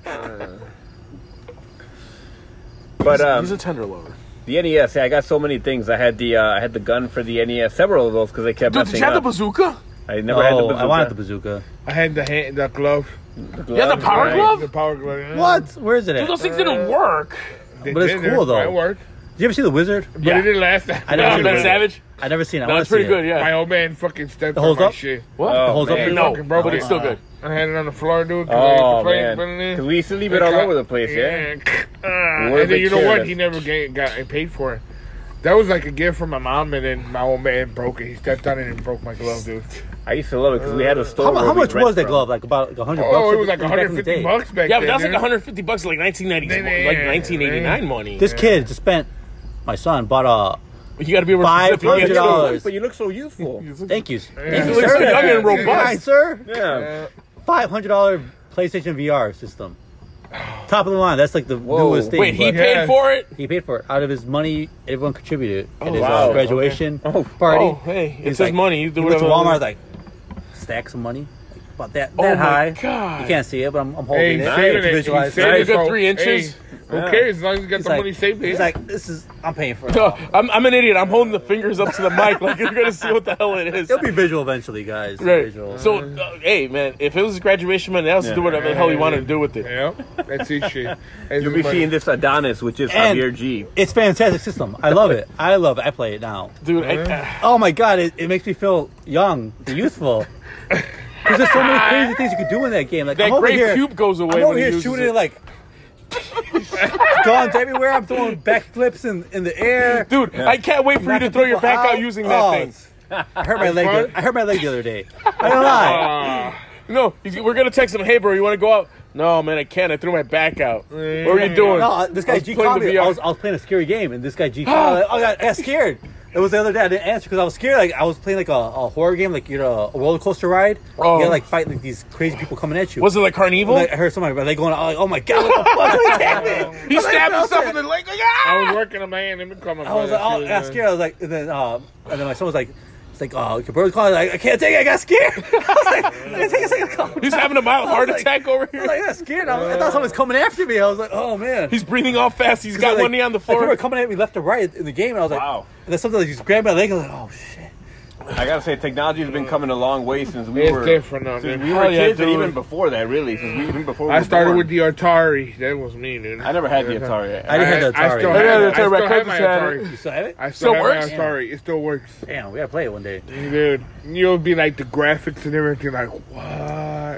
Speaker 2: But um,
Speaker 1: he's a tender lover.
Speaker 2: the NES, yeah, I got so many things. I had the uh, I had the gun for the NES, several of those because they kept
Speaker 1: Dude, did
Speaker 2: messing
Speaker 1: you have the
Speaker 2: up.
Speaker 1: bazooka?
Speaker 2: I never had the
Speaker 3: no,
Speaker 2: bazooka.
Speaker 3: Oh, I wanted the bazooka.
Speaker 4: I had the hand, the glove.
Speaker 2: bazooka.
Speaker 1: Yeah, the power glove.
Speaker 4: The power glove.
Speaker 3: What? Where is it at?
Speaker 1: Dude, those
Speaker 3: Did
Speaker 1: things didn't work.
Speaker 4: They
Speaker 3: But it's
Speaker 4: did it.
Speaker 3: cool, though.
Speaker 4: It worked.
Speaker 3: you ever see The Wizard?
Speaker 4: But
Speaker 1: Yeah.
Speaker 4: it didn't last that
Speaker 3: I
Speaker 4: long.
Speaker 3: never
Speaker 1: Yeah,
Speaker 3: seen
Speaker 1: Ben
Speaker 3: it.
Speaker 1: Savage.
Speaker 3: I never seen it. I
Speaker 1: No,
Speaker 3: wanna
Speaker 1: it's pretty
Speaker 3: see
Speaker 1: good.
Speaker 3: It.
Speaker 4: My
Speaker 1: Yeah.
Speaker 4: old man fucking stepped on
Speaker 3: holds
Speaker 4: my
Speaker 3: up?
Speaker 4: shit.
Speaker 1: What?
Speaker 2: Oh,
Speaker 3: holds up
Speaker 2: man.
Speaker 3: your-
Speaker 1: no,
Speaker 4: fucking broke
Speaker 1: but
Speaker 4: it.
Speaker 1: it's still good.
Speaker 4: I had it on the floor, dude. 'cause I used to
Speaker 2: Oh
Speaker 4: play
Speaker 2: man,
Speaker 4: it, put it in.
Speaker 2: 'Cause we used to leave it all over the place. Yeah.
Speaker 4: Ah,
Speaker 2: Where
Speaker 4: and
Speaker 2: they
Speaker 4: then you know
Speaker 2: carry
Speaker 4: what?
Speaker 2: that.
Speaker 4: He never ga- got paid for it. That was like a gift from my mom, and then my old man broke it. He stepped on it and broke my glove, dude.
Speaker 2: I used to love it because we had a store.
Speaker 3: How, mu-
Speaker 2: where
Speaker 3: how
Speaker 2: we'd
Speaker 3: much
Speaker 2: rent
Speaker 3: was that
Speaker 2: from.
Speaker 3: glove? Like about like 100 bucks?
Speaker 4: Oh, it was like
Speaker 3: back in the
Speaker 4: 150
Speaker 3: day.
Speaker 4: bucks back
Speaker 1: Yeah, but
Speaker 4: then.
Speaker 1: that was like
Speaker 4: dude.
Speaker 1: 150 bucks, like 1990s, mo- like
Speaker 4: Yeah.
Speaker 1: 1989 money.
Speaker 3: This kid just spent. My son bought a.
Speaker 1: you got to be able
Speaker 3: Five
Speaker 1: to flip
Speaker 2: You
Speaker 1: it.
Speaker 3: hundred
Speaker 2: look so-
Speaker 3: dollars.
Speaker 2: But you look so youthful.
Speaker 3: Thank you. Thank
Speaker 1: You
Speaker 3: you,
Speaker 1: look so
Speaker 3: sir.
Speaker 1: young and
Speaker 3: You're kind,
Speaker 1: robust.
Speaker 3: sir.
Speaker 2: Yeah.
Speaker 3: Five hundred dollar PlayStation VR system. Top of the line. That's like the
Speaker 2: Whoa.
Speaker 3: newest thing.
Speaker 1: Wait, he
Speaker 3: but
Speaker 1: paid for it?
Speaker 3: he paid for it out of his money. Everyone contributed at his
Speaker 2: wow.
Speaker 3: uh, graduation party.
Speaker 1: Oh, hey, it's
Speaker 3: He's
Speaker 1: his
Speaker 3: like-
Speaker 1: money. You
Speaker 3: He
Speaker 1: do
Speaker 3: went to
Speaker 1: whatever.
Speaker 3: Walmart like stacks of money, like about that
Speaker 1: Oh
Speaker 3: that
Speaker 1: my
Speaker 3: high.
Speaker 1: God.
Speaker 3: You can't see it, but I'm, I'm
Speaker 4: Hey,
Speaker 3: holding it.
Speaker 4: saving
Speaker 3: to
Speaker 4: it.
Speaker 3: visualize
Speaker 4: He
Speaker 3: it.
Speaker 1: Saved
Speaker 4: saved
Speaker 1: a good
Speaker 4: it.
Speaker 1: three
Speaker 4: Hey,
Speaker 1: inches.
Speaker 4: Who cares? As long as you got
Speaker 3: He's
Speaker 4: the money
Speaker 3: like,
Speaker 4: saved.
Speaker 3: he's
Speaker 4: it.
Speaker 3: like, this is I'm paying for it.
Speaker 1: No, Oh, I'm, I'm an idiot. I'm holding the fingers up to the mic like you're going to see what the hell it is.
Speaker 3: It'll be visual eventually, guys.
Speaker 1: Right.
Speaker 3: Visual.
Speaker 1: So, uh, hey, man, if it was graduation money, else do whatever the hell you wanted to do with it.
Speaker 4: Yep, that's his shit. That's
Speaker 2: You'll be
Speaker 4: his money.
Speaker 2: seeing this Adonis, which is
Speaker 3: And-
Speaker 2: Javier G.
Speaker 3: it's fantastic system. I love it. I love it. I play it now.
Speaker 1: Dude, I,
Speaker 3: Oh my god, it, it makes me feel young, youthful. Because there's so many crazy things you could do in that game. Like
Speaker 1: that
Speaker 3: I'm over
Speaker 1: great
Speaker 3: here,
Speaker 1: cube goes away
Speaker 3: I'm over
Speaker 1: when he
Speaker 3: here
Speaker 1: uses
Speaker 3: shooting
Speaker 1: it.
Speaker 3: like guns everywhere. I'm throwing backflips in in the air.
Speaker 1: Dude, I can't wait for you to
Speaker 3: knocking
Speaker 1: throw your
Speaker 3: people
Speaker 1: back out, using that
Speaker 3: Oh,
Speaker 1: thing. Oh.
Speaker 3: it's- I hurt my leg. The, I hurt my leg the other day. I don't lie.
Speaker 1: No, he's, we're gonna text him. Hey, bro, you want to go out? No, man, I can't. I threw my back out. What are you doing?
Speaker 3: No, uh, this guy
Speaker 1: was
Speaker 3: G
Speaker 1: playing
Speaker 3: called
Speaker 1: the
Speaker 3: me.
Speaker 1: VR.
Speaker 3: I was, I was playing a scary game, and this guy G called. me, like, oh, I got, I got scared. It was the other day. I didn't answer because I was scared. Like I was playing like a, a horror game, like you know, a roller coaster ride.
Speaker 1: Oh.
Speaker 3: You gotta like fight like these crazy people coming at you.
Speaker 1: Was it like Carnival?
Speaker 3: Like, I heard somebody but they going, oh, like, oh my god, what the fuck? What happened?
Speaker 1: he stabbed himself in the leg. Like, ah!
Speaker 4: I was working on my hand. Let me call my
Speaker 3: I was like, oh, I got scared. I was like, and then, um, and then my son was like, it's like, oh, your brother's calling. Like, I can't take it. I got scared. I was like, I can't take a second call.
Speaker 1: He's having a mild heart attack over
Speaker 3: I was
Speaker 1: here.
Speaker 3: like, I got scared. I, was, I thought someone was coming after me. I was like, oh man.
Speaker 1: He's breathing all fast. He's got
Speaker 3: like,
Speaker 1: one knee on the
Speaker 3: Like, people
Speaker 1: floor.
Speaker 3: were coming at me left and right in the game, and I was like,
Speaker 2: Wow.
Speaker 3: And then something like just grabbed my leg. I was like, oh shit.
Speaker 2: I gotta say, technology's been coming a long way since we
Speaker 4: It's
Speaker 2: were
Speaker 4: different now,
Speaker 2: Since
Speaker 4: dude.
Speaker 2: we were
Speaker 1: Hell yeah,
Speaker 2: kids, and
Speaker 1: dude.
Speaker 2: even before that, really. Since we, even before we
Speaker 4: I
Speaker 2: were
Speaker 4: started
Speaker 2: born.
Speaker 4: with the Atari. That was me, dude.
Speaker 2: I never had the Atari.
Speaker 3: I didn't have the
Speaker 4: I
Speaker 3: Atari.
Speaker 4: still
Speaker 3: I
Speaker 4: have,
Speaker 1: had
Speaker 4: I
Speaker 1: the Atari,
Speaker 4: still
Speaker 1: but I
Speaker 4: have
Speaker 1: couldn't
Speaker 4: my
Speaker 1: say
Speaker 4: Atari.
Speaker 3: You still have it?
Speaker 4: I still
Speaker 1: Still
Speaker 4: have
Speaker 1: works?
Speaker 4: my Atari. It still works.
Speaker 3: Damn, we gotta play it one day.
Speaker 4: Dude, you'll be like the graphics and everything, like, what?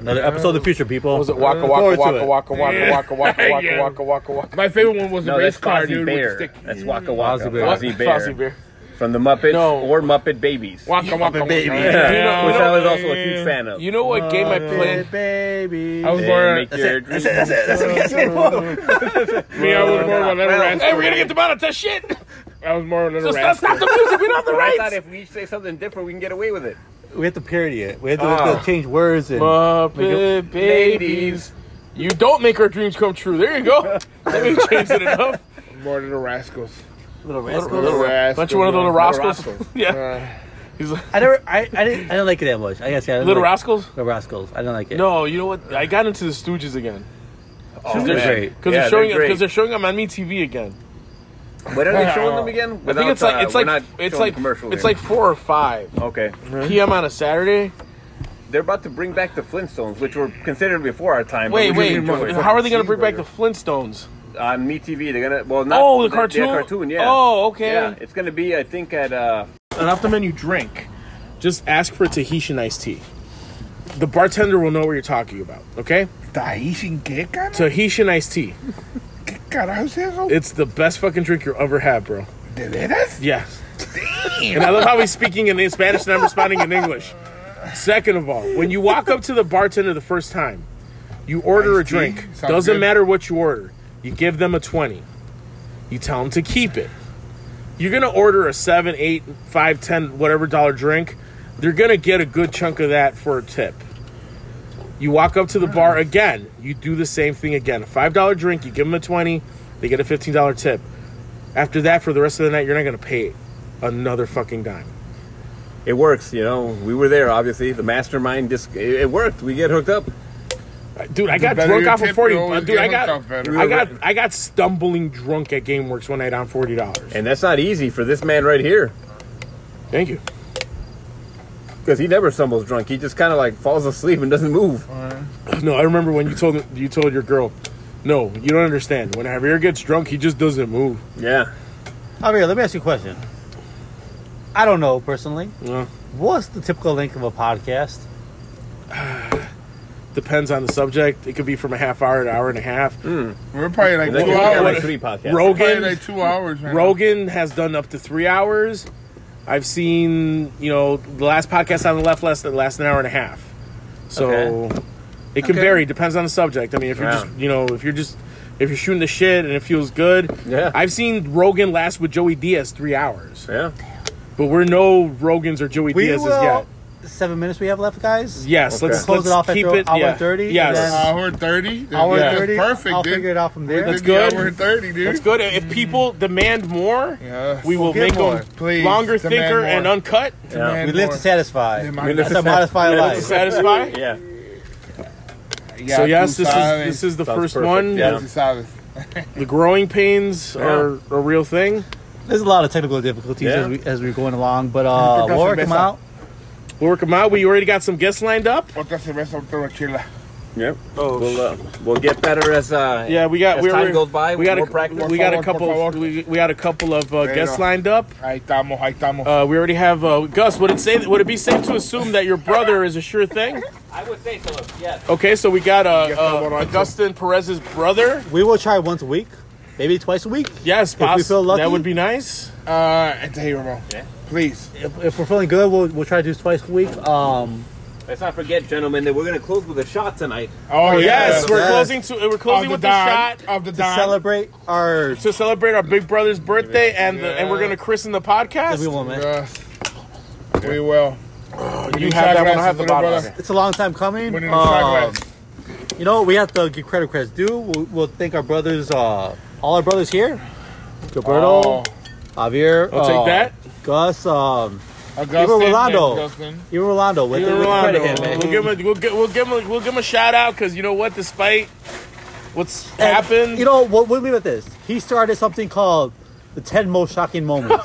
Speaker 3: Another episode of the future, people.
Speaker 1: Was it waka
Speaker 3: Look
Speaker 1: waka
Speaker 3: forward to
Speaker 1: waka
Speaker 3: it.
Speaker 1: waka waka waka
Speaker 4: Yeah.
Speaker 1: waka waka
Speaker 4: Yeah.
Speaker 1: waka waka waka?
Speaker 4: My favorite one was the
Speaker 2: no,
Speaker 4: race
Speaker 2: that's
Speaker 4: car,
Speaker 2: Fozzie
Speaker 4: dude.
Speaker 2: Bear.
Speaker 4: With the stick.
Speaker 2: That's Waka Waka.
Speaker 3: Fozzie Bear.
Speaker 2: Fozzie Bear.
Speaker 1: Fozzie Bear.
Speaker 2: From the Muppets
Speaker 1: No.
Speaker 2: or Muppet Babies.
Speaker 4: Waka waka
Speaker 3: baby.
Speaker 4: waka.
Speaker 2: Yeah,
Speaker 1: You know-
Speaker 2: which
Speaker 1: you know-
Speaker 2: I was also a huge fan of.
Speaker 1: You know what game I
Speaker 3: Hey,
Speaker 1: played?
Speaker 3: baby.
Speaker 4: I was
Speaker 2: They
Speaker 4: born.
Speaker 2: make your
Speaker 3: That's it. That's it. That's it. That's it.
Speaker 4: Me, I was born. Whatever.
Speaker 1: Hey, we're gonna get the bottom of that shit.
Speaker 4: I was more a little
Speaker 1: Stop,
Speaker 4: rant.
Speaker 1: stop the music. We don't have the
Speaker 2: I
Speaker 1: rights.
Speaker 2: thought if we say something different, we can get away with it.
Speaker 3: We have to parody it. We have to, we have to
Speaker 1: Ah.
Speaker 2: Oh.
Speaker 3: change words and
Speaker 1: Muppet babies. You don't make our dreams come true. There you go. That we changed it enough.
Speaker 4: More little rascals.
Speaker 3: little rascals.
Speaker 4: Little rascals.
Speaker 1: Bunch of one of the little rascals.
Speaker 2: rascals.
Speaker 1: yeah.
Speaker 4: Uh,
Speaker 1: He's like,
Speaker 3: I never. I, I didn't. I didn't like it that much. I guess. Yeah. I didn't
Speaker 1: little
Speaker 3: like,
Speaker 1: rascals.
Speaker 3: Little rascals. I don't like it.
Speaker 1: No, you know what? I got into the Stooges again
Speaker 3: Stooges
Speaker 2: Oh, man.
Speaker 3: are great.
Speaker 1: because
Speaker 2: Yeah,
Speaker 1: they're showing
Speaker 2: they're great.
Speaker 1: because they're showing them on me TV again.
Speaker 2: What are they showing them again? uh,
Speaker 1: I think it's uh, like it's like it's like
Speaker 2: commercial.
Speaker 1: it's like four or five
Speaker 2: okay.
Speaker 1: p.m. on a Saturday.
Speaker 2: They're about to bring back the Flintstones, which were considered before our time. but
Speaker 1: Wait,
Speaker 2: we
Speaker 1: wait.
Speaker 2: didn't enjoy it.
Speaker 1: How are they going to bring back the Flintstones?
Speaker 2: on Me TV? They're gonna well not
Speaker 1: Oh, the cartoon?
Speaker 2: Yeah, cartoon. Yeah.
Speaker 1: Oh, okay.
Speaker 2: Yeah, it's gonna be I think at uh
Speaker 1: And off the menu drink, just ask for Tahitian iced tea. The bartender will know what you're talking about. Okay,
Speaker 4: Tahitian qué, cara?
Speaker 1: Tahitian iced tea.
Speaker 4: ¿Qué carajo es eso?
Speaker 1: It's the best fucking drink you'll ever have, bro.
Speaker 4: ¿De veras?
Speaker 1: Yes. And I love how he's speaking in Spanish and I'm responding in English. Second of all, when you walk up to the bartender the first time, you order a
Speaker 4: Iced tea?
Speaker 1: drink.
Speaker 4: Sounds
Speaker 1: Doesn't
Speaker 4: good.
Speaker 1: matter what you order. You give them a 20. You tell them to keep it. You're going to order a 7, 8, 5, 10, whatever dollar drink. They're going to get a good chunk of that for a tip. You walk up to the bar again. You do the same thing again. A $5 drink, you give them a 20, they get a $15 tip. After that, for the rest of the night, you're not going to pay another fucking dime.
Speaker 2: it works, you know. We were there obviously. The mastermind disc it, it worked. We get hooked up.
Speaker 1: Dude, I got
Speaker 4: better
Speaker 1: drunk
Speaker 4: your
Speaker 1: off of
Speaker 4: tip,
Speaker 1: forty.
Speaker 4: you always
Speaker 1: Dude,
Speaker 4: get
Speaker 1: I got,
Speaker 4: hooked up better.
Speaker 1: I got, I got stumbling drunk at GameWorks one night on forty dollars.
Speaker 2: And that's not easy for this man right here.
Speaker 1: Thank you.
Speaker 2: Because he never stumbles drunk. He just kind of like falls asleep and doesn't move.
Speaker 1: No, I remember when you told you told your girl, no, you don't understand. When Javier gets drunk, he just doesn't move.
Speaker 2: Yeah.
Speaker 3: Javier, let me ask you a question. I don't know personally.
Speaker 1: Yeah.
Speaker 3: What's the typical length of a podcast?
Speaker 1: Depends on the subject. It could be from a half hour to hour and a half.
Speaker 4: We're probably like
Speaker 2: They
Speaker 4: two
Speaker 2: can have
Speaker 4: hours.
Speaker 2: like three podcasts.
Speaker 4: Probably
Speaker 1: Rogan,
Speaker 4: like two hours, man.
Speaker 1: Rogan has done up to three hours. I've seen, you know, the last podcast on the left last last an hour and a half. So
Speaker 3: Okay.
Speaker 1: it can
Speaker 2: Okay.
Speaker 1: vary, depends on the subject. I mean, if you're
Speaker 2: Yeah.
Speaker 1: just, you know, if you're just if you're shooting the shit and it feels good.
Speaker 2: Yeah.
Speaker 1: I've seen Rogan last with Joey Diaz three hours,
Speaker 2: Yeah.
Speaker 1: but we're no Rogans or Joey
Speaker 3: We
Speaker 1: Diaz's
Speaker 3: will.
Speaker 1: yet.
Speaker 3: Seven minutes we have left, guys.
Speaker 1: Yes,
Speaker 2: Okay.
Speaker 1: let's
Speaker 3: Close
Speaker 1: let's
Speaker 3: it off at
Speaker 1: keep
Speaker 3: thir-
Speaker 1: it
Speaker 3: hour
Speaker 1: yeah.
Speaker 3: 30, and
Speaker 1: Yes,
Speaker 3: then-
Speaker 4: Hour 30?
Speaker 3: Hour
Speaker 4: Yeah.
Speaker 3: thirty.
Speaker 4: Perfect,
Speaker 3: I'll
Speaker 4: dude.
Speaker 3: figure it out from there.
Speaker 1: That's
Speaker 4: That's
Speaker 1: good.
Speaker 4: good. Hour 30, dude.
Speaker 1: that's good. If people demand more,
Speaker 4: Yeah.
Speaker 1: we will
Speaker 4: Get
Speaker 1: make
Speaker 4: more.
Speaker 1: them
Speaker 4: Please,
Speaker 1: longer,
Speaker 4: demand
Speaker 1: thicker,
Speaker 4: more.
Speaker 1: and uncut.
Speaker 2: Yeah.
Speaker 4: Demand
Speaker 3: we live
Speaker 4: more.
Speaker 3: to satisfy.
Speaker 4: Demand-
Speaker 2: We live
Speaker 3: That's
Speaker 2: to
Speaker 3: a modified
Speaker 1: To
Speaker 3: life.
Speaker 1: satisfy.
Speaker 2: Yeah.
Speaker 4: Yeah,
Speaker 1: so yes,
Speaker 4: tú
Speaker 1: this is
Speaker 4: sabes.
Speaker 1: this is the
Speaker 2: Sounds
Speaker 1: first
Speaker 2: perfect.
Speaker 1: one.
Speaker 2: Yeah.
Speaker 4: Tú sabes.
Speaker 1: The growing pains are a real thing.
Speaker 3: There's a lot of technical difficulties
Speaker 2: Yeah.
Speaker 3: as, we, as we're going along, but uh,
Speaker 4: Put that
Speaker 3: we'll work them
Speaker 4: cerveza.
Speaker 3: out.
Speaker 1: We'll work them out. We already got some guests lined up.
Speaker 4: Otra cerveza, otra tequila.
Speaker 2: Yep.
Speaker 1: Oh,
Speaker 2: We'll, uh, we'll get better as uh
Speaker 1: Yeah, we got.
Speaker 2: as
Speaker 1: we
Speaker 2: time
Speaker 1: were-
Speaker 2: goes by.
Speaker 1: We got
Speaker 2: more
Speaker 1: a
Speaker 2: practice.
Speaker 1: we got a
Speaker 4: Por favor,
Speaker 1: couple.
Speaker 4: por favor.
Speaker 1: we, we got a couple of uh, guests
Speaker 4: Pero-
Speaker 1: lined up.
Speaker 4: Ahí estamos, ahí estamos.
Speaker 1: Uh, we already have uh, Gus. Would it say? Would it be safe to assume that your brother is a sure thing?
Speaker 2: I would say so. Yes.
Speaker 1: Okay, so we got uh,
Speaker 4: está
Speaker 1: uh,
Speaker 4: borracho.
Speaker 1: Augustin Perez's brother.
Speaker 3: We will try once a week, maybe twice a week.
Speaker 1: Yes,
Speaker 3: we
Speaker 1: boss.
Speaker 3: feel lucky.
Speaker 1: That would be nice.
Speaker 4: Uh, and te digo, bro. Please.
Speaker 3: If, if we're feeling good, we'll, we'll try to do it twice a week. Um,
Speaker 2: Let's not forget, gentlemen, that we're gonna close with a shot tonight.
Speaker 4: Oh,
Speaker 1: Yes,
Speaker 4: yeah.
Speaker 1: we're
Speaker 3: Yes.
Speaker 1: closing to we're
Speaker 4: Of
Speaker 1: closing
Speaker 4: the
Speaker 1: with the
Speaker 4: dime,
Speaker 1: shot
Speaker 4: Of the
Speaker 3: to
Speaker 4: dime.
Speaker 3: celebrate our
Speaker 1: to celebrate our big brother's birthday and the, and we're
Speaker 4: Yeah.
Speaker 1: gonna christen the podcast.
Speaker 3: every woman.
Speaker 4: Yes. We will. We
Speaker 1: You
Speaker 4: need
Speaker 1: have that one.
Speaker 4: shot
Speaker 1: I have the
Speaker 4: glasses,
Speaker 1: bottle. Oh,
Speaker 4: little
Speaker 1: Okay.
Speaker 4: brother.
Speaker 3: It's a long time coming.
Speaker 4: We need
Speaker 3: Um,
Speaker 4: shot
Speaker 3: you know, we have to give credit where it's due. We'll, we'll thank our brothers, uh, all our brothers here. Gilberto,
Speaker 4: Oh,
Speaker 3: Javier,
Speaker 1: I'll
Speaker 3: uh,
Speaker 1: take that.
Speaker 3: Gus, um,
Speaker 4: Augustin,
Speaker 3: Rolando.
Speaker 4: yes, Augustin.
Speaker 3: even Rolando. With
Speaker 1: Even
Speaker 3: with
Speaker 1: Rolando.
Speaker 3: credit, man.
Speaker 1: We'll give him a we'll, gi- we'll give him a, we'll give him a shout out because you know what, despite what's happened,
Speaker 3: You know, we'll, we'll leave it at this. He started something called the 10 most shocking moments.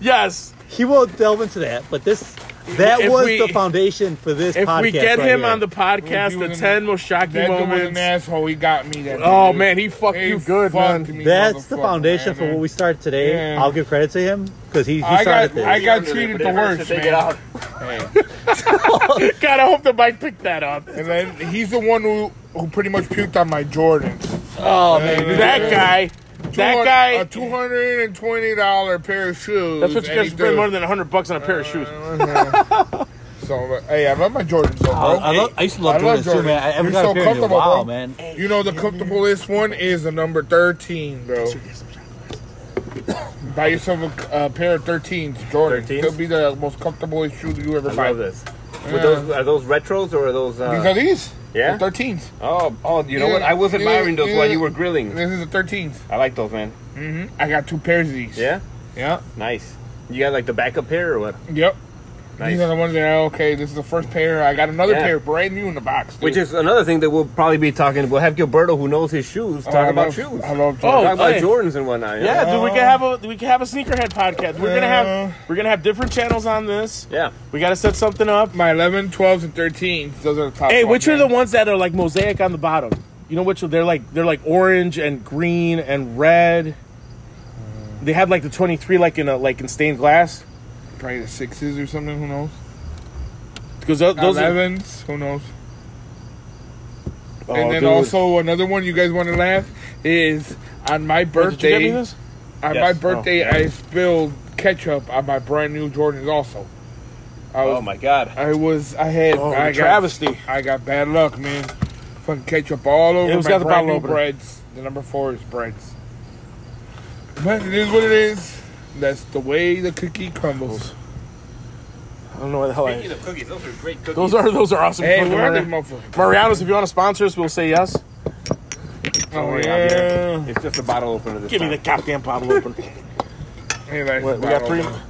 Speaker 1: yes,
Speaker 3: he will delve into that, but this that
Speaker 1: If
Speaker 3: was
Speaker 1: we-
Speaker 3: the foundation for this
Speaker 1: if
Speaker 3: podcast.
Speaker 1: we get
Speaker 3: right
Speaker 1: him
Speaker 3: here.
Speaker 1: on the podcast,
Speaker 4: We'll do
Speaker 1: the
Speaker 4: it.
Speaker 1: ten most shocking
Speaker 4: That dude was an
Speaker 1: moments.
Speaker 4: asshole. He got me. That
Speaker 1: Oh
Speaker 4: dude.
Speaker 1: man, he fucked
Speaker 4: He
Speaker 1: you good,
Speaker 4: fucked
Speaker 1: man.
Speaker 4: me,
Speaker 3: That's the
Speaker 4: motherfucker,
Speaker 3: foundation
Speaker 4: man.
Speaker 3: for what we started today.
Speaker 4: Yeah.
Speaker 3: I'll give credit to him because he, he
Speaker 4: I
Speaker 3: started
Speaker 4: got,
Speaker 3: this.
Speaker 4: I got treated the worst, man.
Speaker 1: God, I hope the mic picked that up.
Speaker 4: And then he's the one who, who pretty much puked on my Jordans.
Speaker 3: oh man,
Speaker 1: That guy, that
Speaker 4: a
Speaker 1: guy.
Speaker 4: two hundred and twenty dollar pair of shoes.
Speaker 1: That's what you
Speaker 4: and
Speaker 1: guys
Speaker 4: he
Speaker 1: spend
Speaker 4: threw-
Speaker 1: more than hundred bucks on a pair of shoes.
Speaker 4: So but, hey, I love my Jordans, though, bro.
Speaker 3: I, love, I used to love
Speaker 4: I love
Speaker 3: doing this too,
Speaker 4: Jordans.
Speaker 3: man. I haven't
Speaker 4: You're
Speaker 3: got
Speaker 4: so
Speaker 3: a pair in a
Speaker 4: comfortable,
Speaker 3: while,
Speaker 4: bro.
Speaker 3: man.
Speaker 4: You know the comfortablest one is the number thirteen, bro. Buy yourself a uh, pair of 13s, Jordan.
Speaker 2: 13s?
Speaker 4: They'll be the most comfortable shoe that you ever
Speaker 2: I
Speaker 4: buy.
Speaker 2: love this. With those, are those retros or are those?
Speaker 4: These are
Speaker 2: Uh,
Speaker 4: these.
Speaker 2: yeah?
Speaker 4: The 13s.
Speaker 2: oh, oh, you know what? I was
Speaker 4: Yeah,
Speaker 2: admiring those
Speaker 4: yeah.
Speaker 2: while you were grilling.
Speaker 4: This is the 13s.
Speaker 2: I like those, man.
Speaker 4: I got two pairs of these.
Speaker 2: Yeah,
Speaker 4: Yeah.
Speaker 2: nice. You got like the backup pair or what?
Speaker 4: Yep. These are
Speaker 2: Nice.
Speaker 4: the ones that are okay. This is the first pair. I got another
Speaker 2: Yeah.
Speaker 4: pair brand new in the box. dude.
Speaker 2: Which is another thing that we'll probably be talking. We'll have Gilberto, who knows his shoes,
Speaker 4: Oh,
Speaker 2: talk
Speaker 4: I
Speaker 2: about
Speaker 4: love-
Speaker 2: shoes.
Speaker 4: I love
Speaker 1: Oh,
Speaker 2: talk
Speaker 4: Jordan.
Speaker 2: about
Speaker 1: hey.
Speaker 2: Jordans and whatnot.
Speaker 1: Yeah, dude, we can have a we can have a sneakerhead podcast. We're gonna have we're gonna have different channels on this.
Speaker 2: yeah.
Speaker 1: We gotta set something up.
Speaker 4: my 11, 12s, and 13s. Those are the top.
Speaker 1: Hey,
Speaker 4: ones,
Speaker 1: which are
Speaker 4: man.
Speaker 1: the ones that are like mosaic on the bottom? You know which they're like they're like orange and green and red. They have like the twenty three like in a like in stained glass
Speaker 4: Probably the sixes or something. Who knows?
Speaker 1: because those, those are,
Speaker 4: 11s. Who knows?
Speaker 1: oh,
Speaker 4: and then
Speaker 1: dude.
Speaker 4: also another one you guys want to laugh is on my
Speaker 1: Wait, did you
Speaker 4: birthday.
Speaker 1: get me this? Oh,
Speaker 4: On
Speaker 2: Yes.
Speaker 4: my birthday, I spilled ketchup on my brand new Jordans. Also, I was,
Speaker 2: Oh my God.
Speaker 4: I was, I had,
Speaker 1: Oh,
Speaker 4: I
Speaker 1: the travesty.
Speaker 4: I got bad luck, man. Fucking ketchup all over
Speaker 1: It was
Speaker 4: my
Speaker 1: got the
Speaker 4: brand
Speaker 1: bottle
Speaker 4: new
Speaker 1: opener.
Speaker 4: breads. The number four is breads. But it is what it is. That's the way the cookie crumbles.
Speaker 1: I don't know what the hell. I,
Speaker 2: of cookies, those are great cookies.
Speaker 1: those are those are awesome.
Speaker 4: Hey,
Speaker 1: fucking
Speaker 4: where are
Speaker 1: Mari-
Speaker 4: these motherfuckers?
Speaker 1: Marianos, if you want to sponsor us, we'll say yes.
Speaker 4: Oh,
Speaker 2: worry, I'm
Speaker 4: yeah.
Speaker 2: It's just a bottle opener. This
Speaker 1: Give me
Speaker 2: time.
Speaker 1: the goddamn bottle open.
Speaker 4: Hey, that's
Speaker 1: What,
Speaker 4: the
Speaker 1: we got
Speaker 4: bottle
Speaker 1: three.
Speaker 4: opener.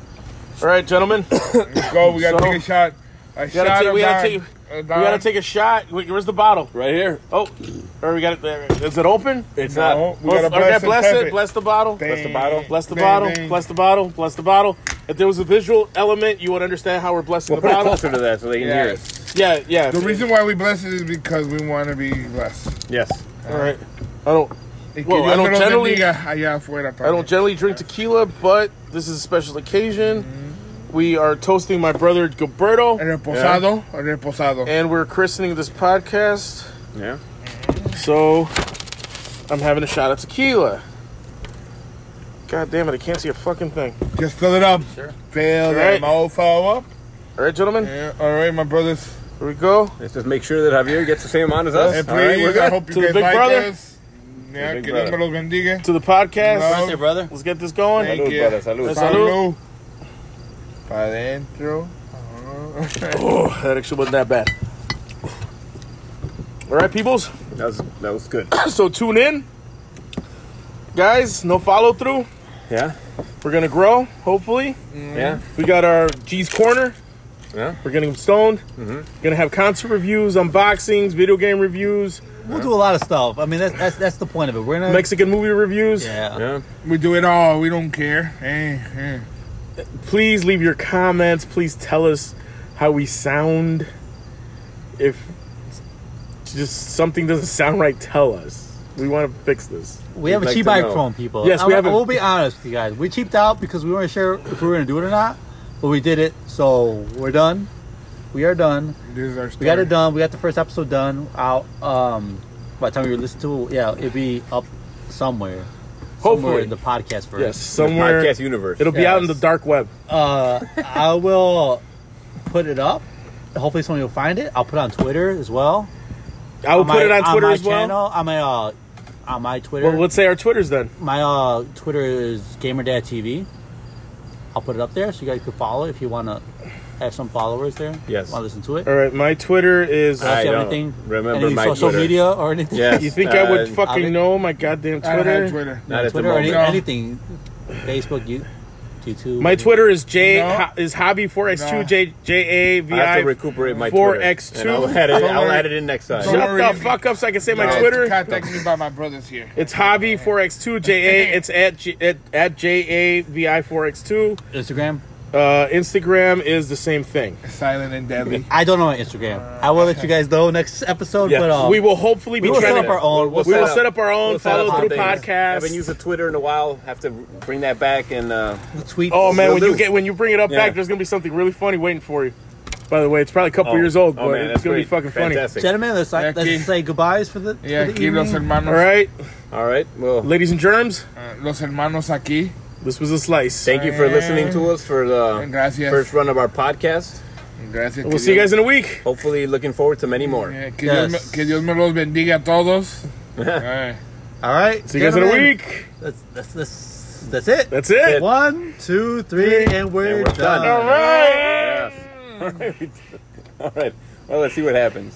Speaker 1: All right, gentlemen.
Speaker 4: Let's go. We gotta
Speaker 1: So-
Speaker 4: take a shot. A
Speaker 1: gotta
Speaker 4: shot
Speaker 1: take-
Speaker 4: of
Speaker 1: we gotta take-
Speaker 4: Don- uh,
Speaker 1: We
Speaker 4: Don.
Speaker 1: gotta take a shot. Wait, where's the bottle?
Speaker 2: right here.
Speaker 1: Oh, or we got it there. Is it open?
Speaker 2: It's
Speaker 4: No,
Speaker 2: not.
Speaker 4: we gotta
Speaker 1: Okay,
Speaker 4: bless, and
Speaker 1: bless
Speaker 4: pep
Speaker 1: it. Bless the bottle.
Speaker 4: Bless the
Speaker 2: bottle.
Speaker 1: Bless the
Speaker 4: Bang,
Speaker 1: bottle.
Speaker 4: bang.
Speaker 1: Bless the bottle. Bless the bottle. If there was a visual element, you would understand how we're blessing
Speaker 2: Put
Speaker 1: the
Speaker 2: it
Speaker 1: bottle.
Speaker 2: closer to that so they can hear it.
Speaker 4: Yes.
Speaker 1: Yeah, yeah.
Speaker 4: The reason why we bless it is because we want to be blessed.
Speaker 2: Yes.
Speaker 1: All right. I don't.
Speaker 4: Y
Speaker 1: Well, I don't
Speaker 4: Dios me lo
Speaker 1: generally-
Speaker 4: bendiga allá afuera
Speaker 1: I don't
Speaker 4: también.
Speaker 1: generally drink tequila, but this is a special occasion.
Speaker 4: Mm-hmm.
Speaker 1: We are toasting my brother Gilberto,
Speaker 4: Reposado, reposado.
Speaker 1: and we're christening this podcast.
Speaker 2: Yeah.
Speaker 1: So I'm having a shot of tequila. God damn it! I can't see a fucking thing.
Speaker 4: Just fill it up. Sure. Fill that
Speaker 1: Right.
Speaker 4: mofo up.
Speaker 1: All right, gentlemen.
Speaker 4: Yeah. All right, my brothers.
Speaker 1: Here we go.
Speaker 2: Let's just make sure that Javier gets the same amount as us.
Speaker 4: And please,
Speaker 2: All right, we're
Speaker 4: I
Speaker 2: good.
Speaker 4: hope you
Speaker 1: To the
Speaker 4: guys
Speaker 1: big
Speaker 4: like
Speaker 1: brother.
Speaker 4: this. Yeah,
Speaker 2: big
Speaker 4: que Dios me
Speaker 2: brother.
Speaker 4: los bendiga.
Speaker 1: To the podcast.
Speaker 4: Love.
Speaker 3: Hey, brother.
Speaker 1: Let's get this going.
Speaker 4: Thank
Speaker 2: Salud,
Speaker 4: you.
Speaker 2: brother. Salud.
Speaker 1: Salud.
Speaker 4: Pa dentro.
Speaker 1: Oh, that actually wasn't that bad. All right, peoples.
Speaker 2: That was, that was good.
Speaker 1: So tune in, guys. No follow through.
Speaker 2: Yeah.
Speaker 1: We're gonna grow. Hopefully,
Speaker 2: Yeah.
Speaker 1: we got our G's corner.
Speaker 2: Yeah.
Speaker 1: We're getting stoned. Gonna have concert reviews, unboxings, video game reviews,
Speaker 3: We'll do a lot of stuff. I mean, that's that's, that's the point of it. We're gonna.
Speaker 1: Mexican movie reviews.
Speaker 3: yeah.
Speaker 2: Yeah.
Speaker 4: We do it all. We don't care. Eh, eh.
Speaker 1: Please leave your comments. Please tell us how we sound. If just something doesn't sound right, tell us. We want to fix this.
Speaker 3: We have
Speaker 2: We'd
Speaker 3: a
Speaker 2: like
Speaker 3: cheap
Speaker 2: to know.
Speaker 3: microphone, people.
Speaker 1: Yes, we
Speaker 3: I'm-
Speaker 1: have a-
Speaker 3: We'll be honest with you guys. We cheaped out because we weren't sure if we were gonna do it or not, but we did it. So we're done. We are done.
Speaker 4: This is our story.
Speaker 3: We got it done. We got the first episode done out. Um, by the time you listen to it, yeah, it'll be up somewhere. somewhere
Speaker 1: Hopefully.
Speaker 3: in the podcast version.
Speaker 1: Yes, somewhere.
Speaker 2: Podcast universe.
Speaker 1: It'll be out in the dark web.
Speaker 3: Uh, I will put it up. Hopefully, someone will find it. I'll put it on Twitter as well.
Speaker 1: I will put
Speaker 3: my-
Speaker 1: it on Twitter
Speaker 3: my
Speaker 1: as well.
Speaker 3: Channel, on my uh, on my Twitter.
Speaker 1: Well, let's say our Twitters then.
Speaker 3: my uh, Twitter is GamerDadTV. I'll put it up there so you guys can follow if you want to have some followers there.
Speaker 2: Yes.
Speaker 3: Want to listen to it?
Speaker 1: All right, my Twitter is.
Speaker 3: Unless you
Speaker 2: I
Speaker 3: have
Speaker 2: don't
Speaker 3: anything-
Speaker 2: remember
Speaker 3: any
Speaker 2: my
Speaker 3: social
Speaker 2: Twitter.
Speaker 3: media or anything?
Speaker 2: Yes.
Speaker 1: you think I would
Speaker 2: Uh,
Speaker 1: fucking
Speaker 3: Avi?
Speaker 1: know my goddamn
Speaker 4: I don't
Speaker 1: Twitter?
Speaker 4: have Twitter.
Speaker 2: Not at the
Speaker 3: Twitter or any,
Speaker 2: moment.
Speaker 4: No.
Speaker 3: anything? Facebook, you, YouTube.
Speaker 1: My Twitter is J
Speaker 4: No.
Speaker 1: ho- is hobby four x
Speaker 4: No.
Speaker 1: two J J A V
Speaker 2: I have to
Speaker 1: I.
Speaker 2: recuperate my
Speaker 1: 4X2.
Speaker 2: Twitter, and I'll add it.
Speaker 4: Don't
Speaker 2: I'll
Speaker 4: worry.
Speaker 2: add it in next time.
Speaker 4: Don't
Speaker 1: Shut
Speaker 4: worry.
Speaker 1: the fuck up so I can say my
Speaker 2: No.
Speaker 1: Twitter.
Speaker 4: Contact me by my brothers here.
Speaker 1: It's hobby four x two J A. It's at J- at, at J A V I four x two.
Speaker 3: Instagram.
Speaker 1: Uh, Instagram is the same thing.
Speaker 4: Silent and deadly.
Speaker 3: I don't know my Instagram. I will let you guys know next episode.
Speaker 2: Yes.
Speaker 3: But um,
Speaker 1: We will hopefully be
Speaker 3: we will
Speaker 1: trying
Speaker 3: set
Speaker 1: to.
Speaker 3: up our own.
Speaker 2: We'll
Speaker 1: we will
Speaker 2: set up-
Speaker 1: set up our own
Speaker 2: We'll set up
Speaker 1: follow
Speaker 2: some
Speaker 1: through
Speaker 2: things. Haven't
Speaker 1: podcast.
Speaker 2: used a Twitter in a while. Have to bring that back and uh,
Speaker 3: the tweet.
Speaker 1: Oh man,
Speaker 2: Will
Speaker 1: when you
Speaker 2: do.
Speaker 1: get when you bring it up
Speaker 2: Yeah.
Speaker 1: back, there's gonna be something really funny waiting for you. By the way, it's probably a couple
Speaker 2: Oh.
Speaker 1: years old,
Speaker 2: Oh,
Speaker 1: but
Speaker 2: man,
Speaker 1: it's
Speaker 2: that's
Speaker 1: gonna be
Speaker 2: great.
Speaker 1: fucking funny.
Speaker 2: Fantastic.
Speaker 3: Gentlemen, let's,
Speaker 4: Yeah,
Speaker 3: let's
Speaker 4: aquí.
Speaker 3: say goodbyes for the,
Speaker 4: Yeah,
Speaker 3: for the
Speaker 4: aquí los
Speaker 3: evening.
Speaker 4: hermanos.
Speaker 1: All right,
Speaker 2: All right. Well,
Speaker 1: ladies and germs,
Speaker 4: Uh, los hermanos aquí.
Speaker 1: this was a slice.
Speaker 2: thank you for listening to us for the
Speaker 4: Gracias.
Speaker 2: first run of our podcast.
Speaker 4: Gracias.
Speaker 1: We'll see you guys in a week.
Speaker 2: Hopefully, looking forward to many more.
Speaker 4: Eh, que,
Speaker 3: Yes.
Speaker 4: Dios me, que Dios me los bendiga a todos. Eh.
Speaker 3: All right.
Speaker 1: See you guys in a
Speaker 3: gentlemen.
Speaker 1: week.
Speaker 3: Let's, let's, let's
Speaker 5: That's that's it.
Speaker 1: That's it.
Speaker 3: One, two, three, and
Speaker 2: we're
Speaker 3: we're, done.
Speaker 2: done. All right. All right. Well, let's see what happens.